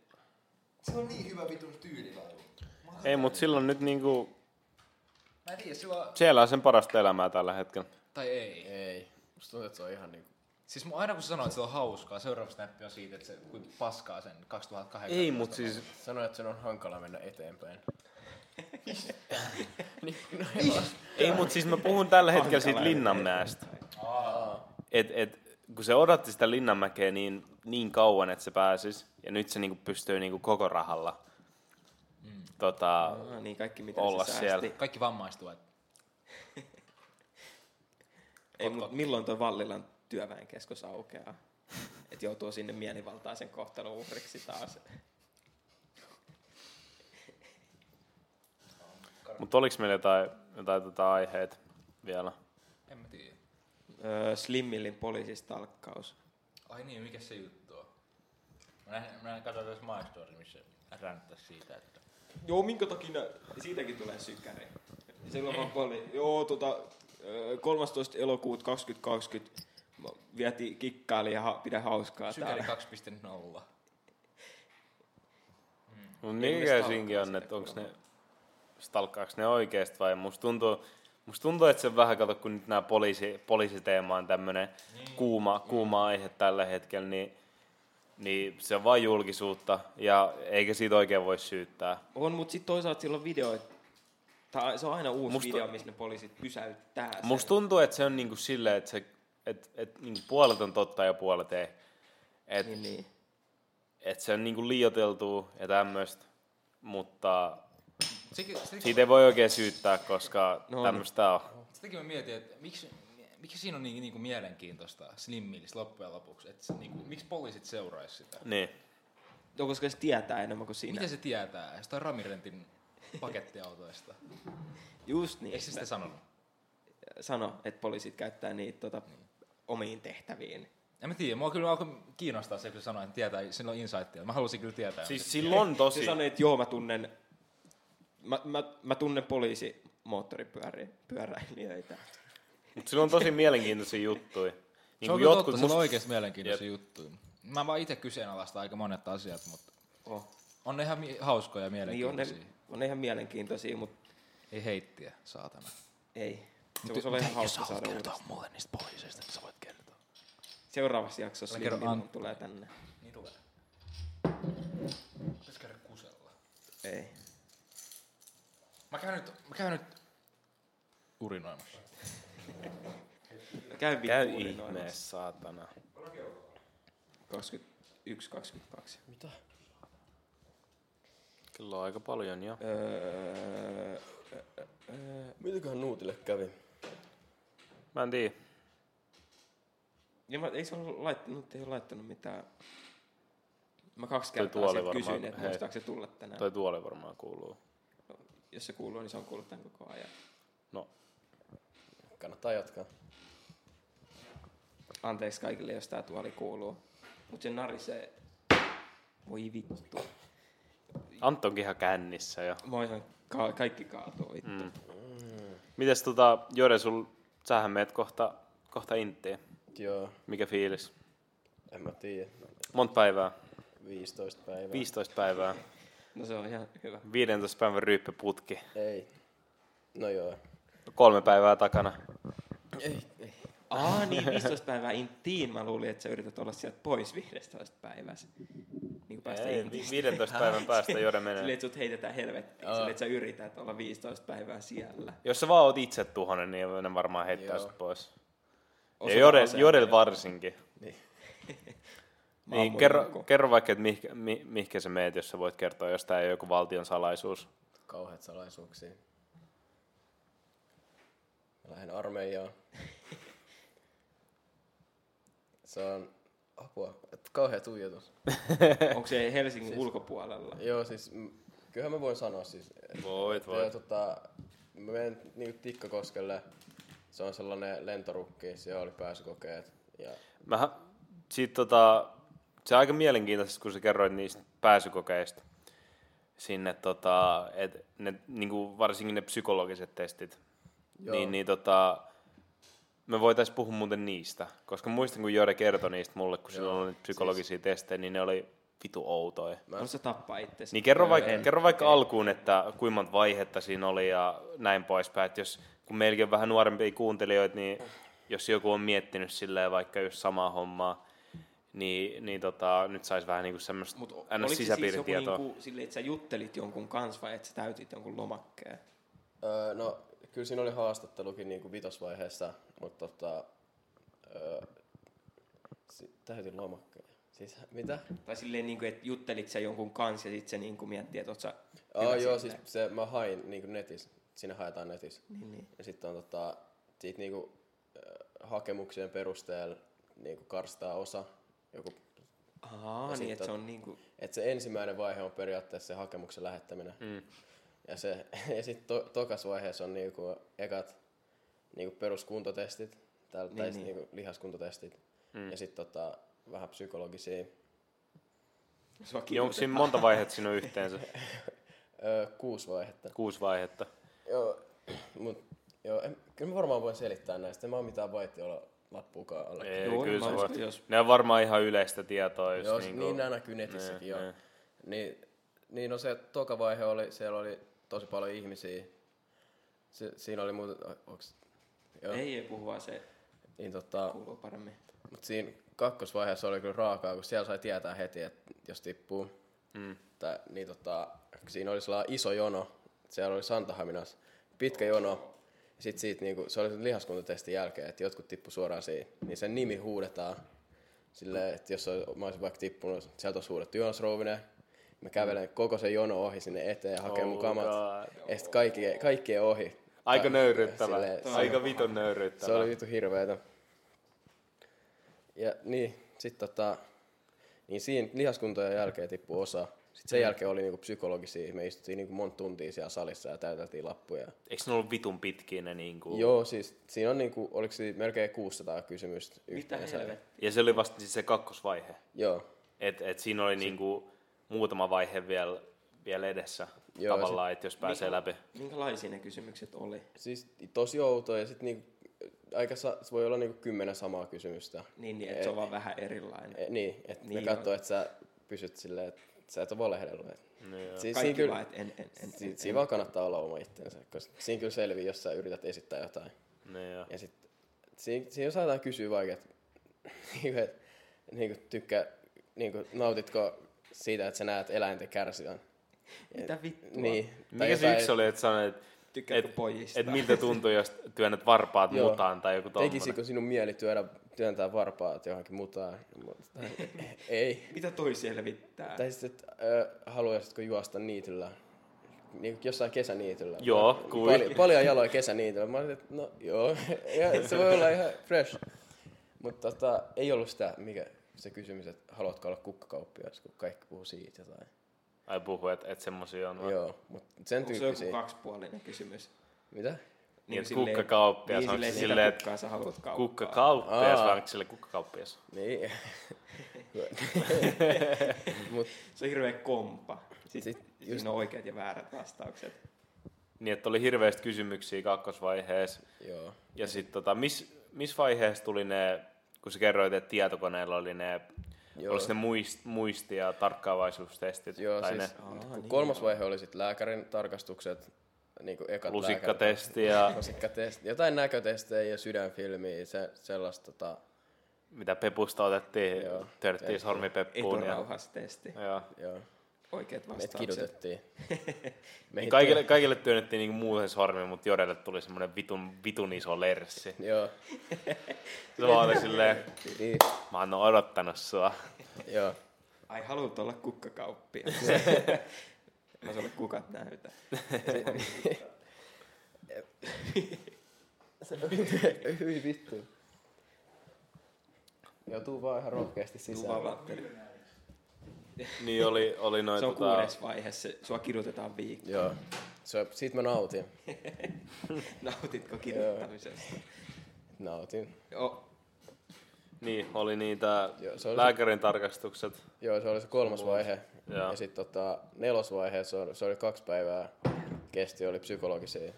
Se on niin hyvä vitun tyylilaju.
Ei, mut silloin nyt niinku,
Mä en tiedä, silloin...
siellä on sen parasta elämää tällä hetkellä.
Tai ei.
Ei. Musta tuntuu, että se on ihan niinku...
Siis mä aina kun sä sanoit, että se on hauskaa, seuraava snappi on siitä, että se kuin paskaa sen 2008.
Ei, mut siis
Sanoin, että sen on hankala mennä eteenpäin.
Ei, mutta siis mä puhun tällä hetkellä siitä Linnanmäestä. Et, et, kun se odotti sitä Linnanmäkeä niin, niin kauan, että se pääsisi, ja nyt se niinku pystyy niinku koko rahalla tota,
Ah, niin kaikki mitä
Olla
se
siellä.
säästi.
Kaikki vammaistuvat.
Ei, mut milloin tuo Vallilan työväen keskus aukeaa? Että joutuu sinne mielivaltaisen kohtalon uhriksi taas.
Mutta oliko meillä jotain, jotain tota aiheet vielä?
En mä tiedä.
Öö, Slimmillin poliisistalkkaus.
Ai niin, mikä se juttu on? Mä näin, mä näin katsoin tässä My Story, missä ränttäisi siitä, että...
Joo, minkä takia nä- siitäkin tulee sykäri. Silloin vaan poli. Joo, tota, ö, 13. elokuuta 2020 mä vietiin kikkaili ja ha- pidä hauskaa
Sykäri
täällä.
2.0.
Mut
stalkkaa
mikä siinkin niin on,
sitä
että onko ne,
kuulemma.
stalkkaaks ne oikeasti vai musta tuntuu, musta tuntuu, että se on vähän, kato, kun nyt nämä poliisi, poliisiteema on tämmönen kuuma, kuuma aihe tällä hetkellä, niin, niin se on vain julkisuutta ja eikä siitä oikein voi syyttää.
On, mutta sitten toisaalta silloin videoit. Tai se on aina uusi
Musta-
Musta... video, missä ne poliisit pysäyttää sen.
Musta tuntuu, että se on niinku silleen, että se, et, et, niinku puolet on totta ja puolet ei. Et,
Niin, niin.
et se on niinku liioteltu ja tämmöistä, mutta
Sekin, sekin,
siitä ei voi oikein syyttää, koska
No,
no,
no.
tämmöistä on.
Sitäkin mä mietin, että miksi, miksi siinä on niin, niin kuin mielenkiintoista slimmillistä loppujen lopuksi, että se, niin kuin, miksi poliisit seuraisi sitä?
Niin.
Joo, koska se tietää enemmän kuin sinä.
Mitä se tietää? Jostain Ramirentin pakettiautoista.
Just niin.
Eikö se sitä sanonut?
Sano, että poliisit käyttää niitä tota,
Niin.
omiin tehtäviin.
En mä tiedä, mua kyllä alkoi kiinnostaa se, kun se sanoi, että tietää, sillä on insightia. Mä halusin kyllä tietää.
Siis silloin
Se
tosi.
sanoi, että joo, mä tunnen, mä, mä, mä tunnen poliisi moottoripyöräilijöitä.
Mut sillä on tosi mielenkiintoisia juttuja.
se
Niin
on
kuin
kyllä totta,
jotkut,
sillä
must,
on oikeasti mielenkiintoisia juttuja. Mä vaan itse kyseenalaistan aika monet asiat, mutta
Oh.
on ne ihan mi- hauskoja ja
Niin on ne,
mielenkiintoisia.
on ne ihan mielenkiintoisia, mutta
Ei heittiä, saatana.
ei. Se voisi olla ihan hauska saada uudestaan.
mulle niistä poliiseista, niin sä voit kertoa.
Seuraavassa jaksossa
Älä kerro
Slim
Antti.
tulee tänne.
Niin tulee. Pitäis käydä kusella.
Ei.
Mä käyn nyt, mä käyn nyt urinoimassa.
Käy
käy
vittu urinoimassa.
ihmeessä, saatana.
21, 22.
Kyllä on aika paljon, joo.
Öö,
Mitäköhän Nuutille kävi?
Mä en tiedä.
ja mä, ei se ole laittanut, ei ole laittanut mitään. Mä kaksi
Toi
kertaa
tuoli
sieltä
varmaan-
kysyin, että
hei.
muistaako se tulla tänään.
Toi tuoli varmaan kuuluu.
Jos se kuuluu, niin se on kuullut tämän koko ajan.
No,
Kannattaa jatkaa.
Anteeksi kaikille, jos tää tuoli kuuluu. Mut se narisee. Voi vittu.
Antonkin ihan kännissä jo.
Mä oon ihan, ka- kaikki kaatuu vittu. Mm.
Mites tota, Jore, sul, sähän meet kohta, kohta inttiin.
Joo,
Mikä fiilis?
en mä tiedä.
Monta päivää?
15 päivää.
15 päivää.
No se on ihan hyvä.
15 päivän ryyppiputki.
Ei. No joo.
Kolme päivää takana.
Aa niin, 15 päivää intiin. Mä luulin, että sä yrität olla sieltä pois 15 päivässä. Niin kuin päästä
Ei,
intiin.
vi- 15 päivän päästä Jore
Silleen,
menee.
että sut heitetään helvettiin. Silleen, että sä yrität olla 15 päivää siellä.
Jos sä vaan oot itse tuhonen, niin ne varmaan heittää
Joo.
sut pois.
Osa
Ja Jore,
aseella.
Jorel varsinkin.
Mä oon
Niin,
mun
kerro,
joku.
kerro vaikka, että mihkä, mi, mihkä sä meet, jos sä voit kertoa, jos tää ei ole joku valtion salaisuus.
Kauheat salaisuuksia. Mä lähden armeijaan. Se on apua. Et kauhea tuijotus.
Onko se Helsingin
Siis-
ulkopuolella?
Joo, siis m- kyllähän mä voin sanoa siis. et-
Voit,
Ja, tota, mä menen niinku Tikkakoskelle. Se on sellainen lentorukki, siellä oli pääsykokeet. Ja
Mä, sit, tota, se on aika mielenkiintoista, kun sä kerroit niistä pääsykokeista sinne, tota, et ne, niinku, varsinkin ne psykologiset testit.
Joo.
Niin, niin tota, me voitaisiin puhua muuten niistä, koska muistan, kun Jore kertoi niistä mulle, kun silloin oli niitä psykologisia siis... testejä, niin ne oli vitu outoja.
Mä... Osa tappaa itsesi.
Niin kerro vaikka, kerro vaikka alkuun, että kuinka monta vaihetta siinä oli ja näin poispäin. Että jos, kun meilläkin on vähän nuorempia kuuntelijoita, niin jos joku on miettinyt silleen vaikka just samaa hommaa, niin, niin tota, nyt saisi vähän niinku semmoista
Mut o-
ns.
oliko se siis joku
sisäpiiritietoa.
niinku, silleen, että sä juttelit jonkun kanssa vai että sä täytit jonkun lomakkeen?
Öö, no, kyllä niinku siinä oli haastattelukin niin kuin vitosvaiheessa, mutta tota, öö, Si- Täytin lomakkoja. Siis mitä?
Tai silleen, niin kuin, että juttelit sä jonkun kanssa ja sitten se niin kuin miettii, että oot sä
Oh, joo,
siinä.
siis se, mä hain niin netissä. Siinä haetaan netissä.
Niin, niin.
Ja sitten on tota, siitä niinku, äh, hakemuksien perusteella niinku karstaa osa. Joku,
Aa, niin,
Ja sit
että se
on-
on niin kuin...
et se ensimmäinen vaihe on periaatteessa se hakemuksen lähettäminen. Mm. Ja, se, ja sitten to, tokas vaiheessa on niinku ekat niinku peruskuntotestit, tai, niin, tai
niin.
niin. Niinku lihaskuntotestit. Mm. Ja sitten tota, vähän psykologisia.
Sua
Niin onko siinä monta vaihetta siinä on yhteensä?
Öö, kuusi vaihetta.
Kuusi vaihetta.
Joo, mut, joo en, kyllä mä varmaan voin selittää näistä. En mä oon mitään vaihtioloa lappuukaan alle.
Ei,
Joo,
kyllä
mä
sä voit.
uskon, jos-
Ne on varmaan ihan yleistä tietoa. Jos
Joo,
niin,
niin, niin nämä näkyy netissäkin, joo.
ne.
Niin, niin no se toka vaihe oli, siellä oli tosi paljon ihmisiä. Se, siinä oli muuten, o- onks, joo.
Ei, ei puhu vaan se
Niin tota,
kuuluu paremmin.
mut siinä kakkosvaiheessa oli kyllä raakaa, kun siellä sai tietää heti, että jos tippuu. Mm. Tai, niin tota, siinä oli sellainen iso jono, siellä oli Santahaminassa, pitkä jono. Sitten siitä, niinku, se oli sen lihaskuntotestin jälkeen, että jotkut tippu suoraan siihen, niin sen nimi huudetaan. Silleen, että jos ol- mä olisin vaikka tippunut, sieltä olisi huudettu Jonas Rouvinen. Mä kävelen koko sen jono ohi sinne eteen ja hakee mun
Mm. Oh
kamat.
God.
Ja sitten kaikki, kaikki ei ohi.
Aika
Tai-
nöyryttävä.
silleen-
Aika vitun nöyryttävä.
se oli vitu hirveetä. Ja niin, sit tota, niin siinä lihaskuntojen jälkeen tippui osa. Sitten
Mm.
sen jälkeen oli niinku psykologisia, me istuttiin niinku monta tuntia siellä salissa ja täyteltiin lappuja.
Eikö ne ollut vitun pitkiä ne niinku?
Joo, siis siinä on niinku, oliko siinä melkein 600 kysymystä
Mitä
yhteensä.
helvettiä?
Ja se oli vasta siis se kakkosvaihe.
Joo,
Et, et siinä oli niinku muutama vaihe vielä, vielä edessä
Joo,
Joo, tavallaan, että jos pääsee
Mikä-
läpi.
Minkälaisia ne kysymykset oli?
siis tosi outoa ja sit niinku, aika sa- se voi olla niinku kymmenen samaa kysymystä.
Niin, niin että se on vaan vähän erilainen.
E, niin, että
Niin
niin ne katsoo, että sä pysyt silleen, että sä et ole valehdellut. No siis,
Kaikki kyllä. vaan, että en, en, en, en,
Si-
Siis-
siinä vaan kannattaa olla oma itsensä, koska siinä kyllä selvii, jos sä yrität esittää jotain.
Ne, joo.
Ja sit, siinä, siinä saadaan kysyä vaikka, että niinku, et, niinku, tykkää, niinku, nautitko siitä, että sä näet eläinten kärsivän.
Mitä vittua?
Niin.
Mikä se yksi oli, että sanoit, että
Tykkääkö
et,
pojista?
et miltä tuntuu, jos työnnät varpaat
Joo.
mutaan tai joku tommonen.
Tekisikö sinun mieli työdä, työntää varpaat johonkin mutaan? Mutta- Ei.
Mitä toi selvittää?
Tai sitten, että äh, haluaisitko juosta niityllä? Niin jossain kesäniityllä.
Joo, kui.
Pal- paljon jaloja kesäniityllä. Mä olin, että no joo, ja se voi olla ihan fresh. Mutta tota, ei ollut sitä, mikä se kysymys, että haluatko olla kukkakauppias, kun kaikki puhuu siitä jotain.
Ai puhu, että et semmosia on.
No.
vaan.
Joo, mutta sen
Onko se joku
tyyppisiä.
kaksipuolinen kysymys?
Mitä?
Niin, että
silleen-
kukkakauppias,
niin,
onko se
silleen,
silleen,
silleen,
että
kukkaa sä haluat kauppaa.
kukkakauppias
Aa.
vai onko sille kukkakauppias?
Niin.
Se on hirveä kompa. Sitten
Sit
Sit siinä on oikeat ja väärät vastaukset.
Niin, että oli hirveästi kysymyksiä kakkosvaiheessa.
joo.
Ja sitten tota, missä mis vaiheessa tuli ne, kun sä kerroit, että tietokoneella oli ne,
Joo.
olis ne muist, muisti- ja tarkkaavaisuustestit?
Joo,
tai
siis
ne
Aa, kolmas vaihe oli sitten lääkärin tarkastukset, niin kuin ekat lääkärin
lusikkatesti ja
Lusikkatesti, jotain näkötestejä ja sydänfilmiä, se, sellaista tota,
mitä pepusta otettiin,
Joo.
törttiin sormipeppuun. Ja,
Eturauhastesti.
joo.
joo,
Oikeat
meitä
vastaukset.
kidutettiin.
Niin kaikille, kaikille työnnettiin niinku muuten sormi, mutta Jodelle tuli semmoinen vitun, vitun iso lerssi.
Joo,
Se vaan oli silleen,
niin,
mä oon odottanut sua.
joo.
Ai, haluat olla kukkakauppia. Mä sulle kukat näytä.
Hyi vittu. Joo, tuu vaan ihan rohkeasti
Tuu vaan
sisään.
vatteli.
Niin oli, oli noin
Se on
tota,
kuudes vaihe, se, sua kidutetaan viikko.
Joo, se, siitä mä nautin.
Nautitko kiduttamisesta?
Nautin.
Joo.
Niin, oli niitä
Joo, se oli se-
lääkärin tarkastukset.
Joo, se oli se kolmas vaihe.
Joo.
Ja sitten tota, nelosvaiheessa se oli, se oli kaksi päivää kesti, oli psykologisia.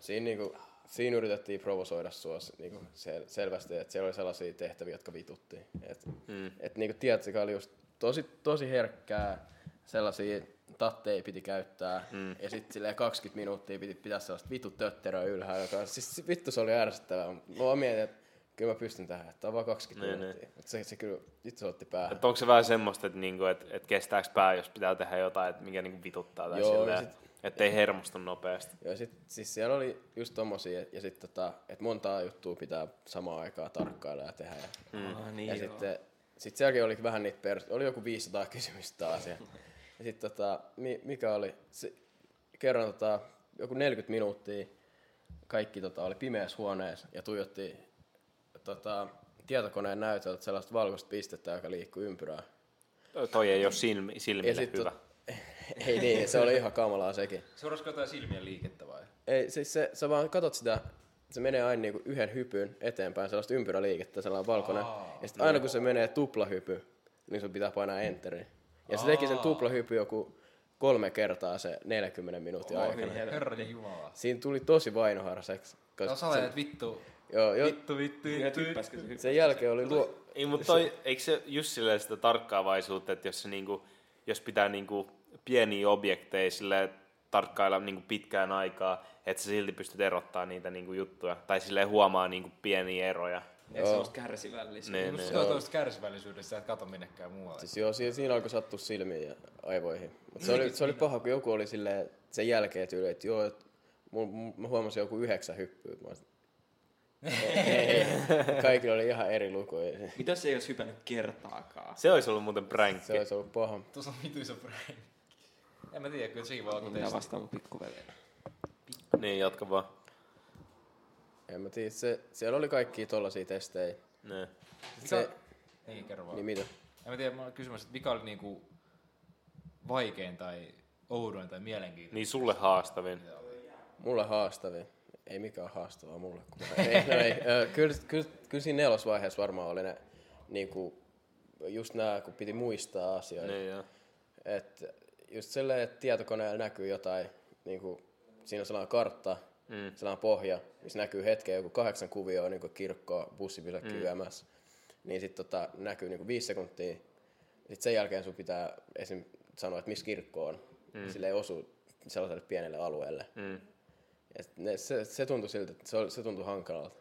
Siinä, niinku, siinä yritettiin provosoida sua s- niinku, sel, selvästi, että siellä oli sellaisia tehtäviä, jotka vitutti. Et,
Hmm.
mm. et, niinku, tiedät, se oli just tosi, tosi herkkää, sellaisia tatteja piti käyttää.
Hmm.
Mm. Ja sitten silleen 20 minuuttia piti pitää sellaista vitu tötteröä ylhäällä. Joka, siis vittu se oli ärsyttävää. mut Mä vaan mietin, että kyllä mä pystyn tähän, että tää on vaan 20
Niin,
minuuttia. Mut se, se kyllä vittu se otti päähän.
Että onko se vähän semmoista, että niinku, et, et kestääks pää, jos pitää tehdä jotain, että mikä niinku vituttaa tai
Joo,
silleen.
ja sit-
Ettei hermostu nopeasti.
Ja sit, siis siellä oli just tommosia, et- ja sit tota, et montaa juttua pitää samaan aikaan tarkkailla ja tehdä. Ja,
Mm. Ah, niin
ja
joo.
sitten, sit sielläkin oli vähän niitä perus, oli joku 500 kysymystä taas. Ja, ja sit tota, mi, mikä oli, se, kerran tota, joku 40 minuuttia kaikki tota, oli pimeässä huoneessa ja tuijotti tota, tietokoneen näytöltä sellaista valkoista pistettä, joka liikkui ympyrää.
Ö, Toi ei ole silmi,
Ja
silmille
sit,
hyvä.
tot- ei niin, se oli ihan kamalaa sekin.
Seurasiko jotain silmien liikettä vai?
Ei, siis se, sä vaan katot sitä, se menee aina niinku yhden hypyn eteenpäin, sellaista ympyräliikettä, sellainen valkoinen. Aa, ja sitten aina kun se menee tuplahypy, niin sun pitää painaa enterin. Ja se teki sen tuplahypy joku kolme kertaa se 40 minuutin aikana.
Herran jumala.
Siinä tuli tosi vainoharseksi.
No
Koska
sä olet vittu.
joo, jo,
Vittu, vittu,
Niin, Ja
vittu.
typpäskö se
sen jälkeen oli luo...
Ei, mutta toi, eikö se just silleen sitä tarkkaavaisuutta, että jos, se niinku, jos pitää niinku pieniä objekteja sille tarkkailla niinku pitkään aikaa, että sä silti pystyt erottaa niitä niinku juttuja. Tai silleen huomaa niinku pieniä eroja.
Eikö se olisi kärsivällisyyttä?
Ne,
Niin.
ne.
Sä oot tuosta kärsivällisyydestä, sä et kato minnekään muualle.
Siis joo, siinä, siinä alkoi sattua silmiin ja aivoihin. Mut se, oli, se oli paha, kun joku oli silleen sen jälkeen tyyli, että joo, et, mul, mul, mä huomasin joku yhdeksän hyppyä. Mä olisin, ei, ei. Kaikilla oli ihan eri lukuja.
Mitä se ei olisi hypännyt kertaakaan?
Se olisi ollut muuten pränkki.
Se olisi ollut paha.
Tuossa on vitu iso prank. En mä tiedä, kyllä sekin voi olla
Mitä
teistä.
vastaan mun pikkuveli?
Niin, jatka vaan.
En mä tiedä, se, siellä oli kaikki tollasia testejä.
Ne.
Se,
Niin, kerro vaan.
niin mitä?
En mä tiedä, mä olen kysymässä, että mikä oli niinku vaikein tai oudoin tai mielenkiintoinen.
Niin sulle haastavin.
Mulle haastavia. Ei mikään haastavaa mulle. kun mä- ei, no ei. Ö, Kyllä, kyllä, kyllä siinä nelosvaiheessa varmaan oli ne, niin kuin, just nämä, kun piti muistaa asioita.
Niin, joo.
Et just silleen, että tietokoneella näkyy jotain, niin kuin, siinä on sellainen kartta, mm. sellainen pohja, missä näkyy hetkeä joku kahdeksan kuvioa, niin kuin kirkkoa, bussipysäkki mm. YMS. Niin sitten tota, näkyy niin kuin viisi sekuntia. Sitten sen jälkeen sun pitää esim. sanoa, että missä kirkko on. Mm. Sille ei osu sellaiselle pienelle alueelle. Mm. Et ne, se, se tuntui siltä, että se, oli, se tuntui hankalalta.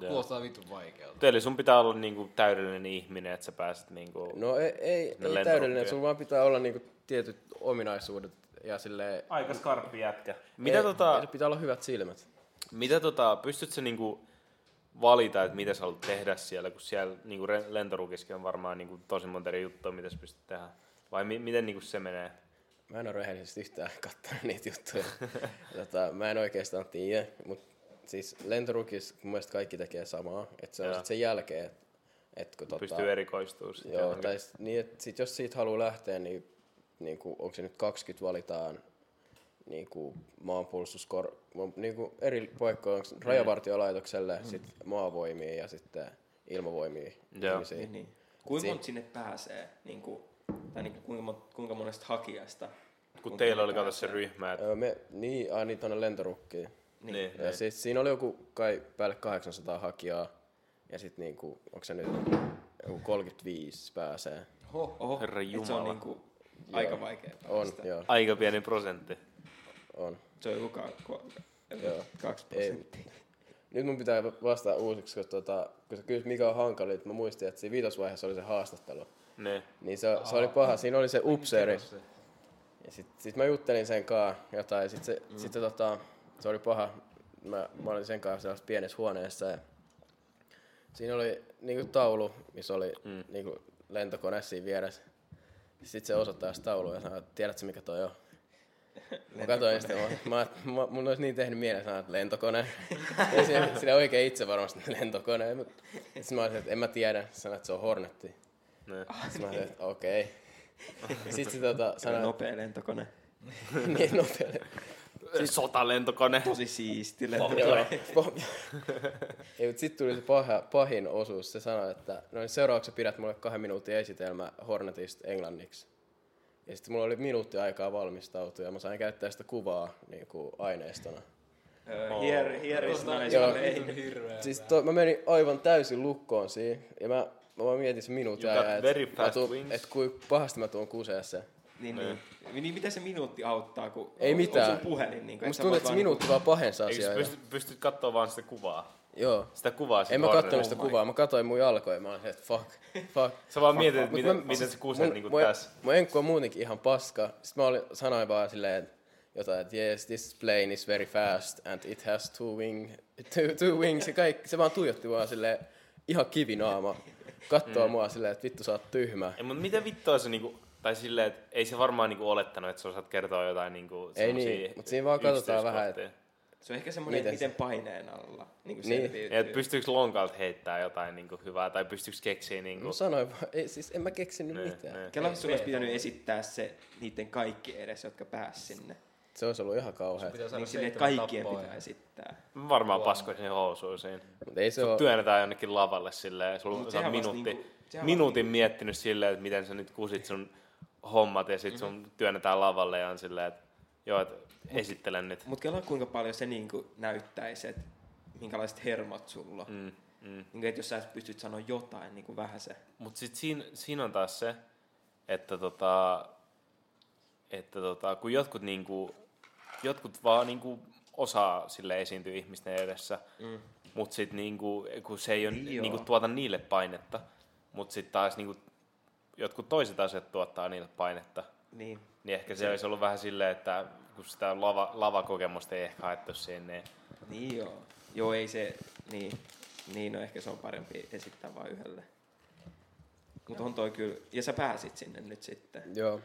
Kuulostaa vitun vaikealta.
Eli sun pitää olla niinku täydellinen ihminen, että sä pääset niinku...
No ei, ei, ei
lentorumpia.
täydellinen, sulla vaan pitää olla niinku tietyt ominaisuudet ja silleen,
Aika skarppi jätkä. Mitä
ei,
tota...
ei, pitää olla hyvät silmät.
Mitä tota, pystytkö niinku valita, että mitä sä haluat tehdä siellä, kun siellä niinku re- lentorukiskin on varmaan niinku tosi monta eri juttua, mitä sä pystyt tehdä? Vai mi- miten niinku se menee?
Mä en ole rehellisesti yhtään kattanut niitä juttuja. tota, mä en oikeastaan tiedä, mutta siis lentorukis mun mielestä kaikki tekee samaa. Että se on
Joo.
sit sen jälkeen, että et kun tota,
Pystyy erikoistumaan sitten.
Joo,
johonkin.
tai sit, niin, et sit, jos siitä haluaa lähteä, niin, niin kuin, onko se nyt 20 valitaan niin kuin maanpuolustuskor... ma- Niin kuin eri paikkoja, onko rajavartiolaitokselle, mm. sitten maavoimiin ja sitten ilmavoimiin
Joo.
ihmisiä.
Niin. Kuinka
Si-
monta sinne pääsee? Niin kuin, tai niin kuin, kuinka, mon- kuinka monesta hakijasta?
kun teillä oli kato se ryhmä, että
Öö, me, niin, aina tuonne lentorukkiin.
Niin.
Niin.
Ja sit, siinä oli joku kai päälle 800 hakijaa. Ja sitten niinku, onko se nyt joku 35 pääsee?
Oho, oho.
Herra
Et Se on
Jumala.
niin kuin, aika vaikea
On,
päästä.
joo,
aika pieni prosentti.
on.
Se on joku ka- ko-
Joo.
kaksi
Ei.
prosenttia.
Nyt mun pitää vastata uusiksi, kun, tuota, kun sä kysyt mikä on hankalin, että mä muistin, että siinä viitosvaiheessa oli se haastattelu.
Ne.
Niin se, se oli paha, siinä oli se upseeri.
Kerro se.
Ja sit, sit mä juttelin sen kaa jotain, ja sit se, mm. sit se, tota, se oli paha. Mä, mä olin sen kanssa sellaisessa pienessä huoneessa, ja siinä oli niinku taulu, missä oli mm. niinku lentokone siinä vieressä. Sitten se osoittaa sitä taulua ja sanoo, että tiedätkö mikä toi on? Mä katsoin sitä, mä, mä, mä, mun olisi niin tehnyt mieleen sanoa, että lentokone. ja sille, sille oikein itse varmasti että lentokone. Ja mä- Sitten mä olisin, että en mä tiedä, sanoin, että se on Hornetti.
ne.
Sitten mä olisin, että okei. Sitten se tota,
Kyllä
sanoi,
nopea lentokone.
niin nopealle. siis
Sotalentokone.
Tosi siisti lentokone.
Joo. Po- Ei, mutta sitten tuli se paha, pahin osuus. Se sanoi, että no niin seuraavaksi sä pidät mulle kahden minuutin esitelmä Hornetista englanniksi. Ja sitten mulla oli minuutti aikaa valmistautua ja mä sain käyttää sitä kuvaa niin kuin aineistona.
Ö, Here, here is nice
Joo.
plane.
Siis to, mä menin aivan täysin lukkoon siinä ja mä, mä vaan mietin sen minuutin
You got
ajan,
very
että
fast wings.
et kuin pahasti mä tuon kuseessa.
Niin, niin. niin mitä se minuutti auttaa, kun
Ei
on-
mitään.
on sun puhelin? Niin kuin,
Musta tuntuu, että se minuutti vaan pahensa
Eikö sä
asiaa.
pystyt, pystyt katsoa vaan sitä kuvaa?
Joo.
Sitä kuvaa
En
siitä
mä kattonut
Warnerista.
sitä kuvaa, mä katsoin mun jalkoja, mä olin se, että fuck, fuck.
Sä vaan mietit, että
Mut
miten,
mä- siis
miten sä kuset niinku
mun,
tässä.
Mun enkku on muutenkin ihan paska. Sitten mä olin, sanoin vaan silleen, että jotain, että yes, this plane is very fast and it has two, wing, two, two wings. Ja kaikki, se vaan tuijotti vaan silleen ihan kivinaama. Kattoo mm. mua silleen, että vittu sä oot tyhmä.
Ei, mutta mitä vittua se niinku, tai silleen, että ei se varmaan niinku olettanut, että sä osaat kertoa jotain niinku
Ei niin,
semmosia
mutta siinä vaan katsotaan vähän,
yksityiskohtia.
että
Se on ehkä semmoinen, että
Miten
miten paineen alla niin kuin
Niin.
Ja että
selviytyy.
pystyykö lonkalta heittää jotain niinku hyvää, tai pystyykö keksiä niinku...
Mä sanoin vaan, ei, siis en mä keksinyt
Ne,
mitään.
ne.
Kela, sun olisi pitänyt esittää se niiden kaikki edes, jotka pääs sinne.
Se olisi ollut ihan kauheaa.
Niin silleen, että kaikkien pitää esittää.
Mä varmaan paskoisin housuun siinä.
Mutta ei se ole...
Työnnetään jonnekin lavalle silleen, sulla
Mut
on
sehän vasta
minuutti,
niinku- sehän
minuutin miettinyt silleen, että miten sä nyt kusit sun hommat ja sit
Mhm.
sun työnnetään lavalle ja on silleen, että joo, että esittelen nyt.
Mutta kela kuinka paljon se niin kuin näyttäisi, että minkälaiset hermot sulla. Mm.
Mm, mm.
Niin kuin, että jos sä pystyt sanoa jotain, niin kuin vähän se.
Mutta sitten siinä, siinä on taas se, että, tota, että tota, kun jotkut, niinku, jotkut vaan niinku osaa sille esiintyä ihmisten edessä, mm. mutta sitten niinku, kun se ei ole,
Niin
niinku,
joo.
tuota niille painetta, mutta sitten taas niinku, jotkut toiset asiat tuottaa niille painetta,
Niin.
niin ehkä se, se olisi ollut vähän silleen, että kun sitä lava, lavakokemusta ei ehkä haettu sinne, niin
Niin joo. Joo, ei se, niin. Niin, no ehkä se on parempi esittää vain yhdelle. Mutta on toi kyllä, ja sä pääsit sinne nyt sitten.
Joo.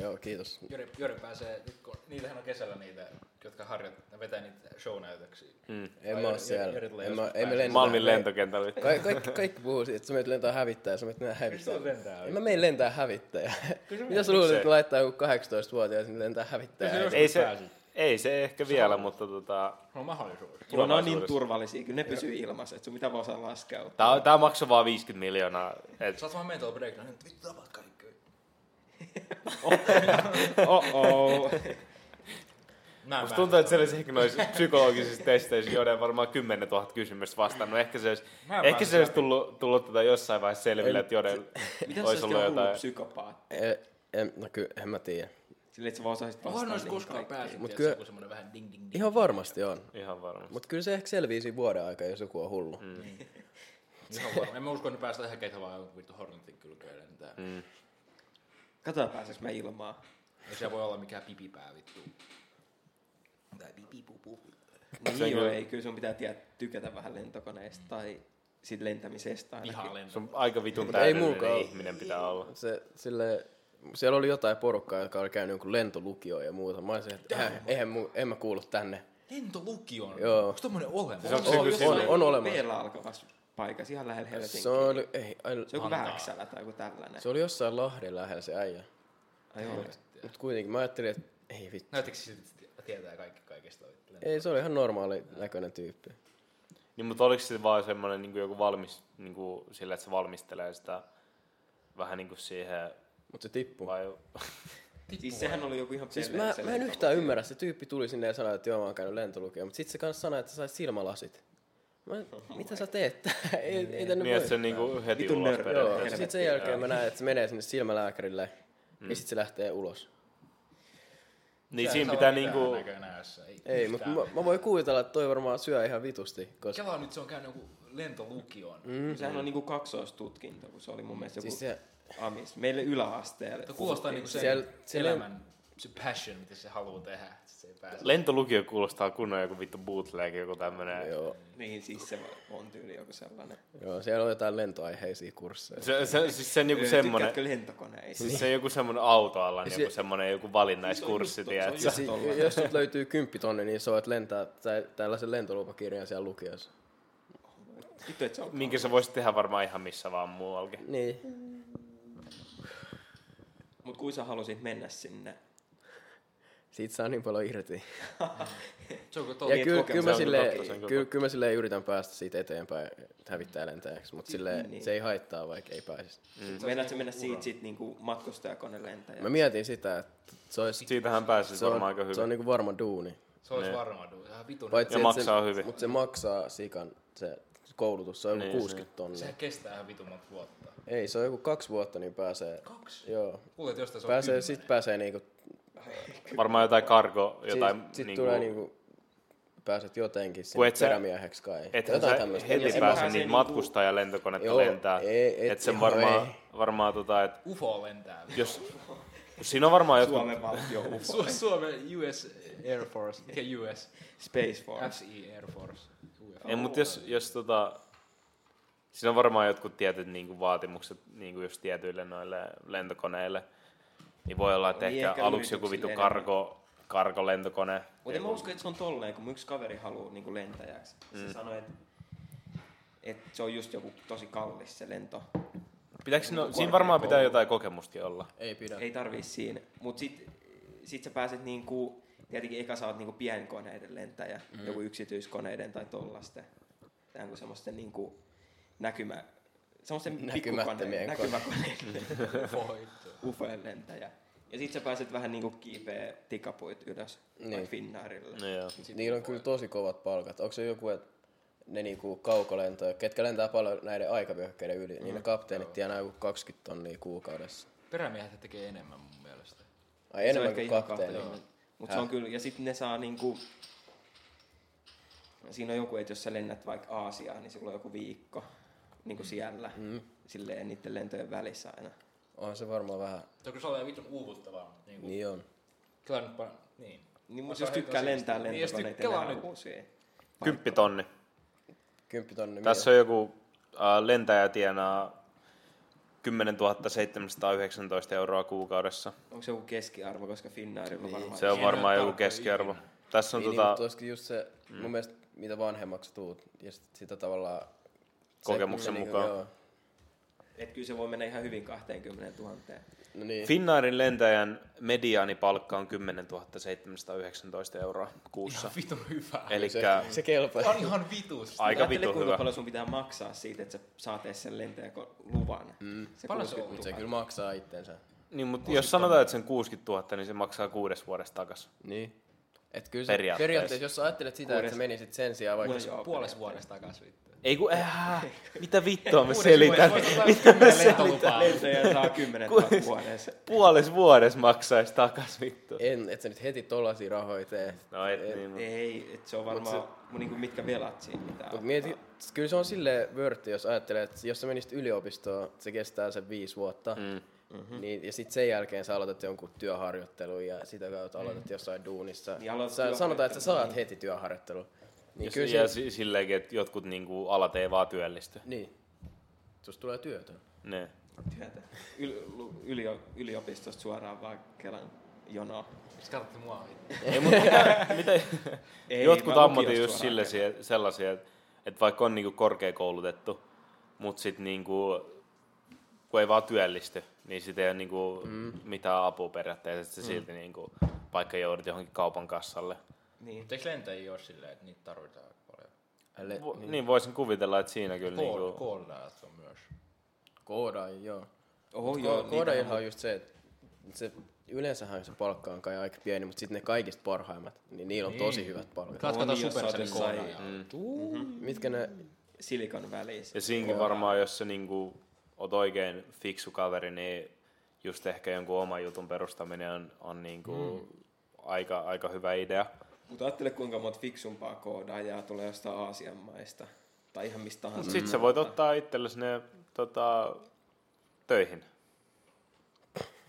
Joo, kiitos.
Jori, Jori pääsee, nyt kun niitähän on kesällä niitä, jotka harjoittaa, ne vetää niitä shownäytöksiä. Mm.
En mä oo siellä. En mä, ei me lennä.
Malmin lentokentällä.
Ka- kaikki, kaikki puhuu siitä, että sä menet lentää hävittäjä, sä menet lentää hävittäjä.
Kyllä se lentää
En mä menen lentää hävittäjä. Mitä sä luulet, että laittaa joku 18-vuotias, niin lentää hävittäjä?
Ei se, ei se ehkä vielä, mutta tota,
On mahdollisuus.
Joo, ne on niin
Tulevaisuudessa.
turvallisia, kyllä ne pysyy ilmassa, että sun mitä vaan osaa laskeutua.
Tää, tää maksoi vaan 50 miljoonaa. Et,
Saat vaan mental breakdown, nyt no niin, vittu tapat kaikki.
Oh-oh.
Mä en
musta tuntuu, että se olisi ehkä noissa psykologisissa testeissä joiden varmaan 10 000 kysymystä vastannut. Ehkä se olisi,
Mä en
ehkä
pääse
se olisi tullut, tullut tätä jossain vaiheessa selville, että joiden
Mitä jos
olisi
sä
ollut
olisit joku
jotain.
psykopaat?
En, en, no kyllä, en mä tiedä.
Silleen, että sä vaan osaisit vastaa
olisi
niihin
koskaan
kaikkiin.
päässyt,
Mut
mutta
kyllä-
kyllä... Joku semmoinen vähän ding ding ding.
Ihan varmasti on.
Ihan varmasti.
Mutta kyllä se ehkä selvii siinä vuoden aikaa, jos joku on hullu.
Ihan varma. En mä usko, että ne päästään ihan keitä vaan joku vittu Hornetin kylkeelle. Mm.
Katsotaan pääseks mä ilmaan.
Ja se voi olla mikään pipipää vittu. Tai pipipupu.
Niin joo, ei, kyllä sun pitää tiedä, tykätä vähän lentokoneesta tai sit lentämisestä ainakin.
Ihan lento.
Sun aika vitun
ei
täydellinen
mulkaan.
ihminen pitää olla.
Se, sille, siellä oli jotain porukkaa, joka oli käynyt jonkun lentolukioon ja muuta. Mä olisin, että eihän, eihän mu, en mä kuulu tänne.
Lentolukion.
Joo.
Onko tommonen olemassa?
Se on-
On, on, on olemassa.
Meillä alkavassa paikassa, ihan lähellä Helsinkiä.
Se oli, ei, ai,
se on joku Vääksälä tai joku tällainen.
se oli jossain Lahden lähellä se äijä.
Ai joo.
Mutta kuitenkin mä ajattelin, että ei vittu.
Näytätkö siltä, että tietää kaikki kaikesta? vittu?
Ei, se oli ihan normaali näköinen tyyppi.
Niin, mutta oliko se vaan semmoinen niin joku valmis, niin kuin, sillä, että se valmistelee sitä vähän niin kuin siihen,
Mutta se tippui.
vai
Siis sehän oli joku ihan
Siis
perveinen
mä,
se
mä en
lento.
yhtään ymmärrä, se tyyppi tuli sinne ja sanoi, että joo mä oon käynyt lentolukioon, mutta sit se kans sanoi, että sä sait silmälasit. Mä, mitä sä teet? ei, ei tänne
niin, että
voi.
se niin kuin heti
Vitun
ulos
nörtti.
periaatteessa.
Joo, sit sen jälkeen mä näen, että se menee sinne silmälääkärille
Mm.
ja sit se lähtee ulos.
Niin
Sä
siinä
et
pitää
saa mitään
niinku,
näköä näössä,
Ei, mutta
yhtään
mä, mä voin kuvitella, että toi varmaan syö ihan vitusti, koska
Kela on nyt se on käynyt joku lentolukioon. Mm.
Mm. Sehän on niinku kaksoistutkinto, kun se oli mun mielestä joku
siis se,
amis. Meille yläasteelle.
kuulostaa niinku sen
Siellä- siellä-
elämän, se passion, mitä se haluaa tehdä. että Se ei pääse.
Lentolukio kuulostaa kunnon joku vittu bootleg, joku tämmönen.
joo,
Niin, siis se on tyyli joku sellainen.
joo, siellä on jotain lentoaiheisia kursseja.
Se, se, siis sen joku
Öö,
semmonen,
Tykkäätkö lentokoneista?
siis se joku semmonen autoalan,
Se-
joku semmonen joku valinnaiskurssi, tiedätkö?
Si- jos sut löytyy kymppitonni, niin sä oot lentää tä- tällaisen lentolupakirjan siellä lukiossa.
Vittu, et se on
Minkä sä voisit tehdä varmaan ihan missä vaan muuallakin.
Niin.
Mut kun sä halusit mennä sinne,
Siitä saa niin paljon irti.
Se on
Ja
Niin,
kyllä,
että
kyllä, mä
kokemus on
silleen,
totta, se on kyllä
kyllä, kyllä mä silleen yritän päästä siitä eteenpäin että hävittää lentäjäksi, mutta silleen,
niin.
se ei haittaa, vaikka ei pääsisi.
mm. meinaat sä mennä siitä sit niinku matkustajakone lentäjä?
Mä mietin sitä, että se olisi
Siitähän pääsee
se on,
varmaan aika
se on
hyvin.
niinku varma duuni.
Se olisi varmaan duuni. Ihan vitun.
Ja maksaa hyvin.
Mutta se maksaa sikan se koulutus, se on joku
Niin,
60 tonnia.
Sehän kestää ihan vitun monta vuotta.
Ei, se on joku kaksi vuotta, niin pääsee,
Kaksi.
joo.
Kuulet että jostain se on
Pääsee,
pääsee
sit pääsee niinku,
Varmaan jotain kargo, jotain
sit, niinku- sit
niinku,
tulee niinku, pääset jotenkin
Kun
sen
et sä-
perämieheksi kai.
Ethän
Jotain
sä
tämmöistä.
heti
se
pääse
pääsee
niitä
niinku-
matkustajalentokonetta
Joo,
lentää.
ei, et
Et sen
ihan
varmaan,
ei.
varmaan tota, että
UFO lentää.
jos, Siinä on varmaan jotkut...
Suomen valtio
Su- Suomen US Air Force, mikä US?
Space Force.
FE Air Force. UFO.
Ei, mutta jos, jos tota, siinä on varmaan jotkut tietyt niinku vaatimukset niinku just tietyille noille lentokoneille, niin voi olla, että
Niin,
ehkä,
ehkä
aluksi joku vitu
yrityksille
karko, karkolentokone.
Mutta en mä usko, että se on tolleen, kun mun yksi kaveri haluaa niinku lentäjäksi. Se sanoi, että et se on just joku tosi kallis se lento.
Pitääkö, no, siinä-
Joku
siinä varmaan
korkeakoulu.
pitää jotain kokemustakin olla.
Ei pidä.
Ei tarvii siinä. Mut sit, sit sä pääset niinku, tietenkin eka sä oot niinku pienkoneiden lentäjä, mm. joku yksityiskoneiden tai tollasten. Tää on kuin semmoisten niinku näkymä, semmoisten pikkukoneiden,
Näkymättömien
näkymäkoneiden ufojen lentäjä. Ja sit sä pääset vähän niinku kiipeä tikapuit ylös, niin.
Niin.
vaikka Finnairille.
No joo.
Niillä on kyllä tosi kovat palkat. Onko se joku, että ne niinku kaukolentoja, ketkä lentää paljon näiden aikavyöhykkeiden yli,
Mm.
niin ne kapteenit tienaa joku 20 tonnia kuukaudessa.
Perämiehet tekee enemmän mun mielestä.
Ai
Se on
enemmän
ehkä
kuin
ihan
kapteeni.
kahta, Mutta niin se on kyllä, ja sitten ne saa niinku, siinä on joku, että jos sä lennät vaikka Aasiaan, niin sulla on joku viikko niinku siellä, mm. silleen niiden lentojen välissä aina.
Onhan se varmaan vähän,
Se on kyllä sellainen vitun uuvuttavaa, mutta niinku,
niin on.
kyllä nyt vaan, niin.
Niin, mutta
Se on
jos tykkää
hito
lentää
siistiä. Niin, jos
lentokoneita,
tykkää
niin,
nyt.
uusia.
Kymppitonni.
Kymppitonni
Tässä on joku äh, lentäjä tienaa 10 719 euroa kuukaudessa.
Onko se joku keskiarvo, koska Finnairilla niin, varmaan
Se on
Siinä ei
varmaan
ole
joku
tarkkoja
keskiarvo. Tässä on
niin,
tota,
tota... niin, just se, mm. mun mielestä mitä vanhemmaksi tuut, ja sit sitä tavallaan... se-
Kokemuksen
niinku,
mukaan.
Joo,
Et kyllä se voi mennä ihan hyvin 20 000.
no niin,
Finnairin lentäjän mediaanipalkka on 10 719 euroa kuussa.
Vitu hyvää.
Eli
se, se kelpaa.
On ihan vitus.
aika
Ajattele,
vitu
kuinka
hyvä.
paljon sun pitää maksaa siitä, että sä saat edes sen lentäjäluvan. Mm. Se
Paljon se
60
Se
000.
kyllä maksaa itsensä.
Niin, mutta jos sanotaan, että sen 60 000, niin se maksaa kuudes vuodessa takas.
Niin. Et kyllä
Periaatteessa.
se, periaatteessa. periaatteessa, jos sä ajattelet sitä, että
Kuudes-
sä menisit sen sijaan vaikka...
Kuudes- joo,
Puolessa vuodessa takas vittu.
Ei kun, äh, mitä vittua mä selitän.
Mitä mä selitän?
Lentäjä saa 10 000 vuodessa.
Puoles vuodessa maksaisi takas vittu.
En, et sä nyt heti tollasia rahoja tee.
No et niin, mut-
Ei, et se on varmaan se, niinku, mitkä velat siinä pitää
Mut
olla.
mieti, kyllä se on silleen vörtti, jos ajattelee, että jos sä menisit yliopistoon, se kestää sen viisi vuotta. Mm. Mm-hmm. Niin, ja sitten sen jälkeen sä aloitat jonkun työharjoittelun ja sitä kautta aloitat jossain duunissa.
Niin aloitat
sä, sanotaan, että sä
työharjoittelun,
saat heti työharjoittelun. Niin kyllä
ja
se,
si- silleenkin, että jotkut niinku, alat ei vaan työllisty.
niin. Susta tulee työtön.
Ne.
Työtä. Yl, lu- ylio, yliopistosta suoraan vaan Kelan jonoon.
Miksi katsotte mua vittu?
Ei,
jotkut
mä
ammatit
lukiosta
just
suoraan
sille, sellaisia, että, että vaikka on niinku korkeakoulutettu, mutta sitten niinku, kun ei vaan työllisty, niin sitä ei ole niinku mm. mitään apua periaatteessa. Mm. silti niinku, vaikka joudut johonkin kaupan kassalle.
Niin.
Mutta eikö lentäjiä ole silleen, että niitä tarvitaan aika paljon?
Älle,
Vo- niin. niin voisin kuvitella, että siinä kyllä...
Kool,
Niinku,
kooldaajat on myös.
koodaajia, joo.
Oho,
Joo,
joo, niitä
koodaajilla
on.
on just se, että se, yleensähän se palkka on kai aika pieni, mutta sitten ne kaikista parhaimmat, niin niillä on niin. tosi hyvät palkat.
Saat katsoa
niin, jos
Supercellin
saat jossain-
koodaajaa.
Mitkä ne,
Silikon välissä.
ja siinkin varmaan, jos sä niinku, oot oikein fiksu kaveri, niin just ehkä jonkun oman jutun perustaminen on, on niinku, mm. aika, aika hyvä idea.
Mutta ajattele, kuinka monta fiksumpaa koodaajaa tulee jostain Aasian maista. Tai ihan mistä tahansa.
Sitten sä voit ottaa itsellesi ne tota, töihin.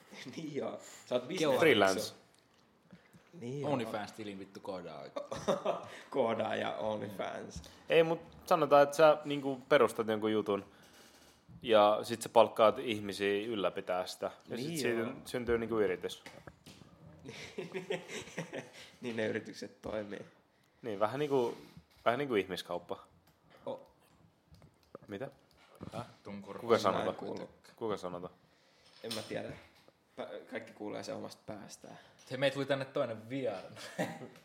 niin joo. Sä oot business
Freelance.
Niin joo.
OnlyFans-tilin vittu koodaa.
Koodaaja OnlyFans.
Ei, mutta sanotaan, että sä niinku, perustat jonkun jutun ja sit sä palkkaat ihmisiä ylläpitää sitä. Ja niin
Niin
sit siitä
joo.
syntyy niinku yritys.
Niin ne yritykset toimii.
Niin, vähän niinku, vähän niinku ihmiskauppa.
Oh.
Mitä?
Tunkur.
Kuka
Mä en
sanota?
kuullut.
Kuka sanota?
En mä tiedä. Pä- kaikki kuulee se omasta päästään.
Hei, meitä tuli tänne toinen vieraana. Viisa!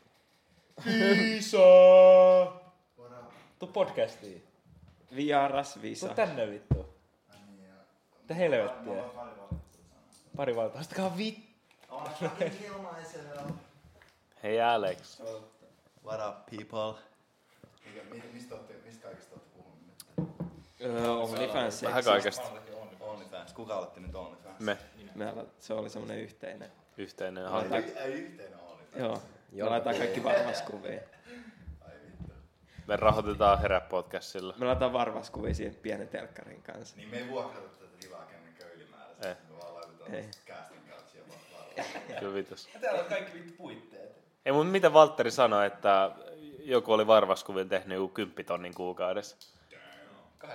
Tuu podcastiin.
Vieras
Tuu
visa.
tänne vittu. Mitä helvettiä? Pari valtaa. Ostakaa vittu.
Hei Alex.
What up, people? Mikä, mi, mistä, olette, mistä kaikista olette puhunut nyt?
Öö, OnlyFans.
Vähän
siis
kaikesta.
OnlyFans. Kuka olette nyt OnlyFans?
Me.
Me ala, se oli semmoinen yhteinen.
Yhteinen
Ei,
hanke.
y- ei yhteinen OnlyFans.
Joo. Me laitetaan kaikki varvaskuvia.
Me rahoitetaan herä podcastilla.
Me laitetaan varvaskuvia siihen pienen telkkarin kanssa.
Niin me ei vuokrata tätä tilaa kenenkään ylimääräisesti.
Ei.
Me vaan laitetaan
Ei.
casting couchia vaan.
Eh. Kyllä vitos.
Täällä on kaikki vittu puitteet.
Ei, mutta mitä Valtteri sanoi, että joku oli varvaskuvilla tehnyt joku kymppitonnin kuukaudessa?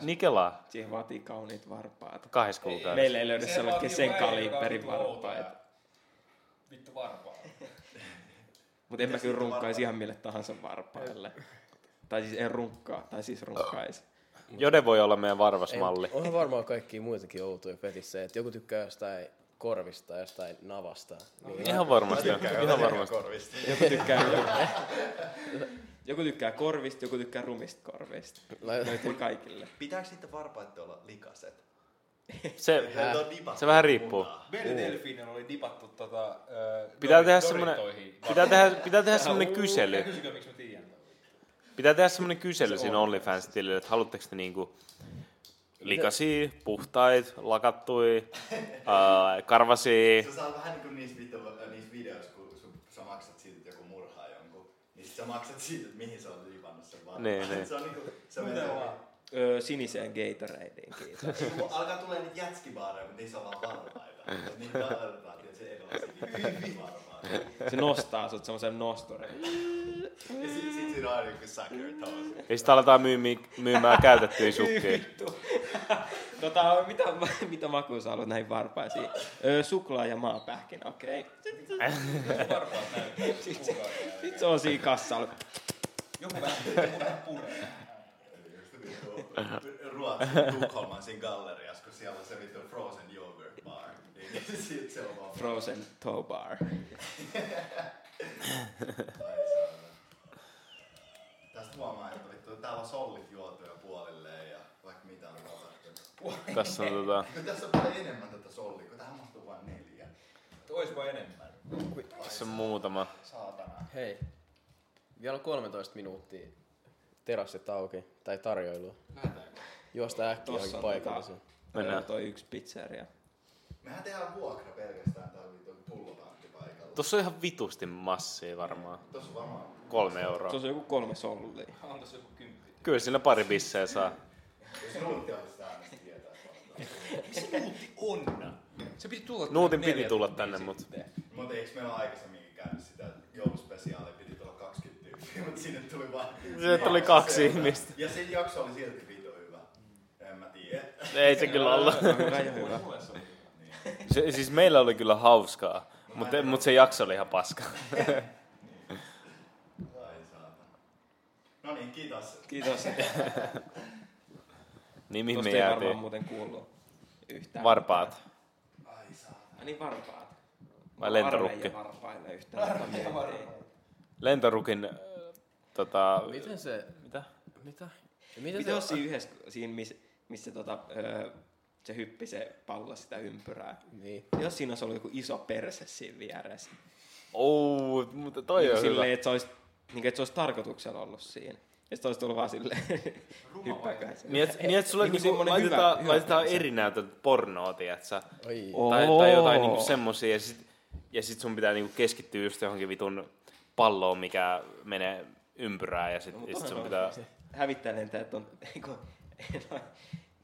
Nikelaa,
Siihen vaatii kauniit varpaat.
kahdessa kuukaudessa.
Meillä ei löydy sellainen sen kaliberin varpaat.
Vittu varmaan.
Mutta en mä kyllä runkkaisi ihan mille tahansa varpaille. Tai siis en runkkaa, tai siis runkkaisi.
Jode voi olla meidän varvasmalli.
Onhan varmaan kaikki muitakin outoja petissä, että joku tykkää jostain korvista tai jostain navasta. Niin
Ihan varmasti, ihan varmasti.
Joku tykkää, joku, joku tykkää korvista, joku tykkää rumista korvista. Löytyy kaikille.
Pitääkö niitä varpaita olla likaset?
Se,
Ne on dipattu
se vähän riippuu.
munaa.
Belly Delfinen oli dipattu tota... Äh,
Pitää tehdä semmonen, pitää tehdä, pitää tehdä semmonen kysely.
Kysykö, miksi mä tiedän? Siis
Pitää tehdä semmoinen kysely siinä OnlyFans-tilille, että haluatteko te niinku likasi, puhtait, lakattui, ää, karvasi.
Sä saa vähän niinku niissä, vittu, niissä videoissa, kun sun, sä maksat siitä, että joku murhaa jonkun. Niin sit sä maksat siitä, että mihin sä oot lipannut sen varmaan.
Niin, niin.
Se on niinku, se menee vaan.
Öö, siniseen Gatoradeen, kiitos.
Kun alkaa tulee niitä jätskibaareja, mutta niissä on vaan varpaita. Niin varpaat, ja se eroaa siinä niinku varpaat.
Se nostaa sut semmoisen nostoreille.
Ja sit, sit siinä on niinku sucker toes.
Ja sitten aletaan myymään, myymään käytettyjä sukkia.
Tota, mitä, mitä makuja sä haluat näihin varpaisiin? Öö, suklaa ja maapähkinä, okei. Okay. Sitten se on siinä kassalla.
Ruotsin Tukholman siinä galleriassa, kun siellä on se vittu frozen yogurt bar. Niin niin sit se on vaan
Frozen toe bar.
Tästä huomaa, että vittu, täällä on sollit juotuja puolilleen ja vaikka mitä on tapahtunut.
Tässä on tota,
No tässä on paljon enemmän tätä sollia, kun tähän mahtuu vain neljä.
Ois vaan enemmän.
tässä on muutama.
Hei, vielä on 13 minuuttia terassit auki, tai tarjoilu. Juosta äkkiä
Tossa
johonkin
on
paikalliseen.
Mennään. Toi yksi pizzeria.
Mehän tehdään vuokra pelkästään täällä vittu pullotankki paikalla.
Tuossa on ihan vitusti massia varmaan.
Tuossa on varmaan
Kolme euroa.
Tuossa on joku kolme sollia.
Kyllä siinä pari bissejä saa.
Jos Ruutti olisi täällä, niin se tietää.
Se piti tulla
Nuutin piti tulla tänne, mutta
Mutta eikö meillä ole aikaisemminkin käynyt sitä jouluspesiaalia, piti tulla 20 tyyppiä, mutta sinne tuli vaan...
Sinne tuli kaksi
Seura-
ihmistä.
Ja se jakso oli silti vitu hyvä. En mä tiedä.
ei se kyllä ollut.
Hyvä ja hyvä.
Se, siis meillä oli kyllä hauskaa, mutta mut se jakso oli ihan paska.
Ai saatana. No niin, kiitos.
Kiitos.
Niin mihin me
Tuosta ei varmaan
jäätiin?
muuten kuullut yhtään.
Varpaat.
Ai saatana.
Ah, niin varpaat.
Vai lentorukki?
Armeijan varpaille yhtään. Armeija
Lentorukin äh, tota,
Miten se...
Mitä?
Mitä? Miten
Mitä
se...
siinä yhdessä, siinä missä, missä tota, öö, se hyppi se pallo sitä ympyrää?
Niin.
Jos siinä olisi ollut joku iso perse siinä vieressä. niin
Oh, mutta toi on
silleen,
hyvä.
että se olisi, niin, että se olisi tarkoituksella ollut siinä. Ja sitten olisi tullut vaan silleen, hyppääkää se.
Niin, et, niin, et sulle
Niinku
niinku
semmonen hyvä-
laitetaan,
hyvä
laitetaan
konsepti.
eri näytöt pornoa, tiiätsä?
Oi.
Tai, tai jotain niinku semmosia, ja sit, ja sit sun pitää niinku keskittyä just johonkin vitun palloon, mikä menee ympyrää, ja sit, no,
mut
ja sit sun
onhan
pitää...
hävittäjälentäjät on, eiku,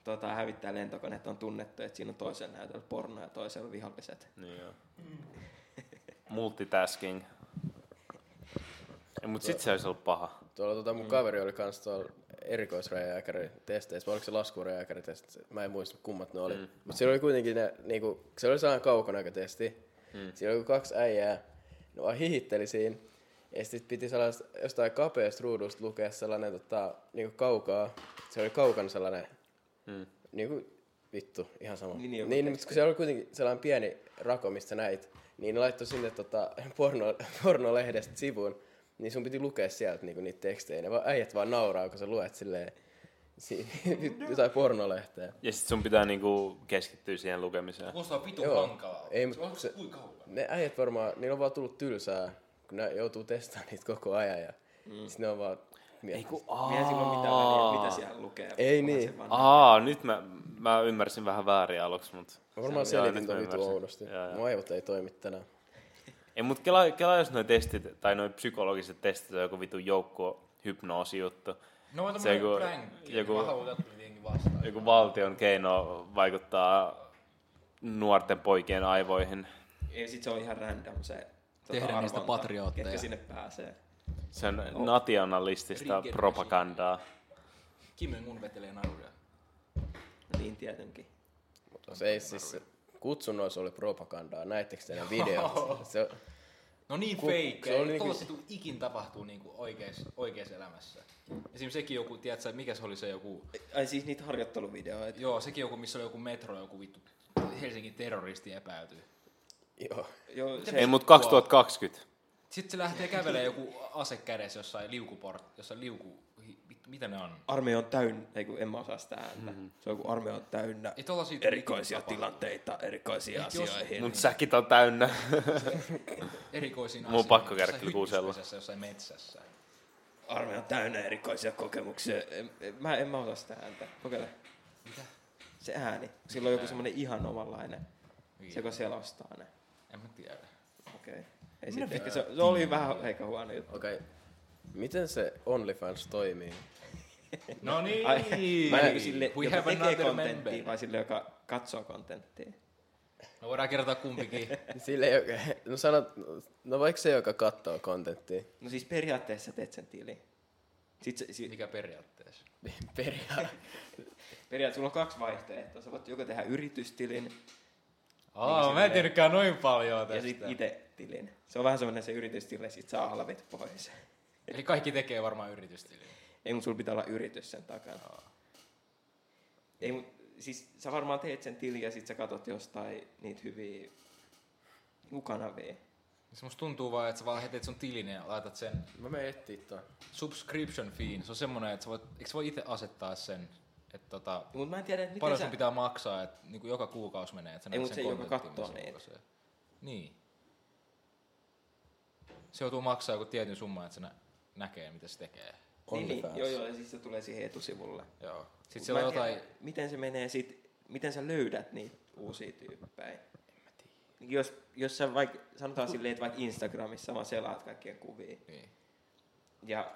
tota, hävittäjälentokoneet on tunnettu, että siinä on toisella näytöllä porno ja toisella viholliset.
Niin joo. Multitasking. Ja, mut sit se olisi ollut paha.
Tuolla tota mun kaveri oli kans tuolla erikoisrajajääkäri testeissä, vai oliko se laskurajajääkäri mä en muista kummat ne oli. Mm. Mutta siellä oli kuitenkin ne, niinku, se oli sellainen kaukonäkötesti, mm. siellä oli kaksi äijää, ne vaan hihitteli siinä, ja sitten piti sellaista, jostain kapeasta ruudusta lukea sellainen tota, niinku kaukaa, se oli kaukana sellainen, mm. niinku, vittu, ihan sama.
Niin, joku
niin mutta kun siellä oli kuitenkin sellainen pieni rako, mistä sä näit, niin ne laittoi sinne tota, porno, pornolehdestä sivuun, niin sun piti lukea sieltä niinku niitä tekstejä. Ne vaan, äijät vaan nauraa, kun sä luet silleen si- jotain pornolehteä.
Ja sit sun pitää niinku keskittyä siihen lukemiseen.
Musta on vitu
Joo.
hankalaa.
Ei, mut se- Ne äijät varmaan, niillä on vaan tullut tylsää, kun ne joutuu testaamaan niitä koko ajan ja mm. sit ne on vaan miettinyt. Ei,
Mie silloin mitä väliä, mitä siellä lukee.
Ei
Onhan
niin.
se vaan-
Aa, nyt mä, mä ymmärsin vähän väärin aluksi, mutta...
Mä varmaan
Joo,
selitin
nyt
ton
mä
vitu
ymmärsin.
oudosti.
Joo, joo.
Mun aivot ei toimi tänään.
Ei, mutta kela, kela jos noi testit, tai noi psykologiset testit on joku vitu joukko hypnoosi juttu.
No on
Se
tämmönen
joku-
pränkki.
joku-
Joku... Mä haluan jättää tietenkin vastaan.
Joku valtion keino vaikuttaa nuorten poikien aivoihin.
Ja sit se on ihan random se tota,
Tehdä niistä
arvonta,
patriootteja.
Ketkä sinne pääsee.
Se on nationalistista
Rigged
propagandaa.
Kimi mun vetelee naruja.
Niin tietenkin.
Mutta se ei siis, kutsunnoissa oli propagandaa, näittekö te ne videot? Se,
No niin
Ku-
fake.
se
Se
on
on
niinku-
Tuollaista niinku... ikin tapahtuu niinku oikeassa, oikeassa elämässä. Esimerkiksi sekin joku, tiedätkö, mikä se oli se joku,
Ai siis niitä harjoitteluvideoita.
joo, sekin joku, missä oli joku metro, joku vittu Helsingin terroristi epäytyy.
joo.
Joo, siis se,
Ei, mutta 2020.
Sitten se lähtee kävelemään joku ase kädessä jossain liukuport, jossain liuku, hi- mit- mitä ne on?
armeija on täynnä, ei kun en mä osaa sitä ääntä. Mm-hmm. Se on kun armeija on täynnä
Ei tollasia tule
erikoisia
ikinä tapahtumaan.
tilanteita, erikoisia
Et jos-
asioihin.
Mun säkit on täynnä.
Erikoisiin
Mun on pakko käydä
jossain
kyllä kuusella.
hyttyspesässä, Jossain metsässä.
Armeija on täynnä erikoisia kokemuksia. En, en, mä, en mä osaa sitä ääntä. Kokeile. Mitä? Se ääni. Sillä on joku semmoinen ihan omanlainen, se joka selostaa ne.
En mä tiedä.
Okei. Okay. Ei sit, ehkä se, se oli vähän ehkä huono juttu.
Okei. Miten se OnlyFans toimii?
No niin.
Ai, Mä en niin kuin sille,
We
joka
have
tekee
another
kontenttia,
member.
vai sille, joka katsoo kontenttia.
No voidaan kertoa kumpikin.
Sille, joka, no sanot, no vaikka se, joka katsoo kontenttia.
No siis periaatteessa teet sen tilin. Sit se, si,
Mikä periaatteessa?
Periaatteessa.
periaatteessa sulla on kaksi vaihtoehtoa. Sä voit joko tehdä yritystilin
Aa, mä en tiennytkään noin paljon
ja
tästä.
sitten itse tilin. Se on vähän semmoinen se yritystili, sit saa alvit pois.
Eli kaikki tekee varmaan yritystili.
Ei, mutta sulla pitää olla yritys sen takana. Ei, mut, siis sä varmaan teet sen tilin ja sit sä katot jostain niitä hyviä niinku kanavia.
Siis musta tuntuu vaan, että sä vaan hetet sun tilin ja laitat sen
Mä menen etsiä tuon.
subscription fee. Se on semmonen, että sä voit, eikö sä voi itse asettaa sen, että tota,
Mutta mä en tiedä, että miten
paljon
sä...
sun pitää maksaa, että niinku joka kuukausi menee, että sä
Ei,
näet
mut
sen
se, joka
kontentin,
kattoo
mitä se
niitä.
julkaisee. Niin. Se joutuu maksaa joku tietyn summan, että se nä- näkee, mitä se tekee.
Niin, niin,
OnlyFans.
joo, joo, ja siis se tulee siihen etusivulle.
Joo. Sitten
Mut
siellä
mä
on
en
jotain,
tiedä, Miten se menee sit, miten sä löydät niitä uusia tyyppejä? Jos, jos sä vaikka, sanotaan silleen, että vaikka Instagramissa vaan selaat kaikkien kuvia,
niin.
ja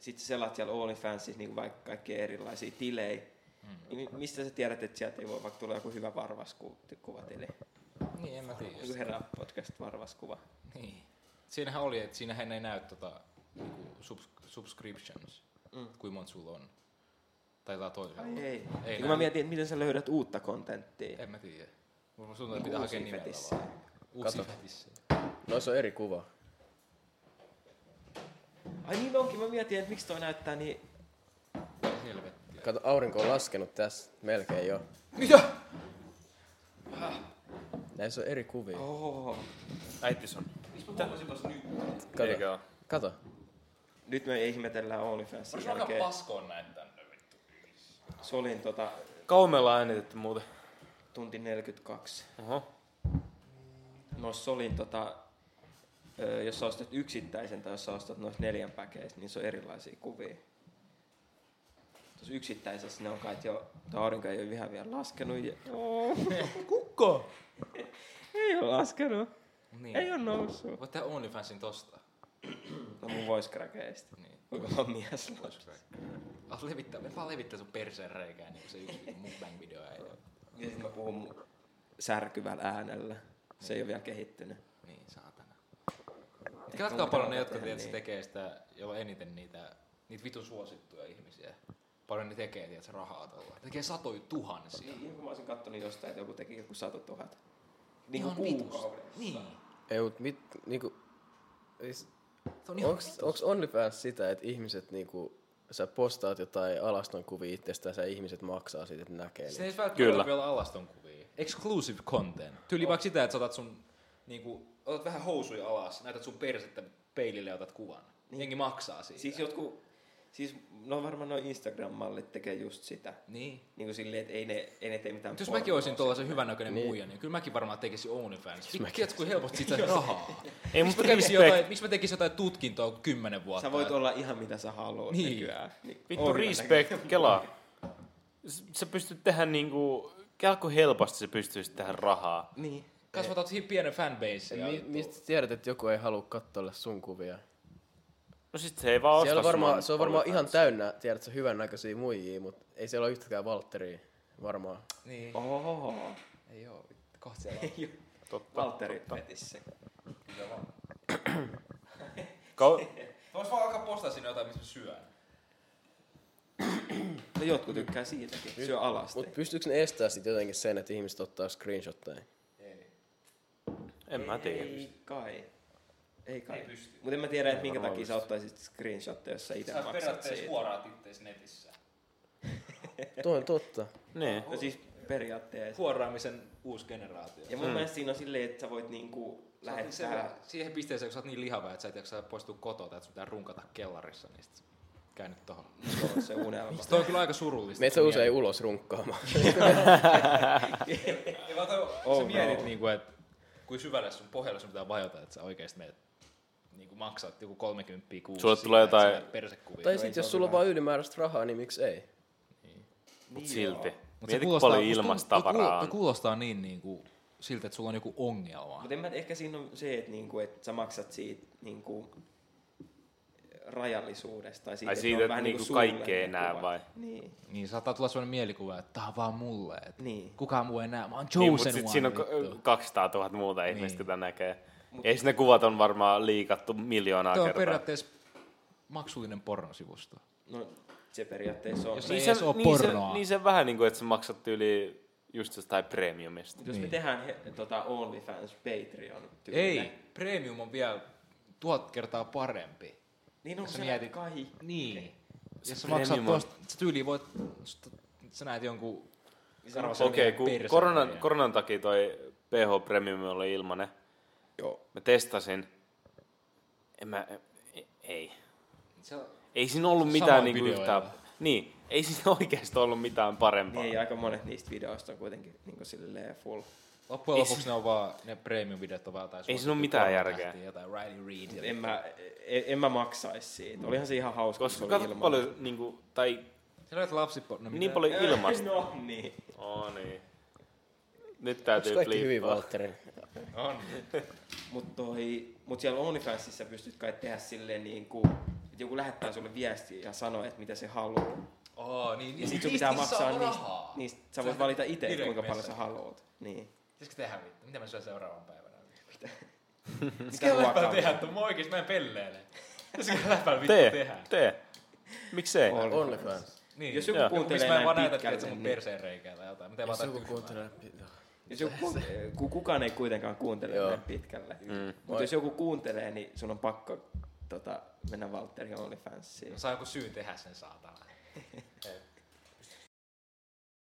sit sä selaat siellä OnlyFansissa niin vaikka kaikkia erilaisia tilejä, mm. niin mistä sä tiedät, että sieltä ei voi vaikka tulla joku hyvä varvaskuvatili?
Niin, en mä tiedä.
Joku herää podcast varvaskuva.
Niin. Siinähän oli, että siinähän ei näy tota, niinku subs- subscriptions, mm. kuinka monta sulla on. Tai jotain toisella.
Ai ei.
Ei
ei kun mä
näin.
mietin, että miten sä löydät uutta kontenttia.
En mä tiedä. Mulla tuntuu, että pitää hakea
uusia
nimellä
fetissejä.
vaan. Uusi fetissä.
No se on eri kuva.
Ai niin onkin, mä mietin, että miksi toi näyttää niin...
Helvetti.
Kato, aurinko on laskenut tässä melkein jo.
Mitä?
Näissä on eri kuvia.
Oho.
Äitis on.
Kato.
Eikö oo?
Kato.
Nyt me ihmetellään OnlyFansin
Voisi alkaa
jälkeen.
paskoon näitä tänne.
Solin tota,
Kaumella äänitetty muuten.
tunti 42.
Oho.
No Solin, tota, ö, jos sä ostat yksittäisen tai jos sä ostat noista neljän päkeistä, niin se on erilaisia kuvia. Tuossa yksittäisessä ne on kai, että jo, tää aurinko ei ole ihan vielä laskenut. Ja... Kukko! ei ole laskenut.
Niin.
Niin. Ei ole noussut.
Voit tehdä OnlyFansin tosta.
No mun voice crackeista.
Niin.
Kuinka on mies
Ah, levittää, me vaan levittää sun perseen reikää, niin kuin se yksi mukbang-video ei ole.
Ja sitten mä puhun mun särkyvällä äänellä. Se ei ole vielä kehittynyt.
Niin, saatana. Mut Katsokaa
mun
paljon ne,
pitää
jotka
tehdä
tietysti
niin.
tekee sitä, jolla on eniten niitä, niitä vitun suosittuja ihmisiä. Paljon ne tekee, tiedätkö, rahaa tuolla. Ne tekee satoja tuhansia.
Niin, kun mä olisin kattonut jostain, että joku teki joku sata tuhat. Niin
Ihan
ihan
vitusta.
kuukaudessa.
Niin.
Ei, mut mit, niinku, siis,
Se on ihan
onks, onks OnlyFans sitä, että ihmiset niinku, sä postaat jotain alaston kuvia itsestäänsa ja ihmiset maksaa siitä, että ne näkee
Se
niitä.
ei välttämättä
Kyllä.
ole vielä alaston kuvia. Exclusive content. Tyyli vaikka sitä, että sä otat sun, niinku, otat vähän housuja alas, näytät sun persettä peilille ja otat kuvan. Niin. Jengi maksaa siitä.
Siis jotkut, siis no varmaan noin Instagram-mallit tekee just sitä.
Niin.
Niin kuin silleen, että ei ne, ei ne tee mitään
Mut jos
pornoa.
mäkin olisin tuollaisen hyvännäköinen niin. muija, niin kyllä mäkin varmaan tekisin OnlyFans. Tiedätkö, kuin helposti siitä rahaa?
Ei,
Miksi
mutta
mä, kävisin
respect.
jotain, miksi mä tekisin jotain tutkintoa kymmenen vuotta?
Sä voit olla ihan mitä sä haluat
Niin.
niin. nykyään. Niin,
Vittu
on
respect, kelaa. S- Sä pystyt tehdä niinku... Kelko helposti sä pystyisit tehdä rahaa.
Niin.
Kasvatat siihen pienen fanbase.
Ja Mi- mistä sä tiedät, että joku ei halua katsoa sun kuvia?
No sit se ei vaan
Siellä
osta
on varmaan,
sun
se on varmaan ihan
OnlyFans.
täynnä, tiedät sä, hyvän näköisiä muijia, mutta ei siellä ole yhtäkään Valtteria varmaan.
Niin.
Ohohoho.
Ei oo, kohta siellä on.
Totta,
Valtteri
totta.
veti sen.
Kau-
Vois vaan alkaa postaa sinne jotain, missä mä syön.
No jotkut tykkää siitäkin, syö alasti.
Mutta pystyykö ne estää sitten jotenkin sen, että ihmiset ottaa screenshotteja?
en mä tiedä.
Ei kai. Ei kai. Mutta en mä tiedä, että minkä takia sä ottaisit screenshotteja, jos sä itse
Sä
maksat
periaatteessa
siitä.
suoraan ittees netissä.
Tuo on totta.
Niin.
No siis periaatteessa.
Huoraamisen uusi generaatio.
Ja mun
Mm.
mielestä siinä on silleen, että sä voit niinku lähettää...
siihen pisteeseen, kun sä oot niin lihava, että sä et jaksa poistua kotoa, että sun pitää runkata kellarissa, niin sit käynyt tohon.
Se on se unelma.
Toi on kyllä aika surullista.
Meitä usein ulos runkkaamaan.
Ei vaan toi, oh, sä mietit, no. niinku, että kuin syvälle sun pohjalle sun pitää vajota, että sä oikeesti meet niinku maksat joku 30 kuussa.
Sulle tulee
että
jotain-
sä näet Persekuvia.
tai sitten jos sulla on vaan ylimääräistä rahaa, niin miksi ei?
Mut silti.
Mut se
Mieti, kun
kuulostaa-
paljon
musta tuntuu-
ilmasta
toi kuulo-
tavaraa
toi
on.
kuulostaa niin niinku siltä, että sulla on joku ongelma.
Mutta en mä, ehkä siinä on se, että, niinku, että sä maksat siitä niinku, rajallisuudesta. Tai siitä,
Ai
että ne
siitä,
on
että
vähän
niinku
sulle
kaikkea
ne
ei näe
kuvat.
vai?
Niin.
Niin saattaa tulla sellainen mielikuva, että tää on vaan mulle. Että
Niin.
Kukaan muu ei näe. Mä oon
Niin, mut
chosen
sit
one.
siinä on
vittu.
k- 200 000 muuta
Niin.
ihmistä, mitä näkee. Ei siinä ne kuvat on varmaan liikattu miljoonaa
Tuo on
kertaa.
periaatteessa maksullinen pornosivusto.
No, se periaatteessa on.
Jos
Jos,
ei
Niin
edes
se,
oo
niin, se,
pornoa.
niin se vähän niin kuin, että sä maksat yli just jostain premiumista.
jos me
Niin.
tehdään he, tota OnlyFans Patreon tyylinen.
Ei, premium on vielä tuhat kertaa parempi.
Niin on
Jos
se
sä mietit-
kaikki.
Niin. Jos sä
premium
maksat
on-
tuosta, sä tyyliin voit, sä- sä näet jonkun karvasen
Okei,
miehen
kun
perseen
koronan,
ja-
koronan takia toi PH Premium oli ilmanen.
Joo.
Mä testasin. En mä, e- ei.
Se on-
Ei siinä ollut mitään
Samoin
niinku
videoilla.
yhtään. Niin, ei siinä oikeastaan ollut mitään parempaa.
Niin, ja aika monet niistä videoista on kuitenkin niin silleen full.
Loppujen lopuksi ne on vaan, ne premium-videot on vaan jotain...
siinä
suosittuja
oo mitään
pornotähtiä,
järkeä.
Jotain Riley Reid.
En mä, en, en mä maksaisi siitä. Olihan se ihan hauska, kun
Koska
se oli
katsot
ilman.
paljon, niinku, tai
Sä näet lapsipo... No,
niin
mitä?
paljon ilmasta.
No niin.
Oh, niin. Nyt
Onks
täytyy
kaikki hyvin,
bliippaa.
Valtteri?
Mutta mut siellä OnlyFansissa pystyt kai tehdä silleen niin kuin, että joku lähettää sulle viestiä ja sanoo, että mitä se haluaa.
Oo, niin,
Ja
niin,
sit sun pitää maksaa niistä. niistä sä voit
Sä-
valita itse,
direct
kuinka paljon sä
message.
haluat. Niin.
Pitäisikö tehdä vittu? Mitä mä syön seuraavan päivänä?
Mitä
Mitä läppää
ruokaa?
tehdä? Tuo mä oikeesti, mä en pelleile. Pitäisikö läppää vittu
Tee,
tehdä?
tee. Miksei?
OnlyFans.
Niin.
Jos joku
Joo.
Miksi
kuuntelee
mä en vaan
näin
näytä, että se
pitkälle,
mun
niin,
perseen reikää tai jotain. Mitä
Jos
vaan
joku kuuntelee, pitää.
jos joku, kuun- kun kukaan ei kuitenkaan kuuntele
Joo. Mm.
näin pitkälle. Mutta jos joku kuuntelee, niin sun on pakko tota, mennä Valtterin OnlyFansiin.
Saa joku syyn tehdä sen saatana.